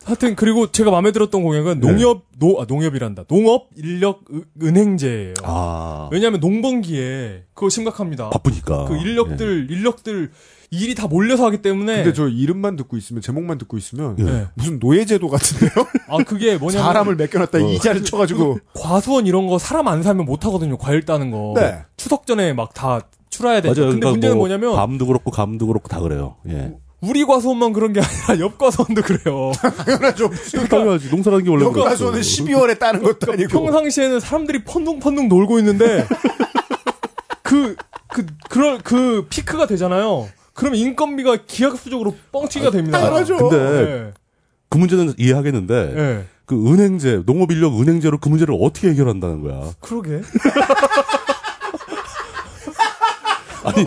하여튼 그리고 제가 마음에 들었던 공약은 네. 농협 노 아, 농협이란다. 농업 인력 은- 은행제예요. 아 왜냐하면 농번기에 그거 심각합니다. 바쁘니까. 예. 그 인력들 네. 인력들 일이 다 몰려서 하기 때문에 근데 저 이름만 듣고 있으면 제목만 듣고 있으면 예. 무슨 노예제도 [laughs] 같은데요? 아 그게 뭐냐면 사람을 맡겨놨다 이자를 쳐가지고 과수원 이런 거 사람 안 사면 못 하거든요. 과일 따는 거. 네. 추석 전에 막 다 출하해야 예. 돼. 맞아요. 근데 그러니까 문제는 뭐 뭐냐면 뭐 밤도 그렇고 감도 그렇고 다 그래요. 예. 우리 과수원만 그런 게 아니라 옆 과수원도 그래요. [laughs] 그래가지고 당연하지. 그러니까 농사라는 게 원래 그렇죠. 여가수는 12월에 따는 것도 아니고 평상시에는 사람들이 펀둥펀둥 놀고 있는데 [laughs] 그, 그, 그럴, 그 피크가 되잖아요. 그럼 인건비가 기하급수적으로 뻥튀기가 됩니다. 아, 당연하죠. 아, 네. 근데 예. 그 문제는 이해하겠는데 예. 그 은행제 농업인력 은행제로 그 문제를 어떻게 해결한다는 거야? 그러게.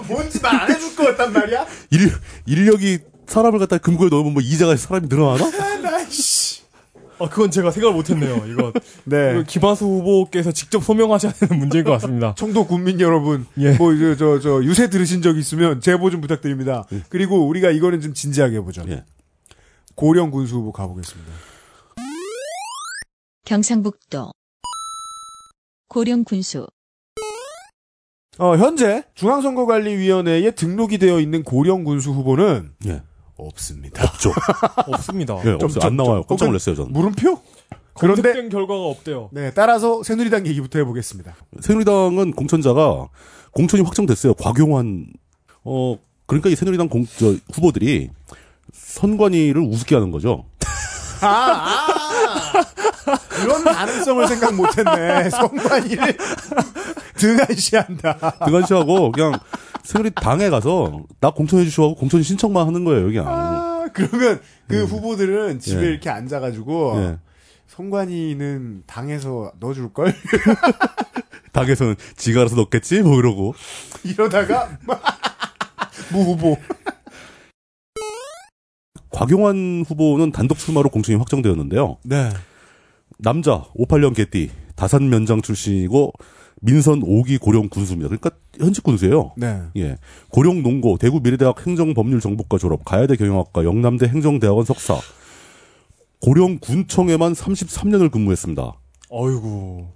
뭔지 말 안 해줄 거였단 말이야? 인, 인력이 사람을 갖다 금고에 넣으면 뭐 이자가 사람이 늘어나나? 아, 그건 제가 생각을 못했네요. 이거. 네. 이거 김하수 후보께서 직접 소명하셔야 되는 문제인 것 같습니다. 청도 군민 여러분, 예. 뭐, 이제 저, 저, 유세 들으신 적 있으면 제보 좀 부탁드립니다. 그리고 우리가 이거는 좀 진지하게 보죠. 예. 고령 군수 후보 가보겠습니다. 경상북도 고령 군수 어, 현재 중앙선거관리위원회에 등록이 되어 있는 고령 군수 후보는 예. 없습니다. 죠. [laughs] 없습니다. 예, 없어요. 안 나와요. 깜짝 놀랐어요, 저는. 물음표? 검색된 그런데 결과가 없대요. 네, 따라서 새누리당 얘기부터 해보겠습니다. 새누리당은 공천자가 공천이 확정됐어요. 곽용환 어 그러니까 이 새누리당 공, 저, 후보들이 선관위를 우습게 하는 거죠. 아, 그런 가능성을 생각 [laughs] 못했네. 성관이를 등한시한다. [laughs] 등한시하고 그냥 새누리당에 가서 나 공천해 주시오 하고 공천 신청만 하는 거예요, 그냥. 아, [laughs] 그러면 그 후보들은 집에 예. 이렇게 앉아가지고 예. 성관이는 당에서 넣어줄 걸 [laughs] 당에서는 지가 알아서 넣겠지 뭐 이러고 이러다가 [laughs] 뭐 무후보. 곽용환 후보는 단독 출마로 공천이 확정되었는데요. 네. 남자 58년 개띠 다산 면장 출신이고 민선 5기 고령 군수입니다. 그러니까 현직 군수예요. 네. 예. 고령 농고, 대구 미래대학 행정법률정보과 졸업, 가야대 경영학과, 영남대 행정대학원 석사. 고령 군청에만 33년을 근무했습니다. 어이구.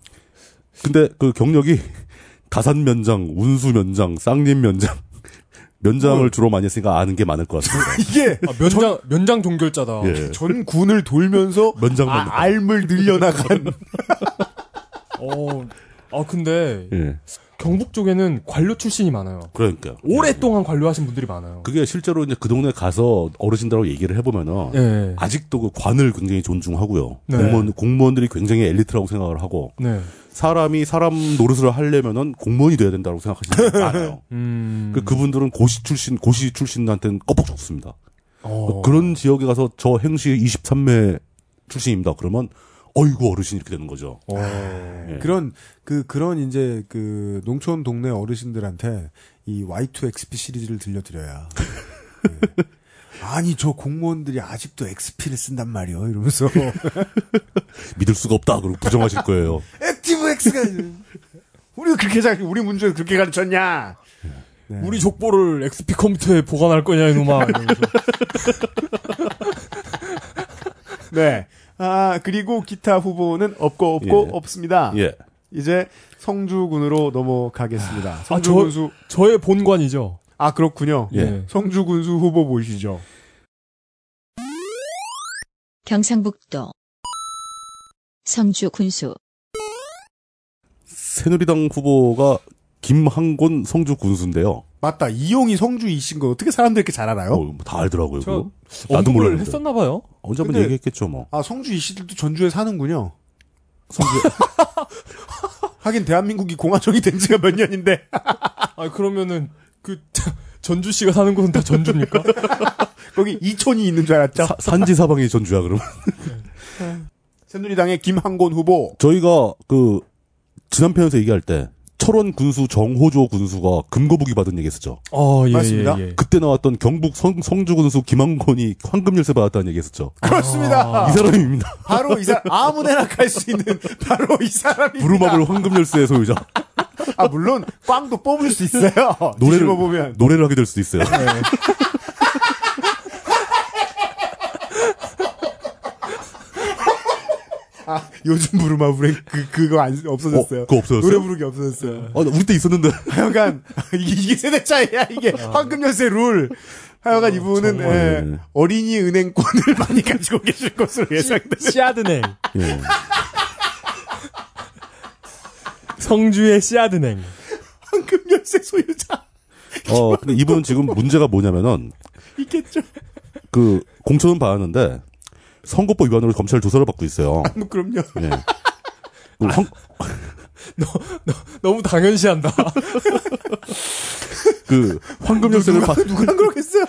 근데 그 경력이 [laughs] 다산 면장, 운수 면장, 쌍림 면장. [laughs] 면장을 주로 많이 했으니까 아는 게 많을 것 같습니다. [laughs] 이게 아, 면장, 면장 종결자다. 예. 전 군을 돌면서 면장만. 아, 알물 늘려나간 어, 아, 근데 예. 경북 쪽에는 관료 출신이 많아요. 그러니까. 예. 오랫동안 관료하신 분들이 많아요. 그게 실제로 이제 그 동네 가서 어르신들하고 얘기를 해보면은. 예. 아직도 그 관을 굉장히 존중하고요. 네. 공무원, 공무원들이 굉장히 엘리트라고 생각을 하고. 그 네. 사람이 사람 노릇을 하려면은 공무원이 돼야 된다고 생각하시는 분이 많아요. [laughs] 음. 그 그분들은 고시 출신 고시 출신한테는 껍벅 죽습니다. 어. 그런 지역에 가서 저 행시 23매 출신입니다. 그러면 어이구 어르신 이렇게 되는 거죠. [laughs] 예. 그런 그 그런 이제 그 농촌 동네 어르신들한테 이 Y2XP 시리즈를 들려드려야. 예. 아니 저 공무원들이 아직도 XP를 쓴단 말이요 이러면서 믿을 수가 없다. 그리고 [laughs] 부정하실 거예요. 액티브 X가 우리가 그렇게 잘 우리 문제 그렇게 가르쳤냐? 우리 족보를 XP 컴퓨터에 보관할 거냐 이놈아. 이러면서. 네. 아, 그리고 기타 후보는 없고 없고 예. 아. 없습니다. 예. 이제 성주군으로 넘어가겠습니다. 저- 성주군수 저의 본관이죠. 네. 아, 그렇군요. 아, 예. 성주군수 후보 보시죠. 경상북도 성주 군수 새누리당 후보가 김항곤 성주 군수인데요. 맞다. 이용이 성주이신 거 어떻게 사람들 이렇게 잘 알아요? 어, 다 알더라고요. 저 그거. 나도 언급을 몰랐는데. 했었나 봐요. 언제 한번 근데- 얘기했겠죠, 뭐. [laughs] 아, 성주이씨들도 전주에 사는군요. 성주 하긴 대한민국이 공화정이 된 지가 몇 년인데. 아 그러면은 그 [laughs] 전주 씨가 사는 곳은 다 전주입니까? 거기 이촌이 있는 줄 알았죠. 사- 산지 사방이 전주야, 그러면. 새누리당의 김항곤 후보. [laughs] 저희가 그 지난 편에서 얘기할 때 철원 군수 정호조 군수가 금거북이 받은 얘기했었죠. 어, 예, 맞습니다. 예, 예. 그때 나왔던 경북 성, 성주 군수 김항곤이 황금 열쇠 받았다는 얘기했었죠. 그렇습니다. 이 아. 사람입니다. 바로 이 사람, 아무데나 갈 수 있는 바로 이 사람입니다. 부르마블 황금 열쇠의 소유자. 아, 물론, 꽝도 뽑을 수 있어요. 노래를 뒤집어 보면. 노래를 하게 될 수도 있어요. 아, 요즘 부르마블에 그, 그거 안, 없어졌어요. 어, 그거 없어졌어요? 노래 부르기 없어졌어요. 아, 나 우리 때 있었는데. 하여간, 이게, 이게 세대 차이야, 이게. 황금연세 룰. 하여간 이분은, 예, 어린이 은행권을 [laughs] 많이 가지고 계실 것으로 예상돼. 씨앗은행. 예. [laughs] 성주의 씨앗은행. 황금연세 소유자. 어, 근데 이분은 지금 문제가 뭐냐면은 있겠죠. 그 공천은 받았는데 선거법 위반으로 검찰 조사를 받고 있어요. 뭐, 그럼요. 예. 그 황- 너무 당연시한다. 그 황금 열쇠를 받 누가 그러겠어요?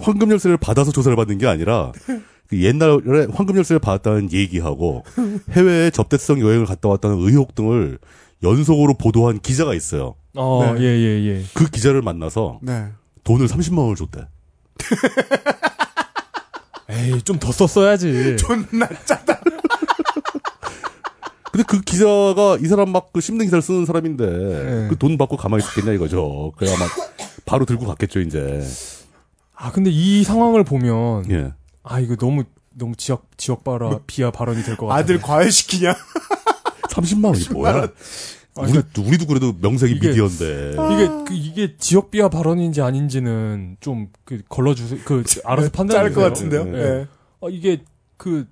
황금 열쇠를 받아서 조사를 받는 게 아니라 그 옛날에 황금 열쇠를 받았다는 얘기하고 해외에 접대성 여행을 갔다 왔다는 의혹 등을 연속으로 보도한 기자가 있어요. 어, 네. 예, 예, 예. 그 기자를 만나서 네. 돈을 30만 원을 줬대. 에이, 좀 더 썼어야지. 존나 짜다. 근데 그 기자가 이 사람 막 그 씹는 기사를 쓰는 사람인데 네. 그 돈 받고 가만히 있겠냐 이거죠. 그래 아마 바로 들고 갔겠죠 이제. 아, 근데 이 상황을 보면 예. 아, 이거 너무 너무 지역 지역 발화 비하 발언이 될 것 같아. 아들 과외시키냐? 30만 원이 뭐야? 우리, 우리도 그래도 명색이 이게- 미디어인데. 이게 그, 이게 지역 비하 발언인지 아닌지는 좀 그 걸러 주세요. 그 [laughs] 알아서 판단해 짤 것 주세요. 같은데요? 네. 예. 어, 이게 그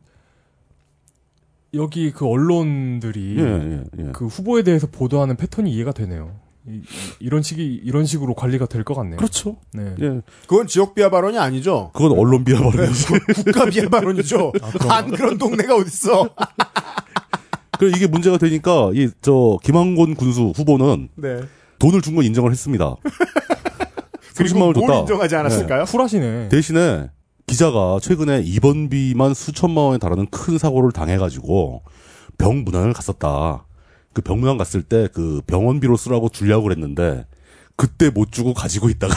여기 그 언론들이 예, 예, 예. 그 후보에 대해서 보도하는 패턴이 이해가 되네요. 이, 런 식이 이런 식으로 관리가 될 것 같네요. 그렇죠. 네. 예. 그건 지역 비하 발언이 아니죠. 그건 언론 비하 발언이지. 국가 비하 발언이죠. 안 아, 그런 동네가 어딨어. [laughs] 그래 이게 문제가 되니까 이 저 김한곤 군수 후보는 네. 돈을 준 건 인정을 했습니다. 30만 그리고 뭘 원을 줬다. 네. 인정하지 않았을까요? 쿨하시네. 대신에 기자가 최근에 입원비만 수천만 원에 달하는 큰 사고를 당해가지고 병문안을 갔었다. 그 병문안 갔을 때 그 병원비로 쓰라고 주려고 그랬는데 그때 못 주고 가지고 있다가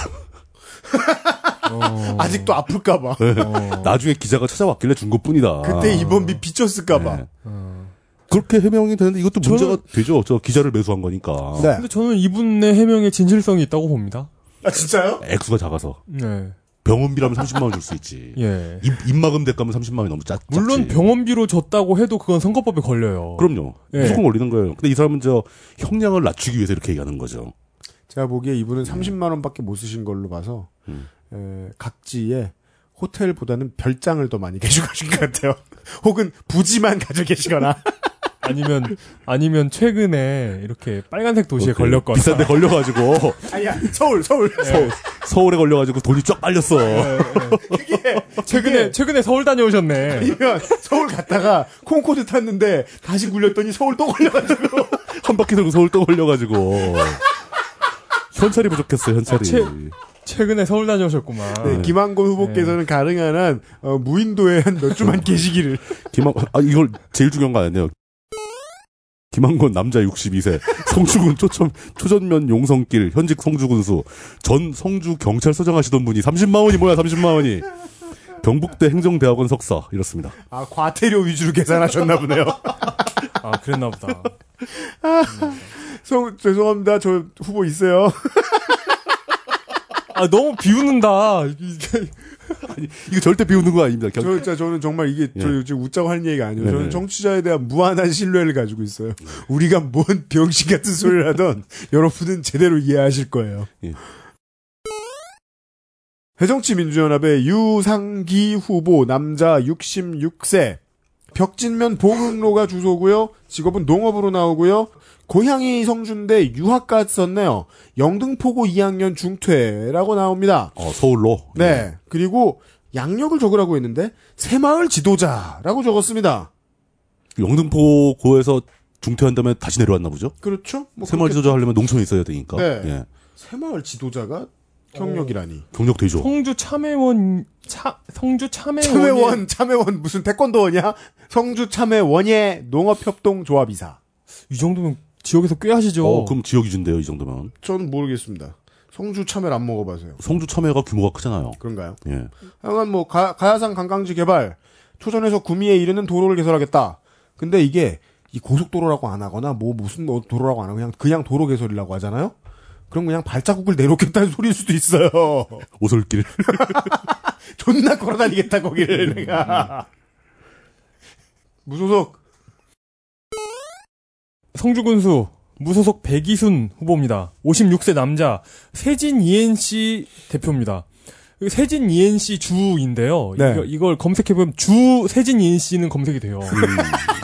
어. 아직도 아플까봐. 네. 어. [laughs] 나중에 기자가 찾아왔길래 준 것뿐이다. 그때 입원비 비쳤을까봐. 네. 그렇게 해명이 되는데 이것도 문제가 저는- 되죠. 저 기자를 매수한 거니까. 네. 근데 저는 이분의 해명에 진실성이 있다고 봅니다. 아, 진짜요? 액수가 작아서 네. 병원비라면 30만 원 줄 수 있지. 예. 입, 입막음 대가면 30만 원이 너무 작, 작지. 물론 병원비로 줬다고 해도 그건 선거법에 걸려요. 그럼요. 예. 무조건 올리는 거예요. 근데 이 사람은 저 형량을 낮추기 위해서 이렇게 얘기하는 거죠. 제가 보기에 이분은 30만 원밖에 못 쓰신 걸로 봐서 음. 에, 각지에 호텔보다는 별장을 더 많이 가지고 계신 것 같아요. [laughs] 혹은 부지만 가지고 계시거나 아니면 아니면 최근에 이렇게 빨간색 도시에 그렇게 걸렸거나 비싼데 걸려가지고 [laughs] [laughs] 아니야 서울 네. 서울 서울 서울에 걸려가지고 돈이 쫙 빨렸어. 네. 그게 최근에 최근에 서울 다녀오셨네. 이면 서울 갔다가 콩코드 탔는데 다시 굴렸더니 서울 또 걸려가지고 한 바퀴 돌고 서울 또 걸려가지고. 현찰이 부족했어, 현찰이. 아, 채- 최근에 서울 다녀오셨구만. 네, 김한곤 후보께서는 가능한 한 어, 무인도에 한 몇 [laughs] 주만 계시기를 김한, 아, 이걸 제일 중요한 거 아니에요. 김한건 남자 62세, 성주군 초점, 초전면 용성길, 현직 성주군수, 전 성주 경찰서장 하시던 분이 30만원이 뭐야, 30만원이. 경북대 행정대학원 석사, 이렇습니다. 아 과태료 위주로 계산하셨나 보네요. 아 그랬나 보다. 성, 죄송합니다. 저 후보 [laughs] 있어요. 아 너무 비웃는다. 이게- 이거 절대 비웃는 거 아닙니다. 경- 저, 진짜 저는 정말 이게 저 지금 웃자고 하는 얘기가 아니에요. 저는 예. 네네. 예. 정치자에 대한 무한한 신뢰를 가지고 있어요. 우리가 뭔 병신 같은 소리를 [laughs] 하던 여러분은 제대로 이해하실 거예요. 예. 해정치 민주연합의 유상기 후보 남자 66세 벽진면 보흥로가 주소고요. 직업은 농업으로 나오고요. 고향이 성준대 유학 갔었네요. 영등포고 2학년 중퇴라고 나옵니다. 어, 서울로. 네. 그리고 양력을 적으라고 했는데 새마을 지도자라고 적었습니다. 예. 영등포고에서 중퇴한 다음에 다시 내려왔나 보죠. 그렇죠? 뭐 새마을 지도자 하려면 농촌에 있어야 되니까. 네. 예. 그렇게 새마을 지도자가 경력이라니. 경력 되죠. 성주 참회원 차 성주 참회원 참회원, 참회원 무슨 태권도원이야? 성주 참회원예 농업협동조합이사. 이 정도면 지역에서 꽤 하시죠. 어, 그럼 지역 위주인데요, 이 정도면. 저는 모르겠습니다. 성주 참회를 안 먹어봐서요. 성주 참여가 규모가 크잖아요. 그런가요? 예. 하여간 뭐 가, 가야산 관광지 개발, 초전에서 구미에 이르는 도로를 개설하겠다. 근데 이게 이 고속도로라고 안 하거나 뭐 무슨 뭐 도로라고 안 하고 그냥 그냥 도로 개설이라고 하잖아요. 그럼 그냥 발자국을 내놓겠다는 [laughs] 소리일 수도 있어요. 오솔길. 존나 걸어다니겠다 거기를 내가. [laughs] 무소속 성주 군수 무소속 백이순 후보입니다. 56세 남자 세진 ENC 대표입니다. 이 세진 ENC 주인데요. 네. 이거- 이걸 검색해보면 주 세진 ENC는 검색이 돼요. 음.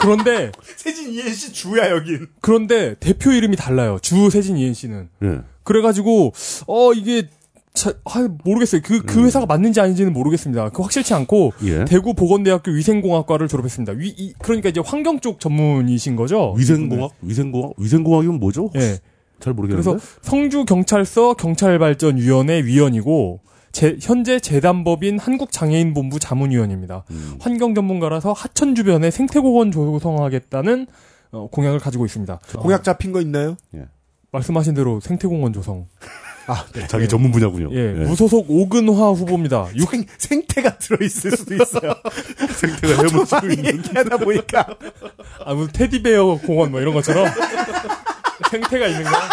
그런데 세진 이엔 씨 주야 여긴. 그런데 대표 이름이 달라요. 주 세진 ENC는 [laughs] 예. 그래가지고 어 이게 자, 아, 모르겠어요. 그 그 음. 회사가 맞는지 아닌지는 모르겠습니다. 그 확실치 않고 예. 대구 보건대학교 위생공학과를 졸업했습니다. 위, 이- 그러니까 이제 환경 쪽 전문이신 거죠. 위생공학? 위생공학? 위생공학이면 뭐죠? 예. 잘 모르겠는데. 그래서 성주 경찰서 경찰발전위원회 위원이고 제- 현재 재단법인 한국장애인본부 자문위원입니다. 음. 환경 전문가라서 하천 주변에 생태공원 조성하겠다는 어, 공약을 가지고 있습니다. 어. 공약 잡힌 거 있나요? 말씀하신 대로 생태공원 조성. 아, 네. 자기 전문 분야군요. 예, 무소속 오근화 후보입니다. 육- 생, 생태가 들어있을 수도 [laughs] 있어요. 생태가 너무 [laughs] [laughs] 많이 얘기하다 보니까. [laughs] 아, 무슨 테디베어 공원 뭐 이런 것처럼 [laughs] 생태가 있는 거야.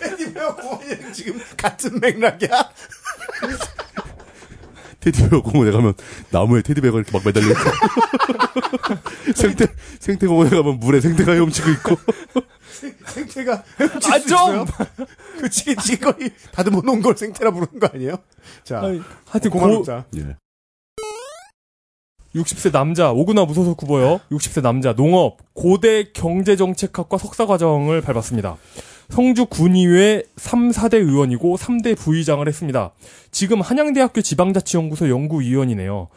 테디베어 공원이랑 지금 같은 맥락이야? 테디베어 공원에 가면 나무에 테디베어가 이렇게 막 매달려 있고 [laughs] 생태 생태 공원에 가면 물에 생태가 헤엄치고 있고 생태가 훔칠 아, 수 좀! 있어요? [laughs] 그 지금 지금 거의 다듬어 놓은 걸 생태라 부르는 거 아니에요? 자, 아니, 하여튼 고, 고맙자. 예. 60세 남자 오구나 무소속 후보요. 60세 남자 농업 고대 경제정책학과 석사과정을 밟았습니다. 성주 군의회 3, 4대 의원이고 3대 부의장을 했습니다. 지금 한양대학교 지방자치연구소 연구위원이네요.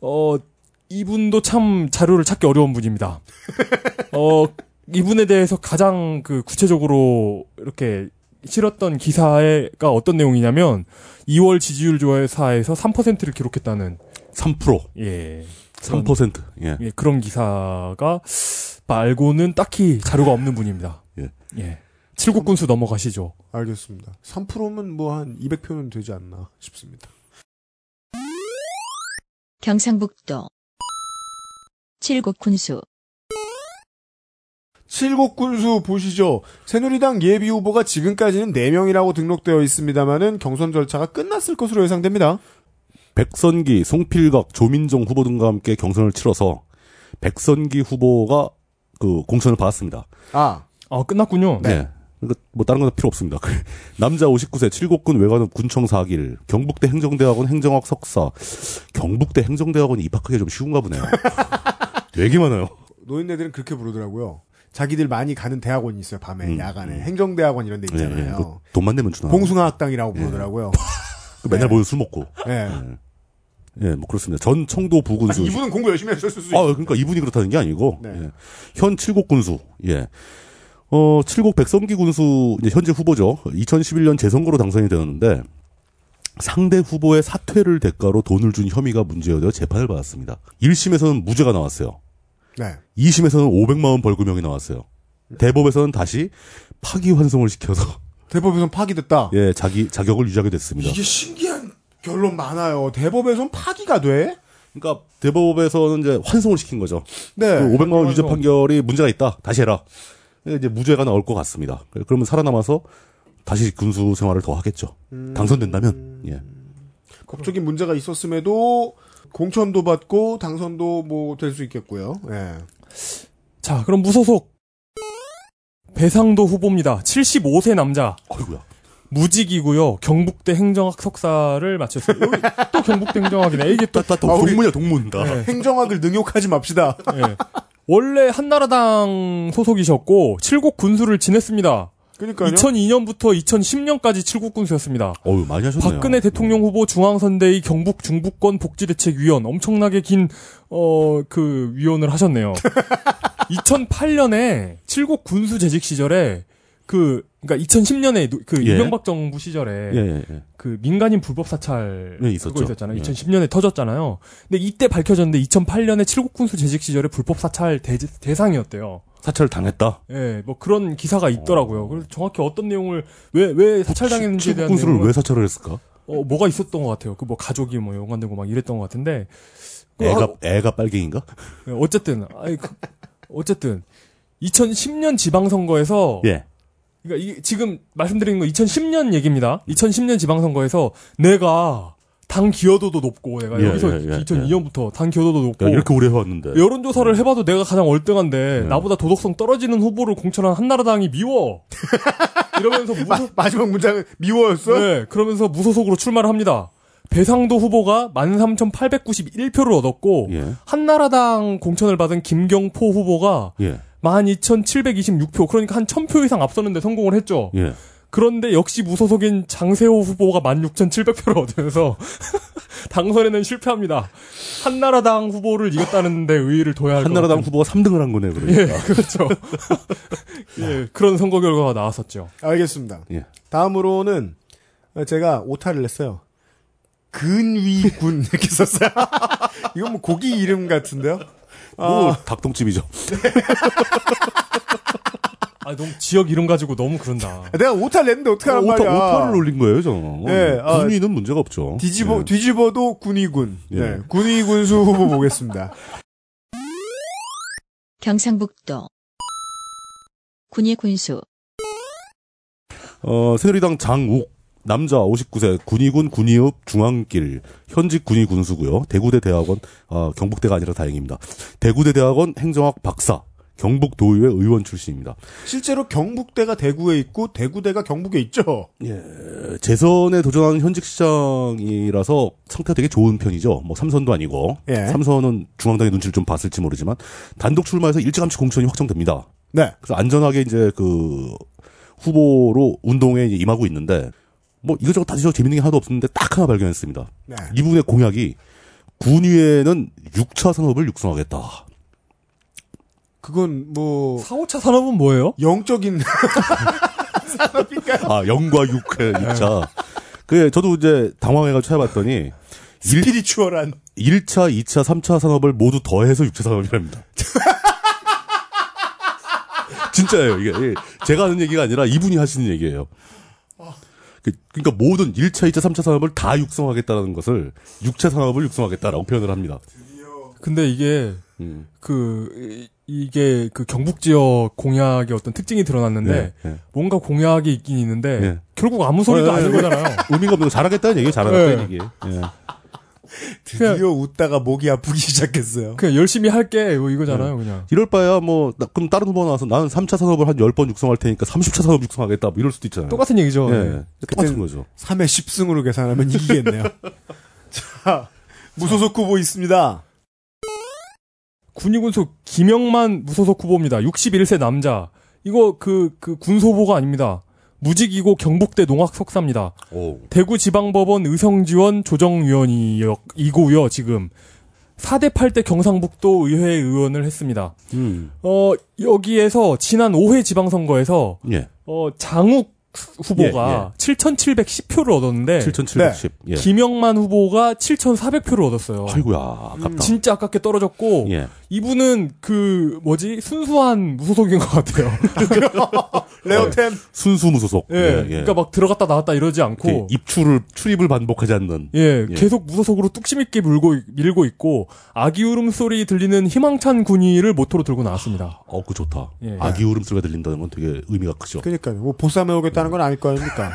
어 이분도 참 자료를 찾기 어려운 분입니다. 어 이분에 대해서 가장 그 구체적으로 이렇게 실었던 기사가 어떤 내용이냐면 2월 지지율 조사에서 3%를 기록했다는 3% 예. 3% 예. 예, 그런 기사가 말고는 딱히 자료가 없는 분입니다. 예. 예. 칠국군수 넘어가시죠. 알겠습니다. 3%면 뭐 한 200표는 되지 않나 싶습니다. 경상북도 칠곡군수 칠곡 군수 보시죠. 새누리당 예비 후보가 지금까지는 4명이라고 등록되어 있습니다만은 경선 절차가 끝났을 것으로 예상됩니다. 백선기, 송필각, 조민정 후보 등과 함께 경선을 치러서 백선기 후보가 그 공천을 받았습니다. 아, 아, 끝났군요. 네. 그러니까 뭐 다른 건 필요 없습니다. [laughs] 남자 59세 칠곡군 외관읍 군청 4길 경북대 행정대학원 행정학 석사 경북대 행정대학원이 입학하기 좀 쉬운가 보네요. 되게 많아요. 노인네들은 그렇게 부르더라고요. 자기들 많이 가는 대학원이 있어요, 밤에, 음, 야간에. 음. 행정대학원 이런 데 예, 있잖아요. 예. 그 돈만 내면 주나. 봉숭아학당이라고 부르더라고요. 그 맨날 모여 술 먹고. 예. 예, 뭐 그렇습니다. 전 청도 부군수. 아니, 이분은 공부 열심히 하셨을 수 아, 있어요. 그러니까 이분이 그렇다는 게 아니고 네. 예. 현 칠곡 군수. 예. 어, 칠곡 백성기 군수 이제 현재 후보죠. 2011년 재선거로 당선이 되었는데 상대 후보의 사퇴를 대가로 돈을 준 혐의가 문제되어 재판을 받았습니다. 1심에서는 무죄가 나왔어요. 네. 2심에서는 500만 원 벌금형이 나왔어요. 대법에서는 다시 파기환송을 시켜서 [laughs] 대법에선 파기됐다. 예, 자기 자격을 유지하게 됐습니다. 이게 신기한 결론 많아요. 대법에선 파기가 돼? 그러니까 대법에서는 이제 환송을 시킨 거죠. 네. 그 500만 원 유죄 판결이 문제가 있다. 다시 해라. 근데 이제 무죄가 나올 것 같습니다. 음. 그러면 살아남아서 다시 군수 생활을 더 하겠죠. 당선된다면. 예. 법적인 음, 문제가 있었음에도 공천도 받고 당선도 뭐 될 수 있겠고요. 예. 자, 그럼 무소속. 배상도 후보입니다. 75세 남자. 어이구야. 무직이고요. 경북대 행정학 석사를 마쳤어요. 여기 또 경북대 행정학이네. 이게 또 다, 다, 다 아, 우리- 동문이야, 동문. 다. 네. 행정학을 능욕하지 맙시다. 예. 원래 한나라당 소속이셨고 칠곡 군수를 지냈습니다. 그러니까요. 2002년부터 2010년까지 칠곡 군수였습니다. 어유 많이 하셨네요. 박근혜 대통령 후보 중앙선대위 경북 중부권 복지대책위원 엄청나게 긴 어 그 위원을 [laughs] 하셨네요. 2008년에 칠곡 군수 재직 시절에 그 그러니까 2010년에 그 예. 이명박 정부 시절에 예, 예, 예. 그 민간인 불법 사찰 네, 있었죠. 그거 있었잖아요. 예. 2010년에 터졌잖아요. 근데 이때 밝혀졌는데 2008년에 칠곡군수 재직 시절에 불법 사찰 대, 상이었대요 사찰 당했다. 예, 뭐 그런 기사가 있더라고요. 그래서 정확히 어떤 내용을 왜 왜 사찰 당했는지에 대한 군수를 내용은 왜 사찰을 했을까? 어, 뭐가 있었던 것 같아요. 그 뭐 가족이 뭐 연관되고 막 이랬던 것 같은데 그 애가, 아, 애가 빨갱인가? 예, 어쨌든 아이, 그, 어쨌든 2010년 지방선거에서 예. 그러니까 이, 지금 말씀드리는 건 2010년 얘기입니다. 2010년 지방선거에서 내가 당 기여도도 높고 내가 예, 여기서 예, 예, 2002년부터 당 기여도도 높고 야, 이렇게 예. 오래 해왔는데. 여론조사를 해봐도 내가 가장 월등한데 나보다 도덕성 떨어지는 후보를 공천한 한나라당이 [laughs] 미워 이러면서 무소, [laughs] 마지막 문장은 미워였어? 네, 그러면서 무소속으로 출마를 합니다. 배상도 후보가 13,891표를 얻었고 예. 한나라당 공천을 받은 김경포 후보가 예. 12,726표 그러니까 한 1,000표 이상 앞서는데 성공을 했죠. 예. 그런데 역시 무소속인 장세호 후보가 16,700표를 얻으면서 [laughs] 당선에는 실패합니다. 한나라당 후보를 이겼다는데 의의를 둬야 할 것 한나라당 같은- 후보가 3등을 한 거네, 예, 그러니까. 그렇죠. [laughs] 예, 그런 선거 결과가 나왔었죠. 알겠습니다. 예. 다음으로는 제가 오타를 냈어요. 근위군 [laughs] 이렇게 썼어요. 이건 뭐 고기 이름 같은데요. 뭐, 닭똥집이죠. 아, 너무 지역 이름 가지고 너무 그런다. 아, 내가 오타 를 냈는데 어떻게 하란 그러니까 오타, 말이야? 오타를 올린 거예요, 저는. 예, 아, 군위는 문제가 없죠. 뒤집어 예. 뒤집어도 군위군. 예. 네, 군위군수 후보 보겠습니다. 경상북도 군위 군수 어, 새누리당 장욱 남자 59세 군의군 군의읍 중앙길 현직 군의 군수고요. 대구대 대학원 아, 경북대가 아니라 다행입니다. 대구대 대학원 행정학 박사 경북도의회 의원 출신입니다. 실제로 경북대가 대구에 있고 대구대가 경북에 있죠. 에, 재선에 도전하는 현직 시장이라서 상태가 되게 좋은 편이죠. 뭐 삼선도 아니고 예. 삼선은 중앙당의 눈치를 좀 봤을지 모르지만 단독 출마해서 일찌감치 공천이 확정됩니다. 네. 그래서 안전하게 이제 그 후보로 운동에 이제 임하고 있는데 뭐 이것저것 따지죠 재밌는 게 하나도 없었는데 딱 하나 발견했습니다. 네. 이분의 공약이 군위에는 6차 산업을 육성하겠다. 그건 뭐 4, 5차 산업은 뭐예요? 영적인 [laughs] 아 영과 육회 6차. 네. 그 저도 이제 당황해가지고 찾아봤더니 스피리추얼한 1차, 2차, 3차 산업을 모두 더해서 6차 산업이랍니다. [laughs] 진짜예요. 이게 이게 제가 하는 얘기가 아니라 이분이 하시는 얘기예요. 그- 그러니까 모든 1차, 2차, 3차 산업을 다 육성하겠다는 것을 6차 산업을 육성하겠다라고 표현을 합니다. 근데 이게 음. 그 이- 이게 그 경북 지역 공약의 어떤 특징이 드러났는데 예, 예. 뭔가 공약이 있긴 있는데 예. 결국 아무 소리도 어, 예, 아닌 예. 거잖아요. 의미가 없는 거 잘하겠다는 얘기예요. 잘하겠다는 네. 얘기예요. 예. 드디어 웃다가 목이 아프기 시작했어요. 그냥 열심히 할게 뭐 예. 이거잖아요, 그냥. 이럴 바야 뭐 나- 그럼 다른 후보 나와서 나는 3차 산업을 한 10번 육성할 테니까 30차 산업 육성하겠다 뭐 이럴 수도 있잖아요. 똑같은 얘기죠. 예. 예. 똑같은 거죠. 3회 10승으로 계산하면 [laughs] 이기겠네요. 자, 무소속 후보 있습니다. 군의군수 김영만 무소속 후보입니다. 61세 남자. 이거 그, 그 군소보가 아닙니다. 무직이고 경북대 농학 석사입니다. 오. 대구지방법원 의성지원 조정위원이고요, 지금. 4대 8대 경상북도 의회 의원을 했습니다. 음. 어, 여기에서 지난 5회 지방선거에서, 예. 어, 장욱 후보가 7,710표를 얻었는데, 7,710. 네. 예. 김영만 후보가 7,400표를 얻었어요. 아이고야, 아깝다. 진짜 아깝게 떨어졌고, 예. 이분은 그 뭐지 순수한 무소속인 것 같아요. [laughs] 레오템. 순수 무소속. 예, 그러니까 막 들어갔다 나왔다 이러지 않고 이렇게 입출을 출입을 반복하지 않는. 예, 예. 계속 무소속으로 뚝심 있게 물고 밀고 있고 아기 울음소리 들리는 희망찬 군의를 모토로 들고 나왔습니다. 어, 그 좋다. 예. 아기 울음소리가 들린다는 건 되게 의미가 크죠. [laughs] 그러니까요. 뭐 보쌈 해오겠다는 건 아닐 거 아닙니까?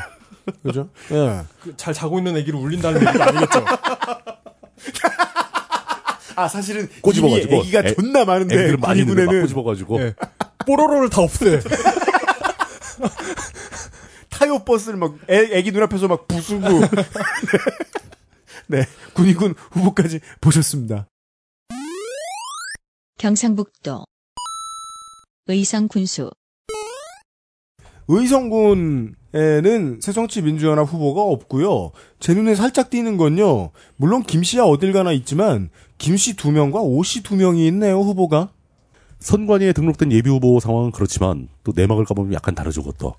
그죠? 예. 그잘 자고 있는 애기를 울린다는 얘기가 아니겠죠. 아, 사실은. 꼬집어가지고. 이미 애기가 애- 존나 많은데. 애기를 많이 군에 막 는 꼬집어가지고. 예. [laughs] 뽀로로를 다 없애. 타요 버스를 막 애, 기 눈앞에서 막 [laughs] 부수고 네 군인군 후보까지 보셨습니다. 경상북도 의성군수 의성군에는 새정치민주연합 후보가 없고요. 제 눈에 살짝 띄는 건요. 물론 김씨야 어딜 가나 있지만 김씨 두 명과 오씨 두 명이 있네요 후보가. 선관위에 등록된 예비후보 상황은 그렇지만 또 내막을 까보면 약간 다르죠 그것도.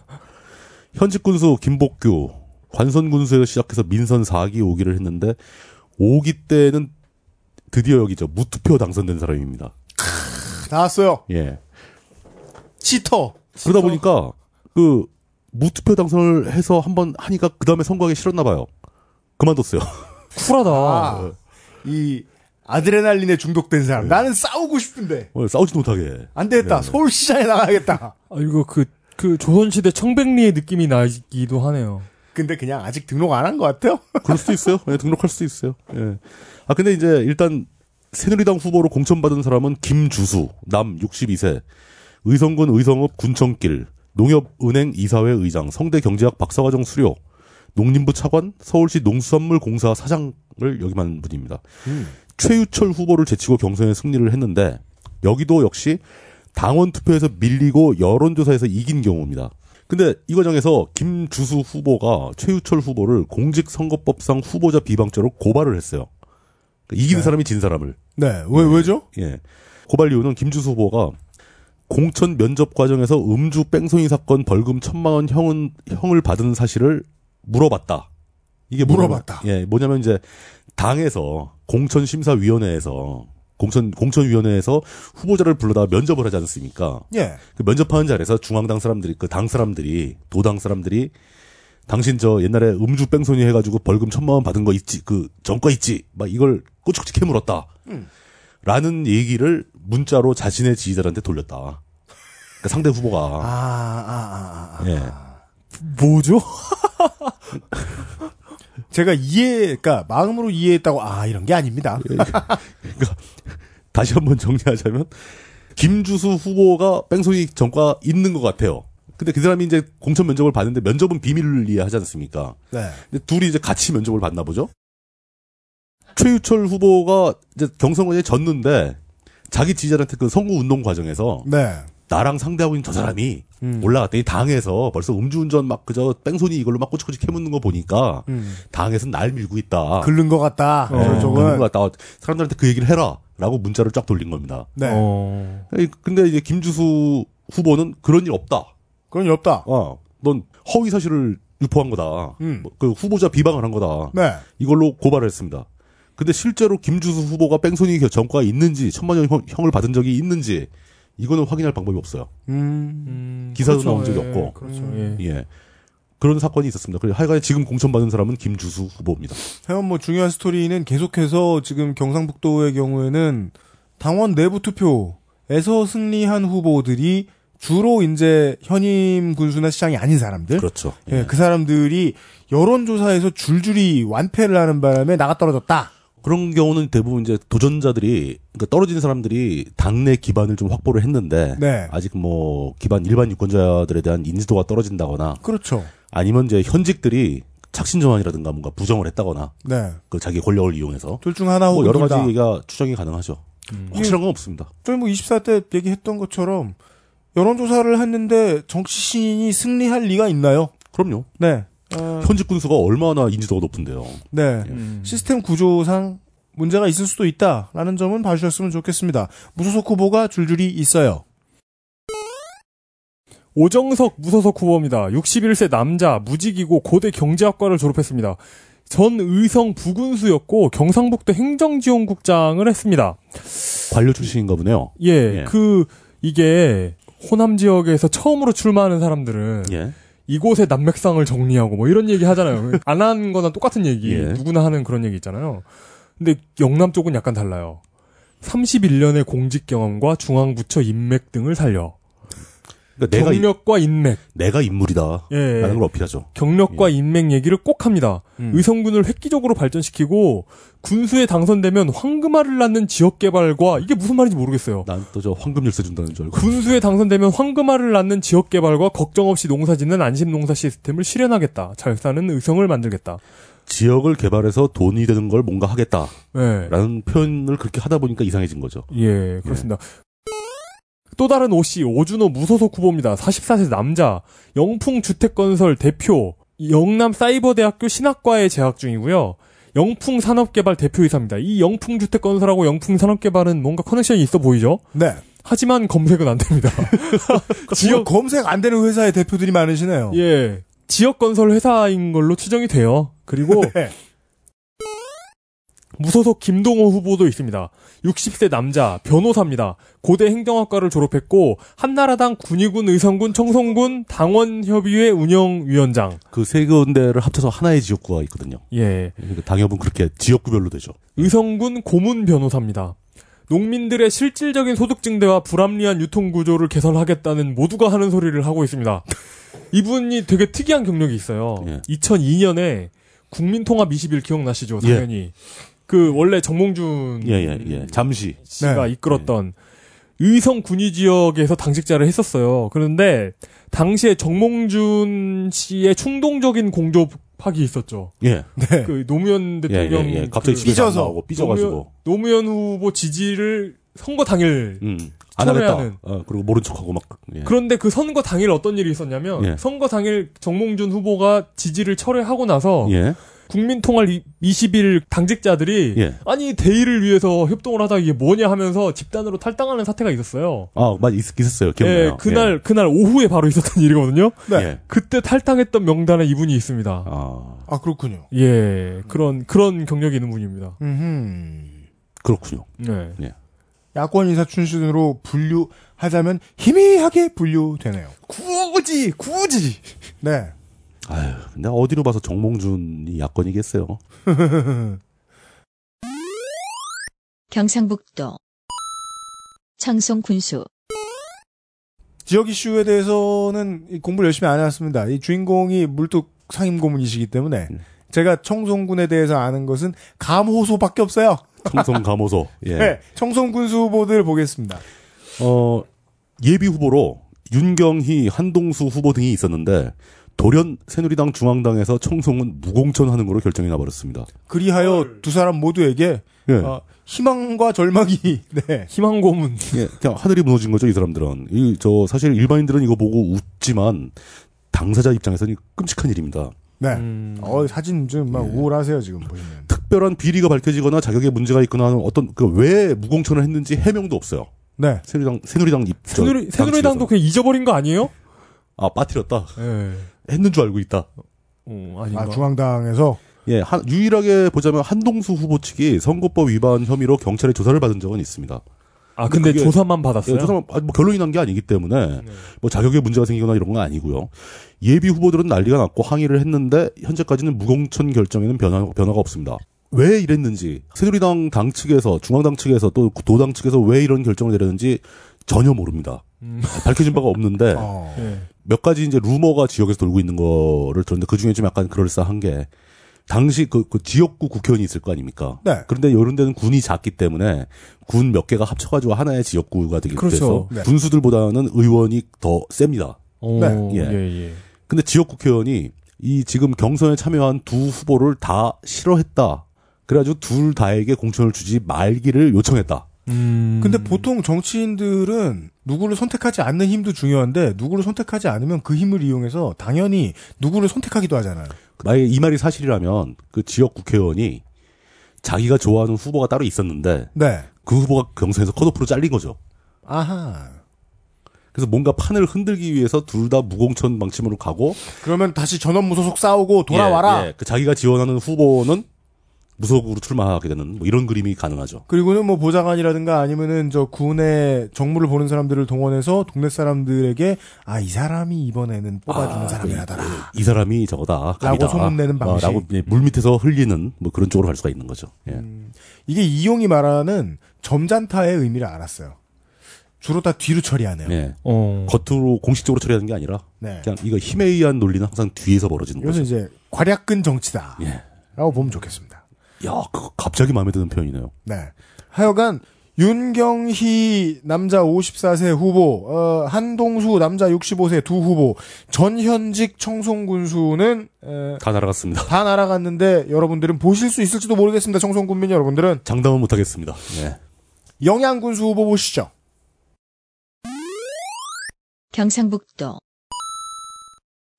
[laughs] 현직 군수 김복규 관선 군수에서 시작해서 민선 4기 5기를 했는데 5기 때는 드디어 여기죠 무투표 당선된 사람입니다. 나왔어요. 예. 치터. 그러다 보니까 그 무투표 당선을 해서 한번 하니까 그 다음에 선거하기 싫었나 봐요. 그만뒀어요. [laughs] 쿨하다. 아, 이 아드레날린에 중독된 사람. 나는 싸우고 싶은데 어, 싸우지 못하게. 안 되겠다. 서울시장에 나가겠다. 아, 이거 그, 그 조선시대 청백리의 느낌이 나기도 하네요. 근데 그냥 아직 등록 안 한 것 같아요. 그럴 수도 있어요. 예, 등록할 수도 있어요. 예. 아 근데 이제 일단 새누리당 후보로 공천받은 사람은 김주수 남 62세 의성군 의성읍 군청길 농협은행 이사회 의장 성대경제학 박사과정 수료 농림부 차관 서울시 농수산물공사 사장을 역임한 분입니다. 최유철 후보를 제치고 경선에 승리를 했는데 여기도 역시 당원 투표에서 밀리고 여론조사에서 이긴 경우입니다. 근데 이 과정에서 김주수 후보가 최유철 후보를 공직선거법상 후보자 비방죄로 고발을 했어요. 그러니까 이긴 사람이 진 사람을. 네. 왜 왜죠? 예. 고발 이유는 김주수 후보가 공천 면접 과정에서 음주 뺑소니 사건 벌금 천만 원 형은, 형을 받은 사실을 물어봤다. 이게 뭐냐면- 물어봤다. 예, 뭐냐면 이제 당에서 공천 심사위원회에서 공천 공천위원회에서 후보자를 불러다 면접을 하지 않습니까? 예. 그 면접하는 자리에서 중앙당 사람들이 그 당 사람들이 도당 사람들이 당신 저 옛날에 음주 뺑소니 해가지고 벌금 천만 원 받은 거 있지 그 전과 있지 막 이걸 꼬치꼬치 캐물었다 라는 얘기를 문자로 자신의 지지자들한테 돌렸다 그러니까 상대 후보가 아, 아, 아, 아. 예. 뭐죠? [laughs] 제가 이해, 그러니까 마음으로 이해했다고 아 이런 게 아닙니다. 예. 다시 한번 [laughs] 정리하자면 김주수 후보가 뺑소니 전과 있는 것 같아요 근데 그 사람이 이제 공천 면접을 봤는데 면접은 비밀리에 하지 않습니까 네. 근데 둘이 이제 같이 면접을 봤나 보죠. 최유철 후보가 이제 경선권에 졌는데 자기 지지자한테 그 선거 운동 과정에서 네. 나랑 상대하고 있는 저 사람이 올라갔더니 당에서 벌써 음주운전 막 그저 뺑소니 이걸로 막 꼬치꼬치 캐묻는 거 보니까 당에서 날 밀고 있다. 글른 것 같다. 그런 저쪽은. 것 같다. 사람들한테 그 얘기를 해라라고 문자를 쫙 돌린 겁니다. 네. 어. 에이, 근데 이제 김주수 후보는 그런 일 없다. 그런 일 없다. 어, 넌 허위 사실을 유포한 거다. 음. 뭐그 후보자 비방을 한 거다. 네. 이걸로 고발을 했습니다. 근데 실제로 김주수 후보가 뺑소니 겨- 전과가 있는지 천만 원 형- 형을 받은 적이 있는지 이거는 확인할 방법이 없어요. 음, 기사도 나온 적이 없고. 그렇죠. 예. 예. 그런 사건이 있었습니다. 그리고 하여간에 지금 공천받은 사람은 김주수 후보입니다. 하여간 뭐 중요한 스토리는 계속해서 지금 경상북도의 경우에는 당원 내부 투표에서 승리한 후보들이 주로 이제 현임 군수나 시장이 아닌 사람들. 그렇죠. 예, 그 사람들이 여론조사에서 줄줄이 완패를 하는 바람에 나가 떨어졌다. 그런 경우는 대부분 이제 도전자들이 그러니까 떨어진 사람들이 당내 기반을 좀 확보를 했는데 네. 아직 뭐 기반 일반 유권자들에 대한 인지도가 떨어진다거나 그렇죠. 아니면 이제 현직들이 착신 정황이라든가 뭔가 부정을 했다거나 네. 그 자기 권력을 이용해서 둘 중 하나 음. 뭐 혹은 여러 둘 다. 가지가 추정이 가능하죠. 확실한 건 없습니다. 저희 뭐 24 때 얘기했던 것처럼 여론조사를 했는데 정치 신인이 승리할 리가 있나요? 그럼요. 네. 현직 군수가 얼마나 인지도가 높은데요. 네. 음. 시스템 구조상 문제가 있을 수도 있다라는 점은 봐주셨으면 좋겠습니다. 무소속 후보가 줄줄이 있어요. 오정석 무소속 후보입니다. 61세 남자, 무직이고 고대 경제학과를 졸업했습니다. 전 의성 부군수였고 경상북도 행정지원국장을 했습니다. 관료 출신인가 보네요. 예, 예. 그 이게 호남 지역에서 처음으로 출마하는 사람들은 예. 이곳의 난맥상을 정리하고 뭐 이런 얘기 [laughs] 하잖아요. 안 하는 거나 똑같은 얘기. 예. 누구나 하는 그런 얘기 있잖아요. 근데 영남 쪽은 약간 달라요. 31년의 공직 경험과 중앙부처 인맥 등을 살려. 그러니까 내가 이- 아, 경력과 인맥, 내가 인물이다. 예. 라는 걸 어필하죠. 예. 경력과 인맥 얘기를 꼭 합니다. 음. 의성군을 획기적으로 발전시키고 군수에 당선되면 황금알을 낳는 지역 개발과 이게 무슨 말인지 모르겠어요. 난 또 저 황금 열쇠 준다는 줄 알고. 군수에 당선되면 황금알을 낳는 지역 개발과 걱정 없이 농사짓는 안심 농사 시스템을 실현하겠다. 잘 사는 의성을 만들겠다. 지역을 개발해서 돈이 되는 걸 뭔가 하겠다. 예. 라는 표현을 그렇게 하다 보니까 이상해진 거죠. 예, 그렇습니다. 또 다른 오씨 오준호 무소속 후보입니다. 44세 남자, 영풍주택건설 대표, 영남 사이버대학교 신학과에 재학 중이고요. 영풍산업개발 대표이사입니다. 이 영풍주택건설하고 영풍산업개발은 뭔가 커넥션이 있어 보이죠? 네. 하지만 검색은 안 됩니다. [laughs] 지역 뭐 검색 안 되는 회사의 대표들이 어. 많으시네요. 예, 지역건설 회사인 걸로 추정이 돼요. [laughs] 그리고 네. 무소속 김동호 후보도 있습니다. 60세 남자, 변호사입니다. 고대 행정학과를 졸업했고, 한나라당 군의군 의성군 청송군 당원협의회 운영위원장. 그 세 군데를 합쳐서 하나의 지역구가 있거든요. 예. 그러니까 당협은 그렇게 지역구별로 되죠. 의성군 고문 변호사입니다. 농민들의 실질적인 소득 증대와 불합리한 유통 구조를 개선하겠다는 모두가 하는 소리를 하고 있습니다. 이분이 되게 특이한 경력이 있어요. 예. 2002년에 국민통합 21 기억나시죠? 당연히. 그 원래 정몽준 예, 예, 예. 잠시. 씨가 네. 이끌었던 의성 군위 지역에서 당직자를 했었어요. 그런데 당시에 정몽준 씨의 충동적인 공조팍이 있었죠. 예. 네. 그 노무현 예, 대통령 예, 예. 갑자기 그 집에서 안 삐져서. 나오고 삐져가지고. 노무현, 노무현 후보 지지를 선거 당일 음. 안 하겠다. 철회하는. 어, 그리고 모른 척하고 막. 예. 그런데 그 선거 당일 어떤 일이 있었냐면 예. 선거 당일 정몽준 후보가 지지를 철회하고 나서 예. 국민통합 20일 당직자들이 예. 아니 대의를 위해서 협동을 하다 이게 뭐냐 하면서 집단으로 탈당하는 사태가 있었어요. 아, 맞, 있, 있었어요. 기억나요. 예, 그날 그날 오후에 바로 [laughs] 있었던 일이거든요. 예. 네. 예. 그때 탈당했던 명단에 이분이 있습니다. 아, 아 그렇군요. 예, 그런 그런 경력이 있는 분입니다. 음. 그렇군요. 네. 야권 인사 출신으로 분류하자면 희미하게 분류되네요. 굳이 굳이. 네. 아휴, 근데 어디로 봐서 정몽준이 야권이겠어요. 경상북도 창성 군수 지역 이슈에 대해서는 이 공부를 열심히 안 해왔습니다. 이 주인공이 물뚝 상임 고문이시기 때문에 음. 제가 청송군에 대해서 아는 것은 감호소밖에 없어요. 청성 감호소. 예. 네. 청송군수 후보들 보겠습니다. 어, 예비 후보로 윤경희, 한동수 후보 등이 있었는데 돌연 새누리당 중앙당에서 청송은 무공천하는 걸로 결정이 나버렸습니다. 그리하여 두 사람 모두에게 예. 아. 어, 희망과 절망이 [laughs] 네. 희망 고문. 예, 그냥 하늘이 무너진 거죠, 이 사람들은. 이, 저, 사실 일반인들은 이거 보고 웃지만, 당사자 입장에서는 끔찍한 일입니다. 네. 음. 어, 사진 좀 막 우울하세요, 지금 [laughs] 보시면. 특별한 비리가 밝혀지거나 자격에 문제가 있거나 하는 어떤, 그 왜 무공천을 했는지 해명도 없어요. 네. 새누리당, 새누리당 입, 저, 새누리, 새누리당도 당측에서. 그냥 잊어버린 거 아니에요? 아, 빠뜨렸다. 예. 했는 줄 알고 있다. 어, 아닌가. 아, 중앙당에서 예, 한- 유일하게 보자면 한동수 후보 측이 선거법 위반 혐의로 경찰에 조사를 받은 적은 있습니다. 아, 근데 그게- 조사만 예, 받았어요. 네. 저 사람 아직 뭐 결론이 난 게 아니기 때문에 뭐 자격에 문제가 생기거나 이런 건 아니고요. 예비 후보들은 난리가 났고 항의를 했는데 현재까지는 무공천 결정에는 변화, 변화가 없습니다. 왜 이랬는지 새누리당 당 측에서 중앙당 측에서 또 도당 측에서 왜 이런 결정을 내렸는지 전혀 모릅니다. 아, 음. 밝혀진 [laughs] 바가 없는데 어. 예. 몇 가지 이제 루머가 지역에서 돌고 있는 거를 들었는데 그 중에 좀 약간 그럴싸한 게 당시 그, 그 지역구 국회의원이 있을 거 아닙니까? 네. 그런데 이런 데는 군이 작기 때문에 군 몇 개가 합쳐가지고 하나의 지역구가 되기 그렇죠. 때문에 네. 군수들보다는 의원이 더 셉니다. 어, 네. 예. 예. 예, 근데 지역 국회의원이 이 지금 경선에 참여한 두 후보를 다 싫어했다. 그래가지고 둘 다에게 공천을 주지 말기를 요청했다. 음. 근데 보통 정치인들은 누구를 선택하지 않는 힘도 중요한데 누구를 선택하지 않으면 그 힘을 이용해서 당연히 누구를 선택하기도 하잖아요. 만약에 이 말이 사실이라면 그 지역 국회의원이 자기가 좋아하는 후보가 따로 있었는데 네. 그 후보가 경선에서 컷오프로 잘린 거죠. 아하. 그래서 뭔가 판을 흔들기 위해서 둘 다 무공천 방침으로 가고 그러면 다시 전원 무소속 싸우고 돌아와라. 예, 예. 그 자기가 지원하는 후보는 무소속으로 출마하게 되는 뭐 이런 그림이 가능하죠. 그리고는 뭐 보좌관이라든가 아니면은 저 군의 정무를 보는 사람들을 동원해서 동네 사람들에게 아 이 사람이 이번에는 뽑아주는 사람이라더라. 이 사람이 저거다. 갑니다. 소문내는 방식. 라고 예, 물 밑에서 흘리는 뭐 그런 쪽으로 갈 음. 수가 있는 거죠. 예. 이게 이용이 말하는 점잔타의 의미를 알았어요. 주로 다 뒤로 처리하네요. 네. 예. 어. 겉으로 공식적으로 처리하는 게 아니라 그냥 이거 힘에 의한 논리는 항상 뒤에서 벌어지는 이것은 거죠. 이제 괄약근 정치다. 예. 라고 보면 좋겠습니다. 야, 그거 갑자기 마음에 드는 표현이네요. 네. 하여간 윤경희 남자 54세 후보, 어, 한동수 남자 65세 두 후보, 전현직 청송군수는 에, 다 날아갔습니다. 다 날아갔는데 여러분들은 보실 수 있을지도 모르겠습니다. 청송군민 여러분들은 장담은 못하겠습니다. 예. 영양군수 후보 보시죠. 경상북도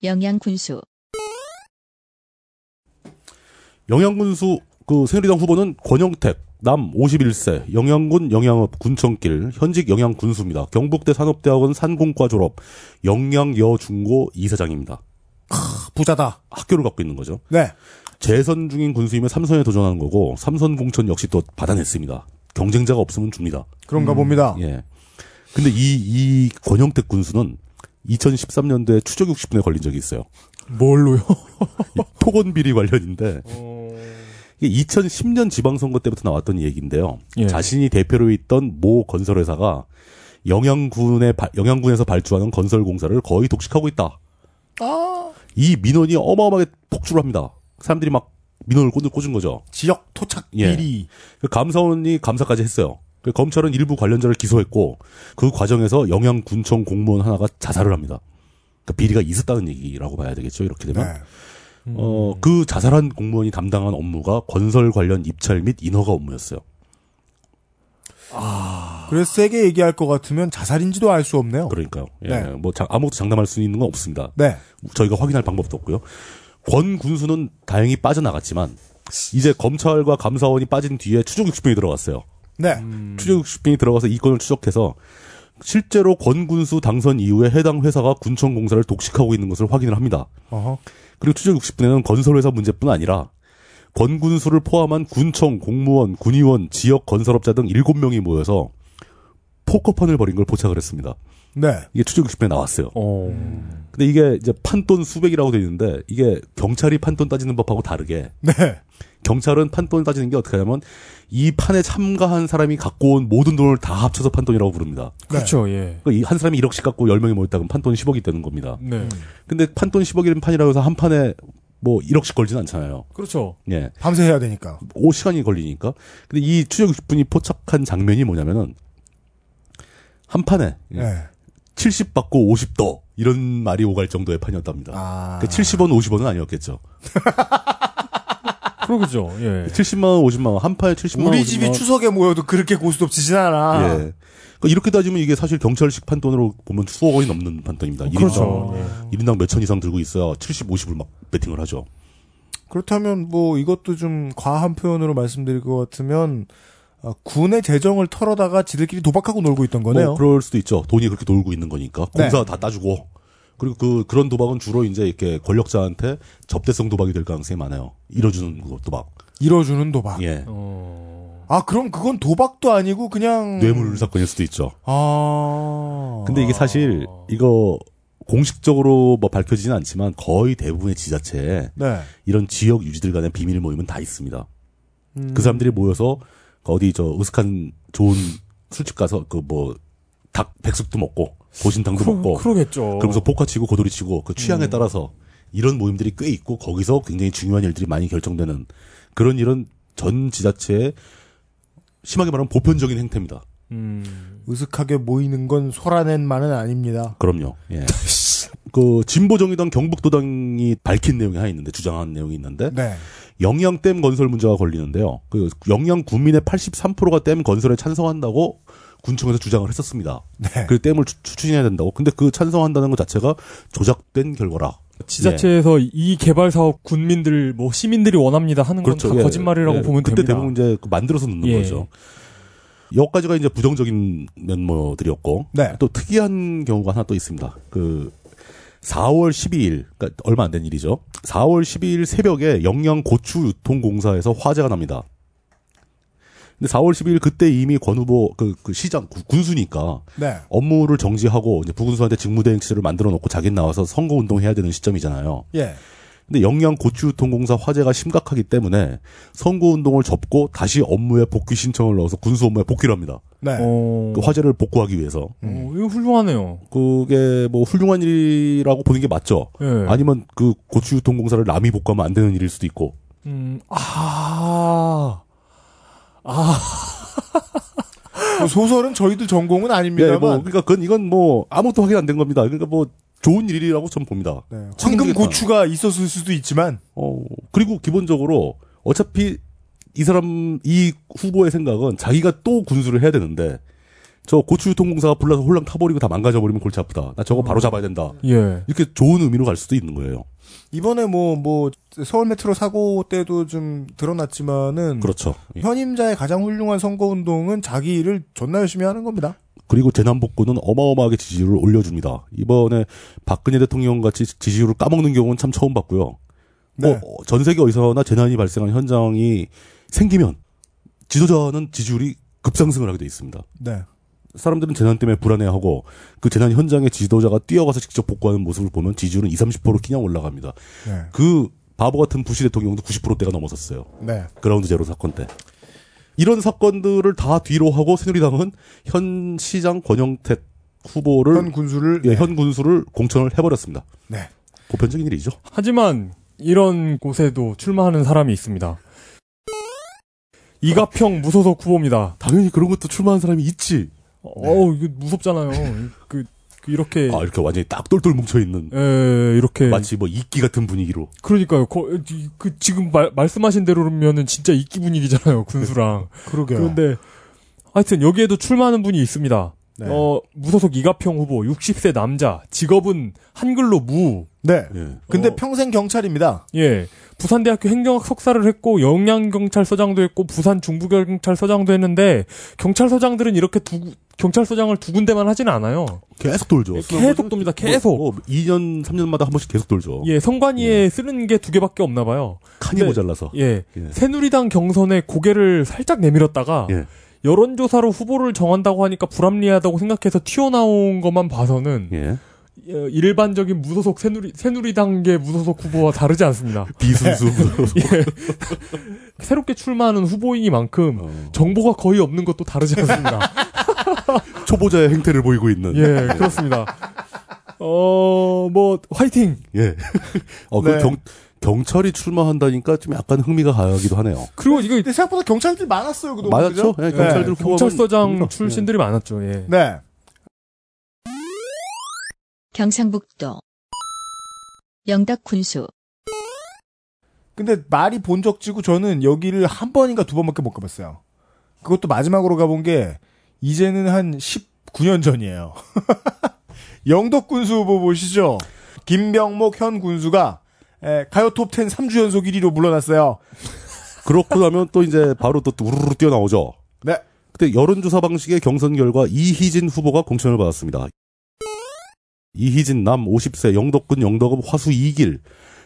영양군수 영양군수 그 새누리당 후보는 권영택 남 51세 영양군 영양업 군청길 현직 영양군수입니다. 경북대 산업대학원 산공과 졸업 영양여중고 이사장입니다. 부자다. 학교를 갖고 있는 거죠. 네. 재선 중인 군수임에 삼선에 도전하는 거고 삼선 공천 역시 또 받아냈습니다. 경쟁자가 없으면 줍니다. 그런가 봅니다. 예. 근데 이, 이 권영택 군수는 2013년도에 추적 60분에 걸린 적이 있어요. 뭘로요? 토건 어, 비리 관련인데 이게 2010년 지방선거 때부터 나왔던 얘기인데요. 예. 자신이 대표로 있던 모 건설회사가 영양군에 바- 영양군에서 발주하는 건설 공사를 거의 독식하고 있다. 이 민원이 어마어마하게 폭주를 합니다. 사람들이 막 민원을 꽂- 꽂은 거죠. 지역 토착 예. 비리. 그 감사원이 감사까지 했어요. 그 검찰은 일부 관련자를 기소했고 그 과정에서 영양군청 공무원 하나가 자살을 합니다. 그 비리가 있었다는 얘기라고 봐야 되겠죠. 이렇게 되면 네. 어, 그 자살한 공무원이 담당한 업무가 건설 관련 입찰 및 인허가 업무였어요. [laughs] 그래서 세게 얘기할 것 같으면 자살인지도 알 수 없네요. 그러니까요. 예, 네. 뭐 자- 아무것도 장담할 수 있는 건 없습니다. 네. 저희가 확인할 방법도 없고요. 권 군수는 다행히 빠져나갔지만 이제 검찰과 감사원이 빠진 뒤에 추적 60명이 들어갔어요. 네. 음. 추적 60명이 음. 들어가서 이 건을 추적해서 실제로 권 군수 당선 이후에 해당 회사가 군청 공사를 독식하고 있는 것을 확인을 합니다. 어허. 그리고 추적 60분에는 건설회사 문제뿐 아니라 건군수를 포함한 군청, 공무원, 군의원, 지역 건설업자 등 7명이 모여서 포커판을 벌인 걸 포착을 했습니다. 네. 이게 추적 60분에 나왔어요. 어. 근데 이게 이제 판돈 수백이라고 돼 있는데 이게 경찰이 판돈 따지는 법하고 다르게 네. 경찰은 판돈을 따지는 게 어떻게 하냐면 이 판에 참가한 사람이 갖고 온 모든 돈을 다 합쳐서 판돈이라고 부릅니다. 그렇죠. 예. 그러니까 이한 사람이 1억씩 갖고 10명이 모였다 그러면 판돈 10억이 되는 겁니다. 음. 네. 근데 판돈 10억이라는 판이라고 해서 한 판에 뭐 1억씩 걸진 않잖아요. 그렇죠. 예. 밤새 해야 되니까. 5시간이 걸리니까. 근데 이 추적 60분이 포착한 장면이 뭐냐면은, 한 판에 네. 70 받고 50 더, 이런 말이 오갈 정도의 판이었답니다. 아. 그 70원, 50원은 아니었겠죠. 그러죠. 예. 70만원, 50만원, 한 판에 70만원. 우리 집이 추석에 뭐. 모여도 그렇게 고스톱 치진 않아. 예. 그러니까 이렇게 따지면 이게 사실 경찰식 판돈으로 보면 수억 원이 넘는 판돈입니다. 그렇죠. 1인당, 인당 몇천 이상 들고 있어야 70, 50을 막 베팅을 하죠. 그렇다면 뭐 이것도 좀 과한 표현으로 말씀드릴 것 같으면 어, 군의 재정을 털어다가 지들끼리 도박하고 놀고 있던 거네요. 뭐 그럴 수도 있죠. 돈이 그렇게 돌고 있는 거니까 공사 다 따주고 그리고 그 그런 도박은 주로 이제 이렇게 권력자한테 접대성 도박이 될 가능성이 많아요. 잃어주는 것도 막 이뤄주는 도박. 예. 아 그럼 그건 도박도 아니고 그냥 뇌물 사건일 수도 있죠. 아. 음. 어. 근데 이게 사실 이거 공식적으로 뭐 밝혀지진 않지만 거의 대부분의 지자체에 네. 이런 지역 유지들 간의 비밀 모임은 다 있습니다. 음. 그 사람들이 모여서 그 어디 저 으슥한 좋은 술집 가서 그 뭐 닭 백숙도 먹고 고신탕도 먹고 그러겠죠. 뭐. 그러면서 포카 치고 고도리 치고 그 취향에 음. 따라서 이런 모임들이 꽤 있고 거기서 굉장히 중요한 일들이 많이 결정되는 그런 이런 전 지자체의 심하게 말하면 보편적인 행태입니다. 음. 으슥하게 모이는 건 소라낸 만은 아닙니다. 그럼요. [laughs] 예. 그 진보정의당 경북도당이 밝힌 내용이 하나 있는데 주장한 내용이 있는데 네. 영양댐 건설 문제가 걸리는데요. 그 영양 국민의 83%가 댐 건설에 찬성한다고 군청에서 주장을 했었습니다. 네. 그 댐을 추- 추진해야 된다고. 근데 그 찬성한다는 것 자체가 조작된 결과라. 지자체에서 예. 이 개발 사업 군민들 뭐 시민들이 원합니다 하는 건 다 예. 거짓말이라고 예. 보면 그때 됩니다. 대부분 이제 그 만들어서 넣는 예. 거죠. 여기까지가 이제 부정적인 면모들이었고 네. 또 특이한 경우가 하나 또 있습니다. 그 4월 12일, 그러니까 얼마 안 된 일이죠. 4월 12일 새벽에 영양 고추 유통 공사에서 화재가 납니다. 근데 4월 12일 그때 이미 권 후보 그, 그 시장 구- 군수니까 네. 업무를 정지하고 이제 부군수한테 직무대행 체제를 만들어 놓고 자기 는 나와서 선거 운동해야 되는 시점이잖아요. 예. 근데 영양 고추유통공사 화재가 심각하기 때문에 선거 운동을 접고 다시 업무에 복귀 신청을 넣어서 군수 업무에 복귀를 합니다. 네. 어, 그 화재를 복구하기 위해서. 음. 어, 이거 훌륭하네요. 그게 뭐 훌륭한 일이라고 보는 게 맞죠. 예. 네. 아니면 그 고추유통공사를 남이 복구하면 안 되는 일일 수도 있고. 음, 아, 아, 그 소설은 저희들 전공은 예, 뭐 아닙니다만. 네. 그러니까 그건 이건 뭐 아무것도 확인 안 된 겁니다. 그러니까 뭐 좋은 일이라고 저는 봅니다. 네. 황금 고추가 있었을 수도 있지만 어, 그리고 기본적으로 어차피 이 사람, 이 후보의 생각은 자기가 또 군수를 해야 되는데 저 고추유통공사가 불나서 홀랑 타버리고 다 망가져버리면 골치 아프다. 나 저거 바로 음. 잡아야 된다. 예. 이렇게 좋은 의미로 갈 수도 있는 거예요. 이번에 뭐 뭐 서울 메트로 사고 때도 좀 드러났지만은 그렇죠. 예. 현임자의 가장 훌륭한 선거 운동은 자기 일을 존나 열심히 하는 겁니다. 그리고 재난복구는 어마어마하게 지지율을 올려줍니다. 이번에 박근혜 대통령 같이 지지율을 까먹는 경우는 참 처음 봤고요. 네. 뭐, 어, 전 세계 어디서나 재난이 발생한 현장이 생기면 지도자는 지지율이 급상승을 하게 돼 있습니다. 네. 사람들은 재난 때문에 불안해하고 그 재난 현장에 지도자가 뛰어가서 직접 복구하는 모습을 보면 지지율은 20, 30%로 그냥 올라갑니다. 네. 그 바보 같은 부시 대통령도 90%대가 넘어섰어요. 네. 그라운드 제로 사건 때. 이런 사건들을 다 뒤로 하고 새누리당은 현 시장 권영택 후보를 현 군수를 예, 현 군수를 공천을 해버렸습니다. 네. 보편적인 일이죠. 하지만 이런 곳에도 출마하는 사람이 있습니다. 이가평 무소속 후보입니다. 당연히 그런 것도 출마한 사람이 있지. 네. 어우, 이거 무섭잖아요. 그, 그 이렇게, 아 이렇게 완전히 딱 똘똘 뭉쳐 있는 예, 이렇게. 마치 뭐 이끼 같은 분위기로. 그러니까요. 거- 이- 그 지금 말, 말씀하신 대로면은 진짜 이기 분위기잖아요. 군수랑. [laughs] 그러게요. 그런데 하여튼 여기에도 출마하는 분이 있습니다. 네. 어, 무소속 이가평 후보 60세 남자. 직업은 한글로 무. 네. 예. 근데 어. 평생 경찰입니다. 예. 부산대학교 행정학 석사를 했고 영양경찰서장도 했고 부산 중부경찰서장도 했는데 경찰서장들은 이렇게 두 경찰서장을 두 군데만 하진 않아요. 계속 돌죠. 뭐, 계속 돕니다. 계속. 뭐, 2년 3년마다 한 번씩 계속 돌죠. 예, 네. 선관위에 쓰는 게 두 개밖에 없나 봐요. 칸이 네. 모자라서. 예. 예. 새누리당 경선에 고개를 살짝 내밀었다가 예. 여론조사로 후보를 정한다고 하니까 불합리하다고 생각해서 튀어나온 것만 봐서는 예. 예, 일반적인 무소속 새누리 새누리당계 무소속 후보와 다르지 [laughs] 않습니다. 비순수. 예. 예. [laughs] 새롭게 출마하는 후보이니만큼 어. 정보가 거의 없는 것도 다르지 [laughs] 않습니다. 초보자의 행태를 보이고 있는. 예, 그렇습니다. 어, 뭐 화이팅. [laughs] 예. 어, 그 네. 경, 경찰이 출마한다니까 좀 약간 흥미가 가기도 하네요. 그리고 이거 근데 생각보다 경찰들 많았어요, 그동안. 맞았죠? 그죠? 예, 경찰들 후보하면 음, 네. 경찰서장 흥미가- 출신들이 많았죠. 예. 네. 경상북도 영덕군수 근데 말이 본적지고 저는 여기를 한 번인가 두 번밖에 못 가봤어요. 그것도 마지막으로 가본 게 이제는 한 19년 전이에요. [laughs] 영덕 군수 후보 보시죠. 김병목 현 군수가 에, 가요 톱10 3주 연속 1위로 물러났어요. 예. 그렇고 나면 또 이제 바로 또 우르르 뛰어나오죠. 네. 그때 여론조사 방식의 경선 결과 이희진 후보가 공천을 받았습니다. 이희진 남 50세 영덕군 영덕읍 화수 2길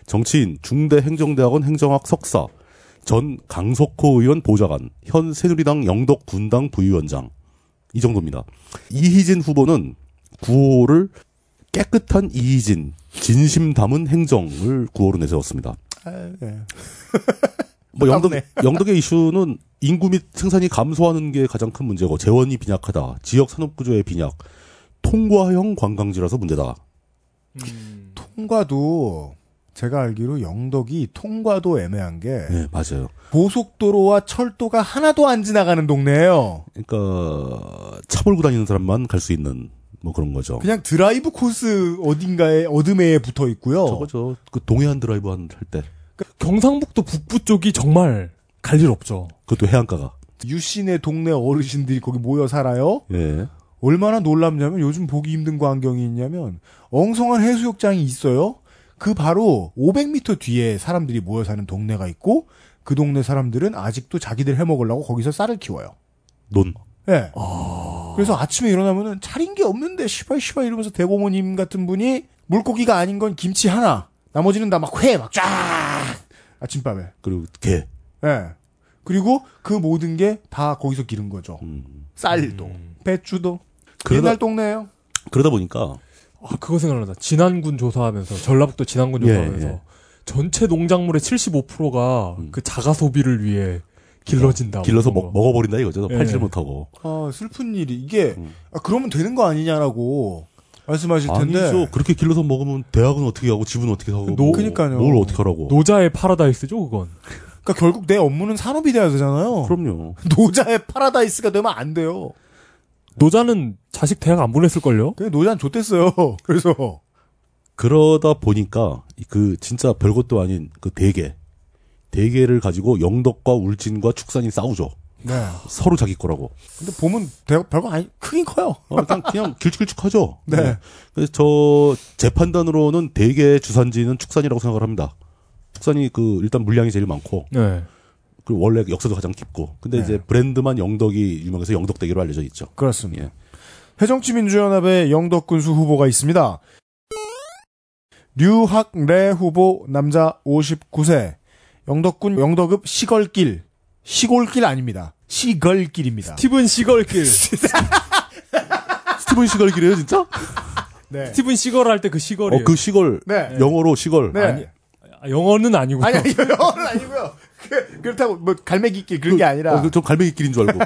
정치인 중대 행정대학원 행정학 석사 전 강석호 의원 보좌관 현 새누리당 영덕 군당 부위원장 이 정도입니다. 이희진 후보는 구호를 깨끗한 이희진 진심 담은 행정을 구호로 내세웠습니다. 아, 네. [laughs] 뭐 영덕 아깝네. 영덕의 이슈는 인구 및 생산이 감소하는 게 가장 큰 문제고 재원이 빈약하다. 지역 산업 구조의 빈약. 통과형 관광지라서 문제다. 통과도 제가 알기로 영덕이 통과도 애매한 게 네, 맞아요. 고속도로와 철도가 하나도 안 지나가는 동네예요. 그러니까 차 몰고 다니는 사람만 갈 수 있는 뭐 그런 거죠. 그냥 드라이브 코스 어딘가에 어둠에 붙어 있고요. 저거죠. 그 동해안 드라이브 한- 할 때. 경상북도 북부 쪽이 정말 갈 일 없죠. 그것도 해안가가. 유신의 동네 어르신들이 거기 모여 살아요. 예. 얼마나 놀랍냐면 요즘 보기 힘든 광경이 있냐면 엉성한 해수욕장이 있어요. 그 바로 500m 뒤에 사람들이 모여 사는 동네가 있고 그 동네 사람들은 아직도 자기들 해먹으려고 거기서 쌀을 키워요. 논. 예. 그래서 아침에 일어나면은 차린 게 없는데 시발 시발 이러면서 대고모님 같은 분이 물고기가 아닌 건 김치 하나, 나머지는 다 막 회 막 쫙 아침밥에. 그리고 개. 예. 그리고 그 모든 게 다 거기서 기른 거죠. 음. 쌀도, 배추도. 그러다- 옛날 동네예요. 그러다 보니까 아, 그거 생각난다. 진안군 조사하면서 전라북도 진안군 예, 조사하면서 예. 전체 농작물의 75%가 그 자가 소비를 위해 길러진다. 길러서 뭐 먹, 먹어버린다 이거죠. 예. 팔질 못하고. 아, 슬픈 일이. 이게, 아, 그러면 되는 거 아니냐라고 말씀하실 텐데. 아니죠. 그렇게 길러서 먹으면 대학은 어떻게 하고 집은 어떻게 사고 노- 뭐- 그러니까요. 뭘 어떻게 하라고. 노자의 파라다이스죠, 그건. 그러니까 결국 내 업무는 산업이 돼야 되잖아요. 그럼요. [laughs] 노자의 파라다이스가 되면 안 돼요. 노자는 자식 대학 안 보냈을걸요? 그냥 노자는 좆됐어요. [laughs] 그래서. 그러다 보니까 그 진짜 별것도 아닌 그 대계 대계를 가지고 영덕과 울진과 축산이 싸우죠. 네. 서로 자기 거라고. 근데 보면 대- 별거 아니, 크긴 커요. 어, 일단 [laughs] 그냥 길쭉길쭉하죠. 네. 그래서 저 제 판단으로는 대개 주산지는 축산이라고 생각을 합니다. 축산이 그 일단 물량이 제일 많고 네. 그리고 원래 역사도 가장 깊고 근데 이제 브랜드만 영덕이 유명해서 영덕대기로 알려져 있죠. 그렇습니다. 해정치민주연합의 영덕군수 후보가 있습니다. 류학래 후보 남자 59세 영덕군 영덕읍 시골길 시골길 아닙니다. 시걸길입니다. [laughs] 스티븐 시걸길. 스티븐 시걸길이에요 [laughs] 진짜? 네. 스티븐 시걸 할 때 그 시걸이에요. 어 그 시걸 네. 영어로 시걸 네. 아니, 아니, 아, 영어는 아니고요. 아니, [laughs] 영어는 아니고요. 그, 그렇다고 뭐 갈매기 길 그런 게 아니라 어, 그저 갈매기 길인 줄 [laughs] 알고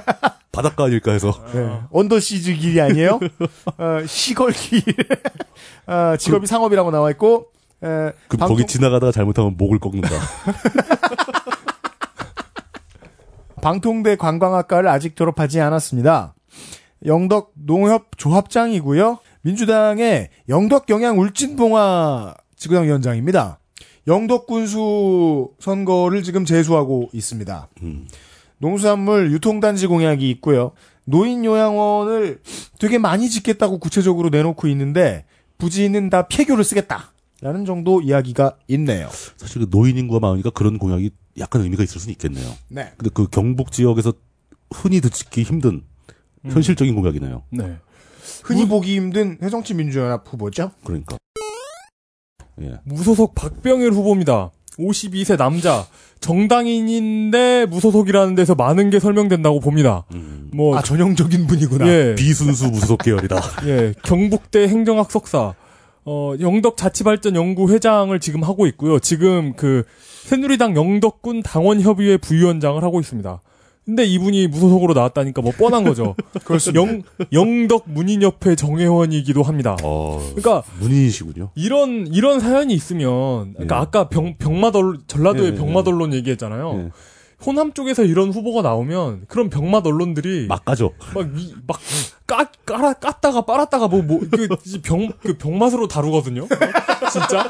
바닷가 아닐까 해서 네. 언더시즈 길이 아니에요? 어, 시골길. [laughs] 어, 직업이 상업이라고 나와 있고 에, 그 방송- 거기 지나가다가 잘못하면 목을 꺾는다. 방통대 관광학과를 아직 졸업하지 않았습니다. 영덕 농협 조합장이고요. 민주당의 영덕 영양 울진봉화 지구당 위원장입니다. 영덕 군수 선거를 지금 재수하고 있습니다. 농수산물 유통단지 공약이 있고요. 노인 요양원을 되게 많이 짓겠다고 구체적으로 내놓고 있는데 부지는 다 폐교를 쓰겠다. 라는 정도 이야기가 있네요. 사실 그 노인 인구가 많으니까 그런 공약이 약간 의미가 있을 수는 있겠네요. 네. 근데 그 경북 지역에서 흔히 듣기 힘든 음. 현실적인 공약이네요. 네. 흔히 보기 힘든 해정치민주연합 후보죠. 그러니까. 예. 무소속 박병일 후보입니다. 52세 남자. 정당인인데 무소속이라는 데서 많은 게 설명된다고 봅니다. 음. 뭐 아, 전형적인 분이구나. 예. 비순수 무소속 계열이다. [laughs] 예, 경북대 행정학 석사, 어, 영덕 자치발전 연구회장을 지금 하고 있고요. 지금 그 새누리당 영덕군 당원협의회 부위원장을 하고 있습니다. 근데 이분이 무소속으로 나왔다니까 뭐 뻔한 [laughs] 거죠. 그렇습니다. 영 영덕 문인협회 정회원이기도 합니다. 어, 그러니까 문인이시군요. 이런 이런 사연이 있으면 그러니까 예. 아까 병 병마덜 전라도의 예, 예, 병맛 언론 얘기했잖아요. 예. 호남 쪽에서 이런 후보가 나오면 그런 병맛 언론들이 막 [laughs] 가죠. 막막까 깔아 깠다가 빨았다가 뭐, 뭐뭐그병그 병맛으로 다루거든요. 진짜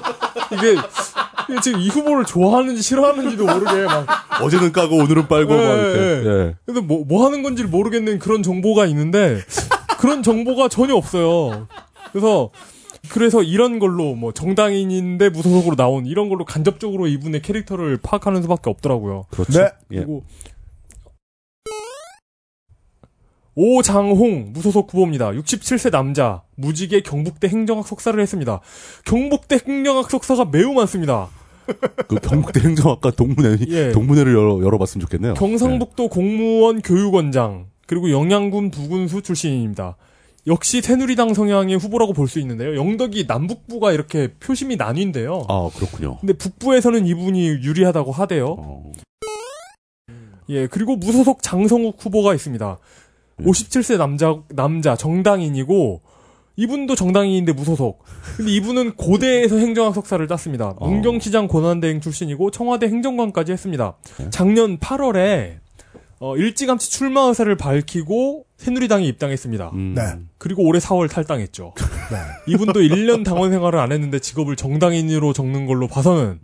이게, 이게 지금 이 후보를 좋아하는지 싫어하는지도 모르게 막 어제는 까고 오늘은 빨고 막 예, 이렇게. 예. 근데 뭐 뭐 하는 건지를 모르겠는 그런 정보가 있는데 그런 정보가 전혀 없어요. 그래서 그래서 이런 걸로 뭐 정당인인데 무소속으로 나온 이런 걸로 간접적으로 이분의 캐릭터를 파악하는 수밖에 없더라고요. 그렇죠. 네. 예. 그리고 오장홍 무소속 후보입니다. 67세 남자 무직에 경북대 행정학 석사를 했습니다. 경북대 행정학 석사가 매우 많습니다. 그 경북대 행정학과 동문회 예. 동문회를 열어, 열어봤으면 좋겠네요. 경상북도 공무원 교육원장 그리고 영양군 부군수 출신입니다. 역시 새누리당 성향의 후보라고 볼 수 있는데요. 영덕이 남북부가 이렇게 표심이 나뉜데요. 예. 아 그렇군요. 근데 북부에서는 이분이 유리하다고 하대요. 어, 예, 그리고 무소속 장성욱 후보가 있습니다. 예. 57세 남자, 남자, 정당인이고, 이분도 정당인인데 무소속. 근데 이분은 고대에서 행정학 석사를 땄습니다. 어. 문경시장 권한대행 출신이고, 청와대 행정관까지 했습니다. 작년 8월에, 어, 일찌감치 출마 의사를 밝히고, 새누리당에 입당했습니다. 음. 네. 그리고 올해 4월 탈당했죠. 이분도 1년 당원 생활을 안 했는데 직업을 정당인으로 적는 걸로 봐서는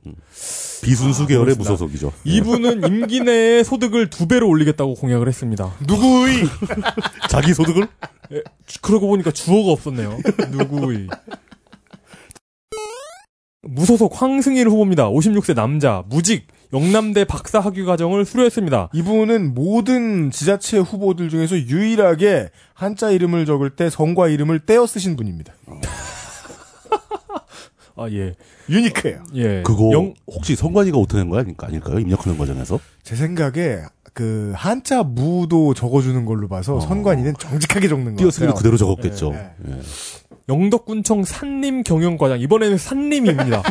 비순수 아, 계열의 그렇습니다. 무소속이죠. 이분은 임기 내에 소득을 두 배로 올리겠다고 공약을 했습니다. 누구의 자기 소득을 주- 그러고 보니까 주어가 없었네요. 누구의. 무소속 황승일 후보입니다. 56세 남자, 무직, 영남대 박사 학위 과정을 수료했습니다. 이분은 모든 지자체 후보들 중에서 유일하게 한자 이름을 적을 때 성과 이름을 떼어 쓰신 분입니다. 아, 예. 유니크해요. 예. 그거 영, 음, 혹시 성관이가 어떻게 된 거야? 아닐까- 아닐까요? 입력하는 과정에서? 제 생각에 그 한자 무도 적어주는 걸로 봐서 선관위는 정직하게 적는 거 띄어쓰기도 같아요. 그대로 적었겠죠. 네, 예. 영덕군청 산림 경영과장 이번에는 [laughs] 산림입니다.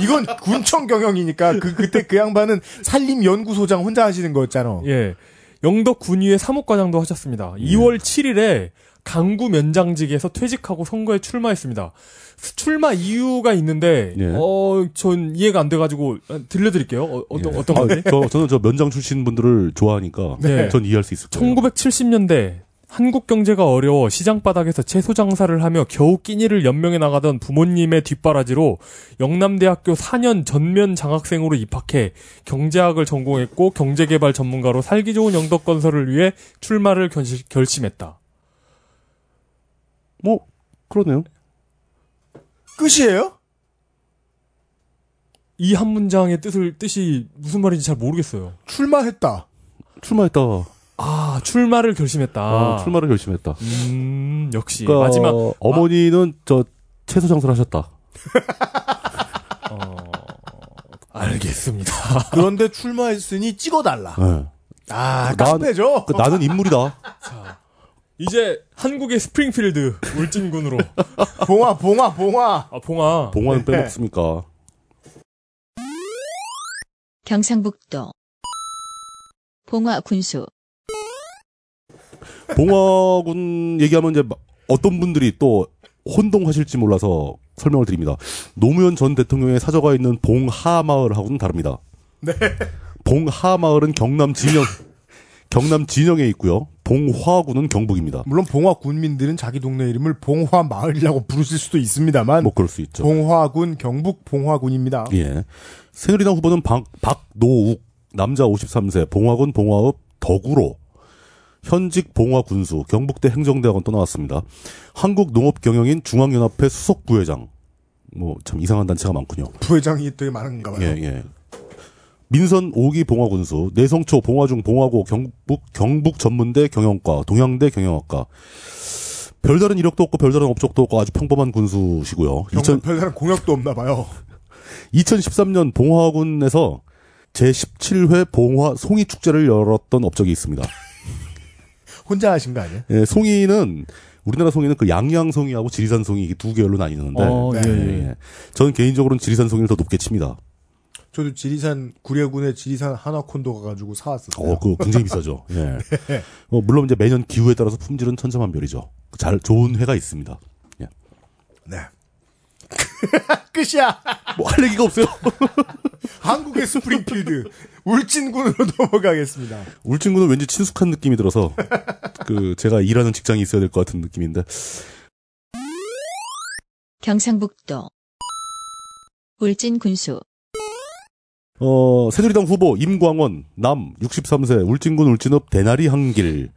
이건 군청 경영이니까 그 그때 그 양반은 산림 연구소장 혼자 하시는 거였잖아. 예. 영덕 군의회 사무과장도 하셨습니다. 예. 2월 7일에 강구 면장직에서 퇴직하고 선거에 출마했습니다. 수- 출마 이유가 있는데 예. 어 전 이해가 안 돼가지고 어, 들려드릴게요. 어, 어떤 어떤 아, 건지? 저, 저는 저 면장 출신 분들을 좋아하니까 네. 전 이해할 수 있을 거예요. 1970년대 한국 경제가 어려워 시장 바닥에서 채소 장사를 하며 겨우 끼니를 연명해 나가던 부모님의 뒷바라지로 영남대학교 4년 전면 장학생으로 입학해 경제학을 전공했고 경제개발 전문가로 살기 좋은 영덕 건설을 위해 출마를 견시- 결심했다. 뭐 그러네요. 끝이에요? 이 한 문장의 뜻을 뜻이 무슨 말인지 잘 모르겠어요. 출마했다. 출마했다. 아 출마를 결심했다. 아, 출마를 결심했다. 음 역시 그러니까 마지막 어머니는 저 채소 장사를 하셨다. 어, 알겠습니다. 그런데 출마했으니 찍어달라. 예. 아, 난- 깡패죠? 그러니까 나는 [laughs] 인물이다. 이제 한국의 스프링필드 울진군으로 봉화, 봉화, 봉화. 아 봉아 봉화는 빼먹습니까? 경상북도 봉화 군수 봉화군 얘기하면 이제 막 어떤 분들이 또 혼동하실지 몰라서 설명을 드립니다. 노무현 전 대통령의 사저가 있는 봉하마을하고는 다릅니다. 봉하마을은 경남 진영, 경남 진영에 있고요. 봉화군은 경북입니다. 물론 봉화 군민들은 자기 동네 이름을 봉화 마을이라고 부르실 수도 있습니다만 뭐 그럴 수 있죠. 봉화군 경북 봉화군입니다. 예. 새누리당 후보는 박, 박노욱, 남자 53세, 봉화군 봉화읍 덕우로, 현직 봉화군수, 경북대 행정대학원 또 나왔습니다. 한국농업경영인 중앙연합회 수석부회장. 뭐, 참 이상한 단체가 많군요. 부회장이 되게 많은가 봐요. 예, 예. 민선 5기 봉화군수, 내성초 봉화중 봉화고 경북 경북 전문대 경영과, 동양대 경영학과. 별다른 이력도 없고 별다른 업적도 없고 아주 평범한 군수시고요. 경 2000 별다른 공약도 없나 봐요. 2013년 봉화군에서 제17회 봉화 송이 축제를 열었던 업적이 있습니다. 혼자 하신 거 아니에요? 예, 송이는 우리나라 송이는 그 양양 송이하고 지리산 송이 이게 두 계열로 나뉘는데 어, 예, 예. 예, 예. 저는 개인적으로는 지리산 송이를 더 높게 칩니다. 저도 지리산 구례군에 지리산 한화콘도 가가지고 사왔었어요. 어, 그 굉장히 비싸죠. 예. 어, 물론 이제 매년 기후에 따라서 품질은 천차만별이죠. 잘 좋은 회가 있습니다. 예. 네. 끝이야. 뭐 할 얘기가 없어요. [laughs] 한국의 스프링필드 울진군으로 넘어가겠습니다. 울진군은 왠지 친숙한 느낌이 들어서 그 제가 일하는 직장이 있어야 될 것 같은 느낌인데 경상북도 울진 군수 어, 새누리당 후보 임광원 남 63세 울진군 울진읍 대나리 한길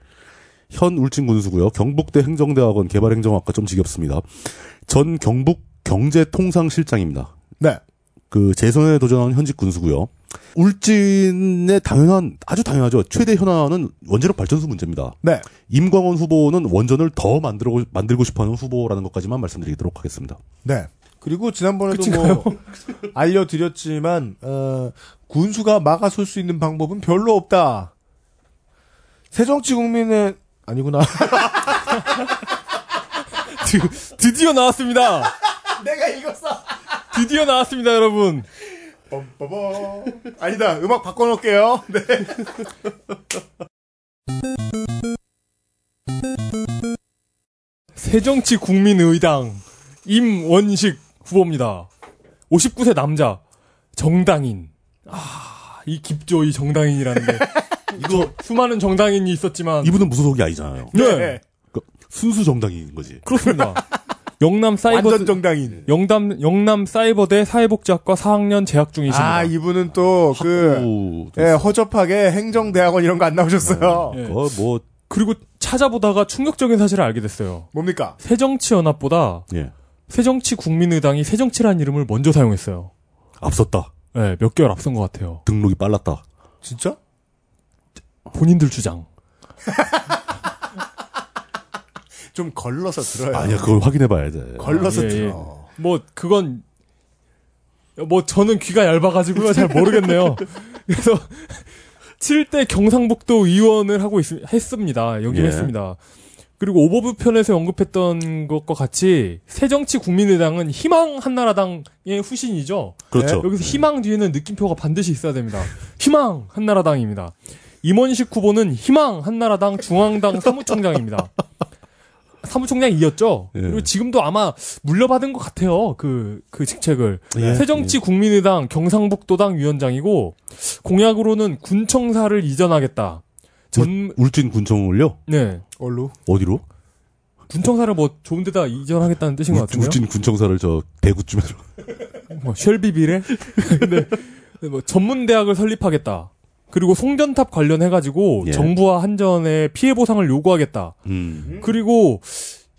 현 울진군수고요. 경북대 행정대학원 개발행정학과 좀 지겹습니다. 전 경북 경제통상실장입니다. 네. 그 재선에 도전한 현직 군수고요. 울진의 당연한 아주 당연하죠. 최대 현안은 원자력 발전소 문제입니다. 네. 임광원 후보는 원전을 더 만들고 만들고 싶어하는 후보라는 것까지만 말씀드리도록 하겠습니다. 네. 그리고 지난번에도 뭐 알려드렸지만 어, 군수가 막아설 수 있는 방법은 별로 없다. 새정치국민의 아니구나. [laughs] 드- 드디어 나왔습니다. [laughs] 내가 이겼어. 드디어 나왔습니다, 여러분. 뻔뻔뻔. 아니다. 음악 바꿔놓을게요. 네. 새정치 국민의당 임원식 후보입니다. 59세 남자 정당인. 아, 이 깊죠, 이 정당인이라는 게. 이거 수많은 정당인이 있었지만 이분은 무소속이 아니잖아요. 그러니까 네. 순수 정당인 거지. 그렇습니다. 영남 사이버 완전 정당인. 영남 영남 사이버대 사회복지학과 4학년 재학 중이십니다. 아 이분은 또 그 오, 예, 허접하게 행정대학원 이런 거 안 나오셨어요. 예. 어, 뭐 그리고 찾아보다가 충격적인 사실을 알게 됐어요. 뭡니까? 새정치연합보다 예. 새정치 국민의당이 새정치란 이름을 먼저 사용했어요. 앞섰다. 네, 몇 개월 앞선 것 같아요. 등록이 빨랐다. 진짜? 본인들 주장. 좀 걸러서 들어요. 아니야, 그걸 확인해봐야 돼. 걸러서 예, 예. 들어. 뭐 그건 뭐 저는 귀가 얇아가지고요 잘 모르겠네요. 그래서 7대 경상북도 의원을 하고 있, 했습니다. 여기 예. 했습니다. 그리고 오버뷰 편에서 언급했던 것과 같이 새정치 국민의당은 희망 한나라당의 후신이죠. 그렇죠. 네? 여기서 희망 뒤에는 느낌표가 반드시 있어야 됩니다. 희망 한나라당입니다. 임원식 후보는 희망 한나라당 중앙당 사무총장입니다. 사무총장이었죠. 예. 그리고 지금도 아마 물려받은 것 같아요. 그, 그 직책을. 예. 새정치 국민의당 경상북도당 위원장이고, 공약으로는 군청사를 이전하겠다. 전, 울진 군청을요? 네. 얼루. 어디로? 군청사를 뭐 좋은 데다 이전하겠다는 뜻인 것 울- 같은데요. 울진 군청사를 저 대구쯤으로. 뭐 [laughs] 쉘비비래? 네. 뭐 전문 대학을 설립하겠다. 그리고 송전탑 관련해 가지고 예. 정부와 한전에 피해 보상을 요구하겠다. 음. 그리고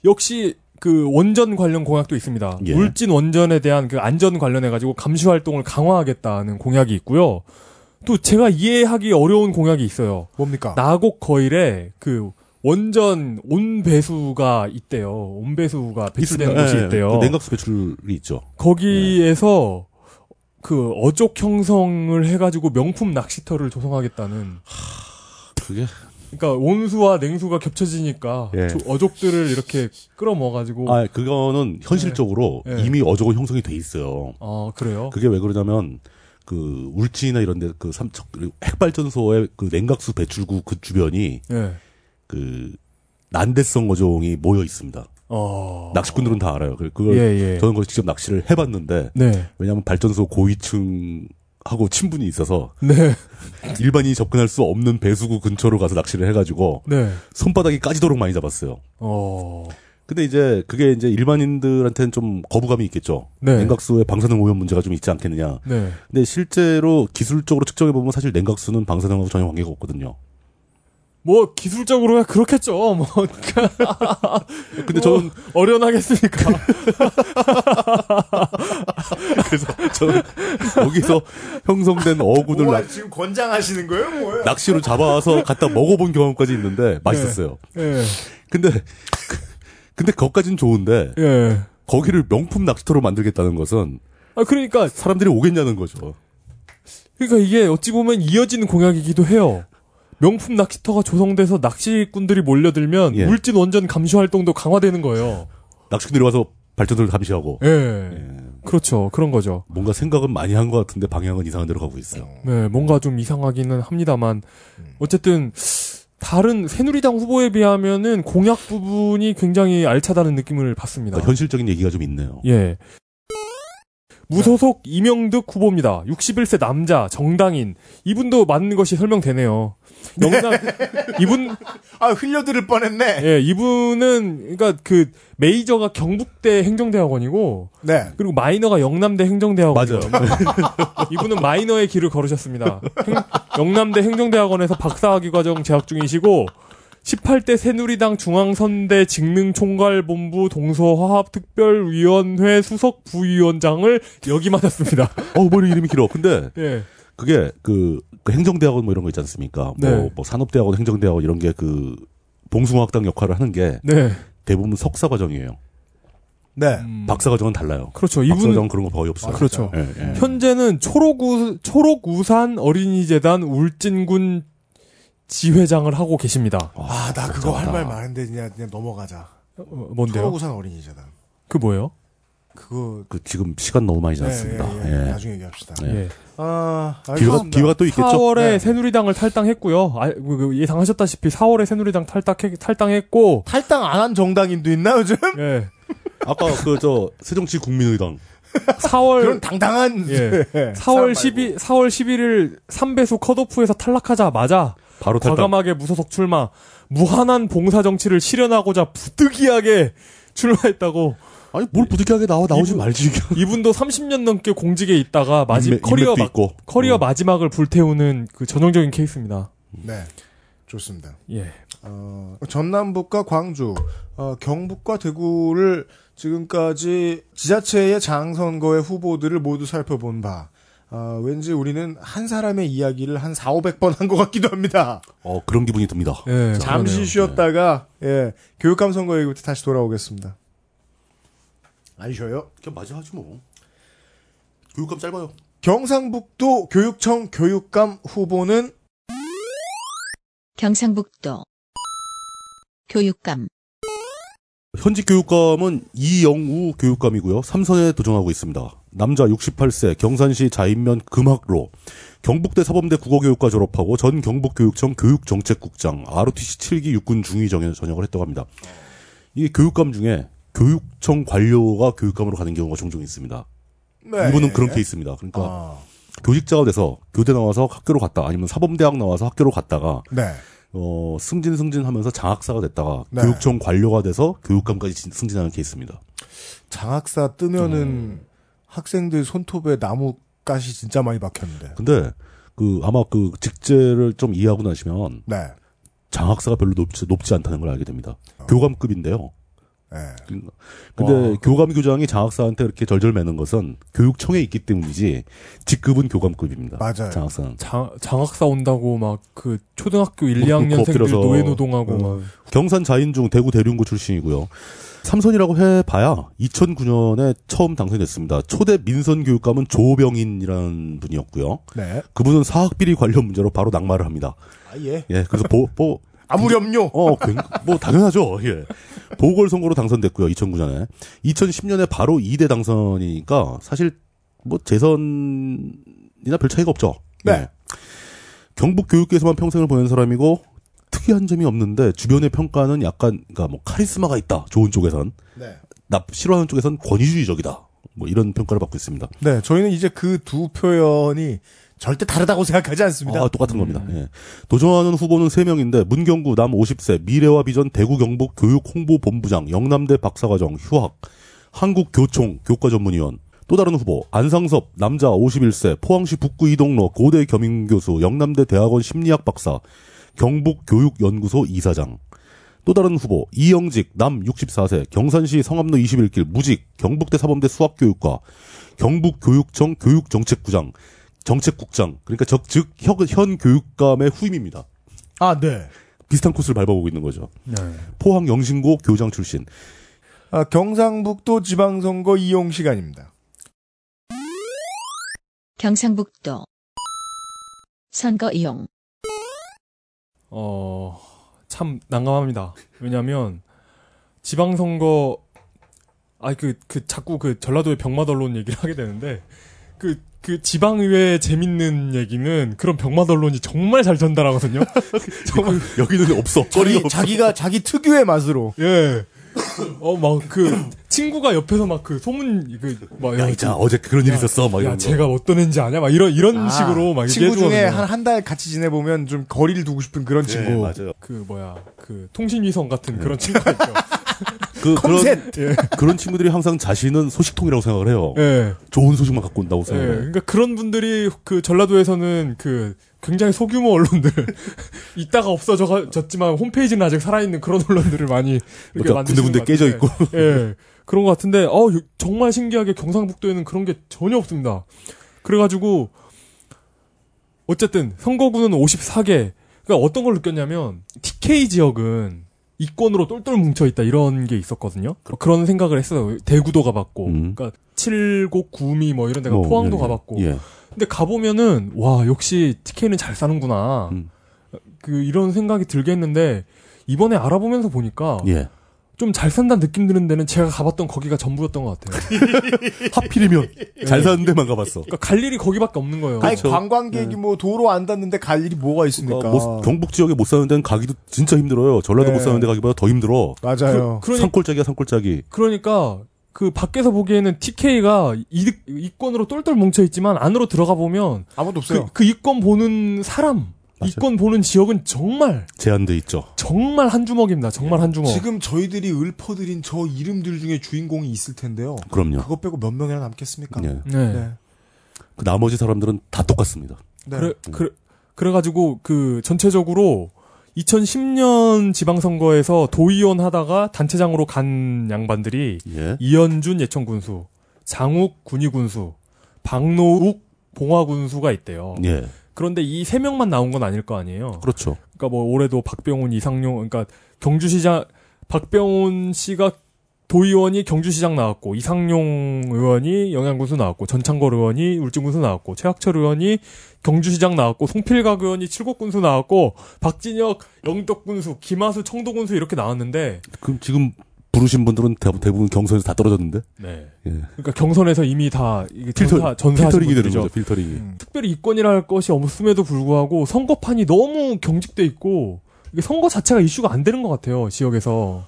역시 그 원전 관련 공약도 있습니다. 예. 울진 원전에 대한 그 안전 관련해 가지고 감시 활동을 강화하겠다는 공약이 있고요. 또 제가 이해하기 어려운 공약이 있어요. 아. 뭡니까? 나곡 거일에 그 원전 온배수가 있대요. 온배수가 배출되는 곳이 예, 있대요. 그 냉각수 배출이 있죠. 거기에서 그 어족 형성을 해가지고 명품 낚시터를 조성하겠다는. 그게 그러니까 온수와 냉수가 겹쳐지니까 예. 저 어족들을 이렇게 끌어모아가지고. 아, 아 그거는 현실적으로 예. 이미 어조가 형성이 돼 있어요. 아, 그래요. 그게 왜 그러냐면 그 울진이나 이런데 그 삼척 핵발전소의 그 냉각수 배출구 그 주변이 예. 그 난대성 어종이 모여 있습니다. 어. 낚시꾼들은 다 알아요. 그래, 그걸 예, 예. 저는 그걸 직접 낚시를 해봤는데 네. 왜냐하면 발전소 고위층하고 친분이 있어서 네. 일반인이 접근할 수 없는 배수구 근처로 가서 낚시를 해가지고 네. 손바닥이 까지도록 많이 잡았어요. 어. 근데 이제 그게 이제 일반인들한테는 좀 거부감이 있겠죠. 네. 냉각수의 방사능 오염 문제가 좀 있지 않겠느냐. 네. 근데 실제로 기술적으로 측정해 보면 사실 냉각수는 방사능하고 전혀 관계가 없거든요. 뭐 기술적으로야 그렇겠죠. [laughs] 뭐 근데 저는 어련하겠습니까? [laughs] 그래서 저는 여기서 형성된 어군을 뭐야, 낚- 지금 권장하시는 거예요, 뭐예요? 낚시로 잡아와서 갖다 먹어본 경험까지 있는데 맛있었어요. 예. 근데 근데 그것까진 좋은데 예. 거기를 명품 낚시터로 만들겠다는 것은 아 그러니까 사람들이 오겠냐는 거죠. 그러니까 이게 어찌 보면 이어지는 공약이기도 해요. 명품 낚시터가 조성돼서 낚시꾼들이 몰려들면 예. 울진 원전 감시 활동도 강화되는 거예요. 낚시꾼들이 와서 발전소를 감시하고 예. 그렇죠. 그런 거죠. 뭔가 생각은 많이 한 것 같은데 방향은 이상한 데로 가고 있어요. 네, 뭔가 좀 이상하기는 합니다만 어쨌든 다른 새누리당 후보에 비하면은 공약 부분이 굉장히 알차다는 느낌을 받습니다. 그러니까 현실적인 얘기가 좀 있네요. 예. 무소속 이명득 후보입니다. 61세 남자 정당인 이분도 맞는 것이 설명되네요. [laughs] 영남 이분 아, 흘려들을 뻔했네. 예, 이분은 그러니까 그 메이저가 경북대 행정대학원이고 네. 그리고 마이너가 영남대 맞아요. 행정대학원. [laughs] 이분은 마이너의 길을 걸으셨습니다. 행- 영남대 행정대학원에서 박사학위 과정 재학 중이시고 18대 새누리당 중앙선대 직능총괄본부 동서화합특별위원회 수석 부위원장을 [laughs] 역임하셨습니다. 어, 머리 이름이 길어. 근데 예. 그게 그, 그 행정대학원 뭐 이런 거 있지 않습니까? 네. 뭐, 뭐 산업대학원, 행정대학원 이런 게 그 봉숭아학당 역할을 하는 게 네. 대부분 석사 과정이에요. 네. 박사 과정은 달라요. 그렇죠. 박사 과정은 음. 이분은 그런 거 거의 없어요. 그렇죠. 예, 예. 현재는 초록우, 초록우산 어린이재단 울진군 지회장을 하고 계십니다. 아, 나 그거 할 복잡하다. 말 많은데 그냥, 그냥 넘어가자. 어, 뭔데요? 초고산 어린이재단. 그 뭐예요? 그거 그 지금 시간 너무 많이 지났습니다. 예, 예, 예. 예. 나중에 얘기합시다. 예. 예. 아, 기회가, 알겠습니다. 기회가 또 있겠죠? 4월에 네. 새누리당을 탈당했고요. 아, 그, 그 예상하셨다시피 4월에 새누리당 탈당 탈당했고 탈당 안 한 정당인도 있나 요즘? 예. 아까 그 저 새정치 국민의당 4월 그런 당당한 예. 예. 4월 12 4월 11일 3배수 컷오프에서 탈락하자마자 바로 탈당. 과감하게 무소속 출마 무한한 봉사 정치를 실현하고자 부득이하게 [laughs] 출마했다고 아니 뭘 부득이하게 나와 나오지 말지. 이분도 30년 넘게 공직에 있다가 마지 인맥- 커리어 인맥도 마, 있고. 커리어 어. 마지막을 불태우는 그 전형적인 케이스입니다. 네. 좋습니다. 예. 어, 전남북과 광주, 어, 경북과 대구를 지금까지 지자체의 장선거의 후보들을 모두 살펴본 바, 어, 왠지 우리는 한 사람의 이야기를 한 4, 500번 한 것 같기도 합니다. 어 그런 기분이 듭니다. 예. 잠시 쉬었다가, 예, 교육감 선거 얘기부터 다시 돌아오겠습니다. 안 쉬어요? 그냥 맞이하지 뭐. 교육감 짧아요. 경상북도 교육청 교육감 후보는 경상북도 교육감 현직 교육감은 이영우 교육감이고요. 삼선에 도전하고 있습니다. 남자 68세 경산시 자인면 금학로 경북대 사범대 국어교육과 졸업하고 전 경북교육청 교육정책국장 ROTC 7기 육군 중위정에 전역을 했다고 합니다. 이게 교육감 중에 교육청 관료가 교육감으로 가는 경우가 종종 있습니다. 네. 이분은 그런 케이스입니다. 그러니까 네. 예. 아, 교직자가 돼서 교대 나와서 학교로 갔다 아니면 사범대학 나와서 학교로 갔다가 네. 어, 승진 승진하면서 장학사가 됐다가 네. 교육청 관료가 돼서 교육감까지 진- 승진하는 케이스입니다. 장학사 뜨면은 학생들 손톱에 나뭇가시 진짜 많이 박혔는데. 근데 그 아마 그 직제를 좀 이해하고 나시면 네. 장학사가 별로 높지, 높지 않다는 걸 알게 됩니다. 아. 교감급인데요. 네. 근데 교감 교장이 장학사한테 이렇게 절절매는 것은 교육청에 있기 때문이지 직급은 교감급입니다. 맞아요. 장학사는 장, 장학사 온다고 막 그 초등학교 1, 뭐, 2학년생들 부업이라서. 어. 노예 노동하고 막 경산 자인중 대구 대륜고 출신이고요. 삼선이라고 해봐야 2009년에 처음 당선됐습니다. 초대 민선 교육감은 조병인이라는 분이었고요. 네. 그분은 사학비리 관련 문제로 바로 낙마를 합니다. 아, 예. 예, 그래서 보, 보, 아무렴요. 어, 굉- 뭐 당연하죠. 예. 보궐선거로 당선됐고요. 2009년에 2010년에 바로 2대 당선이니까 사실 뭐 재선이나 별 차이가 없죠. 네. 예. 경북 교육계에서만 평생을 보낸 사람이고 특이한 점이 없는데 주변의 평가는 약간 그러니까 뭐 카리스마가 있다. 좋은 쪽에선 네. 나 싫어하는 쪽에선 권위주의적이다. 뭐 이런 평가를 받고 있습니다. 네. 저희는 이제 그 두 표현이 절대 다르다고 생각하지 않습니다. 음. 아, 똑같은 겁니다. 예. 도전하는 후보는 3명인데 문경구 남 50세 미래와 비전 대구 경북 교육 홍보 본부장 영남대 박사과정 휴학 한국 교총 교과 전문위원 또 다른 후보 안상섭 남자 51세 포항시 북구 이동로 고대 겸임교수 영남대 대학원 심리학 박사 경북 교육연구소 이사장 또 다른 후보 이영직 남 64세 경산시 성암로 21길 무직 경북대 사범대 수학교육과 경북교육청 교육정책부장 정책국장 그러니까 적, 즉 현, 현 교육감의 후임입니다. 아, 네. 비슷한 코스를 밟아보고 있는 거죠. 네. 포항 영신고 교장 출신 아, 경상북도 지방선거 이용 시간입니다. 경상북도 선거 이용 어, 참 난감합니다. 왜냐면, 지방선거, 아, 그, 그, 자꾸 그 전라도의 병마덜론 얘기를 하게 되는데, 그, 그 지방의회의 재밌는 얘기는 그런 병마덜론이 정말 잘 전달하거든요? 정말, [laughs] 여기는 없어. 자기, 자기가 자기 특유의 맛으로. 예. 어, 막 그, 친구가 옆에서 막 그 소문, 그, 막, 야, 이자 어제 그런 일이 있었어. 막 야, 이런 거. 제가 어떤 애인지 아냐? 막 이런, 이런 식으로 막 친구 얘기해주거든요. 중에 한 한 달 같이 지내보면 좀 거리를 두고 싶은 그런 친구. 네, 맞아요. 그, 뭐야, 그, 통신위성 같은 네. 그런 친구가 [laughs] 있죠. 그, 그런 컨센! [laughs] 그런 친구들이 항상 자신은 소식통이라고 생각을 해요. 예. 좋은 소식만 갖고 온다고 예, 생각해요. 네. 그러니까 그런 분들이 그 전라도에서는 그 굉장히 소규모 언론들 [laughs] 있다가 없어졌지만 홈페이지는 아직 살아있는 그런 언론들을 많이 이렇게 그러니까 만드는 군데군데 깨져 있고. 예 그런 것 같은데 어 정말 신기하게 경상북도에는 그런 게 전혀 없습니다. 그래가지고 어쨌든 선거구는 54개. 그러니까 어떤 걸 느꼈냐면 TK 지역은 이권으로 똘똘 뭉쳐 있다 이런 게 있었거든요. 그런 생각을 했어요. 대구도 가봤고, 음. 그러니까 칠곡 구미 뭐 이런 데가 어, 포항도 예, 예. 가봤고. 예. 근데 가보면은 와 역시 TK는 잘 사는구나. 음. 그 이런 생각이 들게 했는데 이번에 알아보면서 보니까 예. 좀 잘 산다는 느낌 드는 데는 제가 가봤던 거기가 전부였던 것 같아요. [laughs] 하필이면 예. 잘 사는 데만 가봤어. 그러니까 갈 일이 거기밖에 없는 거예요. 아니, 관광객이 뭐 도로 안 닿는데 갈 일이 뭐가 있습니까? 그러니까 못- 경북 지역에 못 사는 데는 가기도 진짜 힘들어요. 전라도 네. 예. 못 사는 데 가기보다 더 힘들어. 맞아요. 그러니 산골짜기야 산골짜기. 그러니까 그 밖에서 보기에는 TK가 이득 이권으로 똘똘 뭉쳐 있지만 안으로 들어가 보면 아무도 없어요. 그, 그 이권 보는 사람, 맞아요. 이권 보는 지역은 정말 제한돼 있죠. 정말 한 주먹입니다. 정말 한 주먹. 지금 저희들이 읊어드린 저 이름들 중에 주인공이 있을 텐데요. 그럼요. 그것 빼고 몇 명이나 남겠습니까? 예. 네. 네. 그 나머지 사람들은 다 똑같습니다. 네. 그래 그래 그래가지고 그 전체적으로 2010년 지방선거에서 도의원 하다가 단체장으로 간 양반들이 예. 이현준 예천군수, 장욱 군위군수, 박노욱 봉화군수가 있대요. 예. 그런데 이 세 명만 나온 건 아닐 거 아니에요. 그렇죠. 그러니까 뭐 올해도 박병훈 이상용 그러니까 경주시장 박병훈 씨가 도의원이 경주시장 나왔고 이상용 의원이 영양군수 나왔고 전창걸 의원이 울진군수 나왔고 최학철 의원이 경주시장 나왔고 송필각 의원이 칠곡군수 나왔고 박진혁 영덕군수 김하수 청도군수 이렇게 나왔는데 그럼 지금 부르신 분들은 대, 부분 경선에서 다 떨어졌는데 네. 예. 그러니까 경선에서 이미 다 이게 필터 전사 전사하신 필터링이 되는 분들이죠. 음. 거죠. 필터링이. 특별히 이권이라 할 것이 없음에도 불구하고 선거판이 너무 경직돼 있고 이게 선거 자체가 이슈가 안 되는 것 같아요 지역에서.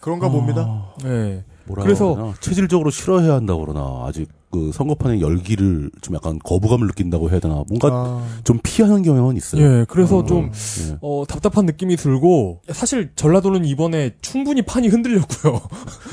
그런가 봅니다. 네. 뭐라 그래서- 그래서 체질적으로 싫어해야 한다 그러나 아직 그 선거판의 열기를 좀 약간 거부감을 느낀다고 해야 되나 뭔가 아, 좀 피하는 경향은 있어요. 예, 그래서 좀 예. 어, 답답한 느낌이 들고 사실 전라도는 이번에 충분히 판이 흔들렸고요.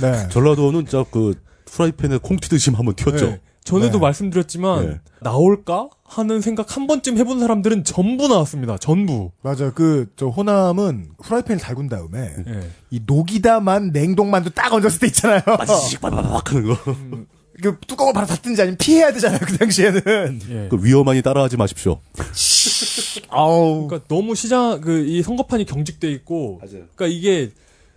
네. 전라도는 진짜 그 프라이팬에 콩 튀듯이 한번 [laughs] 튀었죠. 네. 전에도 네. 말씀드렸지만 네. 나올까 하는 생각 한 번쯤 해본 사람들은 전부 나왔습니다. 전부. 맞아요. 그, 저, 호남은 후라이팬을 달군 다음에, 예. 이 녹이다만 냉동만두 딱 얹었을 때 있잖아요. [laughs] 빠지씩 빠바박 하는 거. 음. 그 뚜껑을 바로 닫든지 아니면 피해야 되잖아요. 그 당시에는. 예. 그 위험하니 따라하지 마십시오. 아우. 그러니까 너무 시장 그 이 선거판이 경직돼 있고 그러니까 이게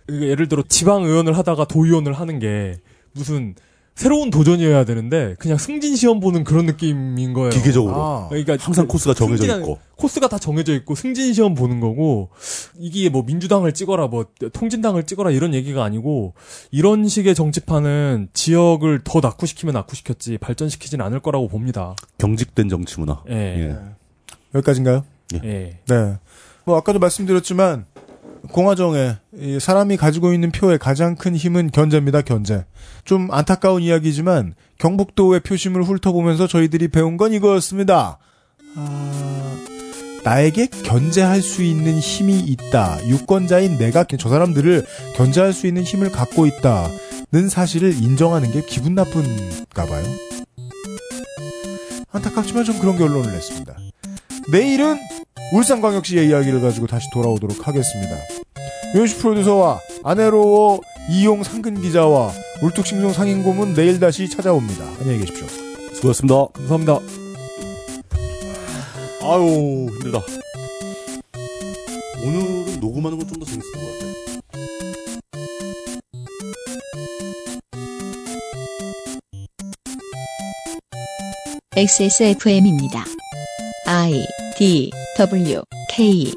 그 예를 들어 지방 의원을 하다가 도의원을 하는 게 무슨 새로운 도전이어야 되는데 그냥 승진 시험 보는 그런 느낌인 거예요. 기계적으로. 아. 그러니까 항상 그 코스가 정해져 승진하는- 있고. 코스가 다 정해져 있고 승진 시험 보는 거고 이게 뭐 민주당을 찍어라 뭐 통진당을 찍어라 이런 얘기가 아니고 이런 식의 정치판은 지역을 더 낙후시키면 낙후시켰지 발전시키진 않을 거라고 봅니다. 경직된 정치 문화. 예. 예. 여기까지인가요? 예. 네. 뭐, 아까도 말씀드렸지만, 공화정에 이 사람이 가지고 있는 표의 가장 큰 힘은 견제입니다, 견제. 좀 안타까운 이야기지만, 경북도의 표심을 훑어보면서 저희들이 배운 건 이거였습니다. 아, 나에게 견제할 수 있는 힘이 있다. 유권자인 내가 저 사람들을 견제할 수 있는 힘을 갖고 있다. 는 사실을 인정하는 게 기분 나쁜가 봐요. 안타깝지만 좀 그런 결론을 냈습니다. 내일은 울산광역시의 이야기를 가지고 다시 돌아오도록 하겠습니다. 요시 프로듀서와 아내로워 이용 상근 기자와 울뚝심송 상인곰은 내일 다시 찾아옵니다. 안녕히 계십시오. 수고하셨습니다. 감사합니다. 아유 힘들다. 오늘은 녹음하는 건 좀 더 재밌을 것 같아. XSFM입니다. I D W K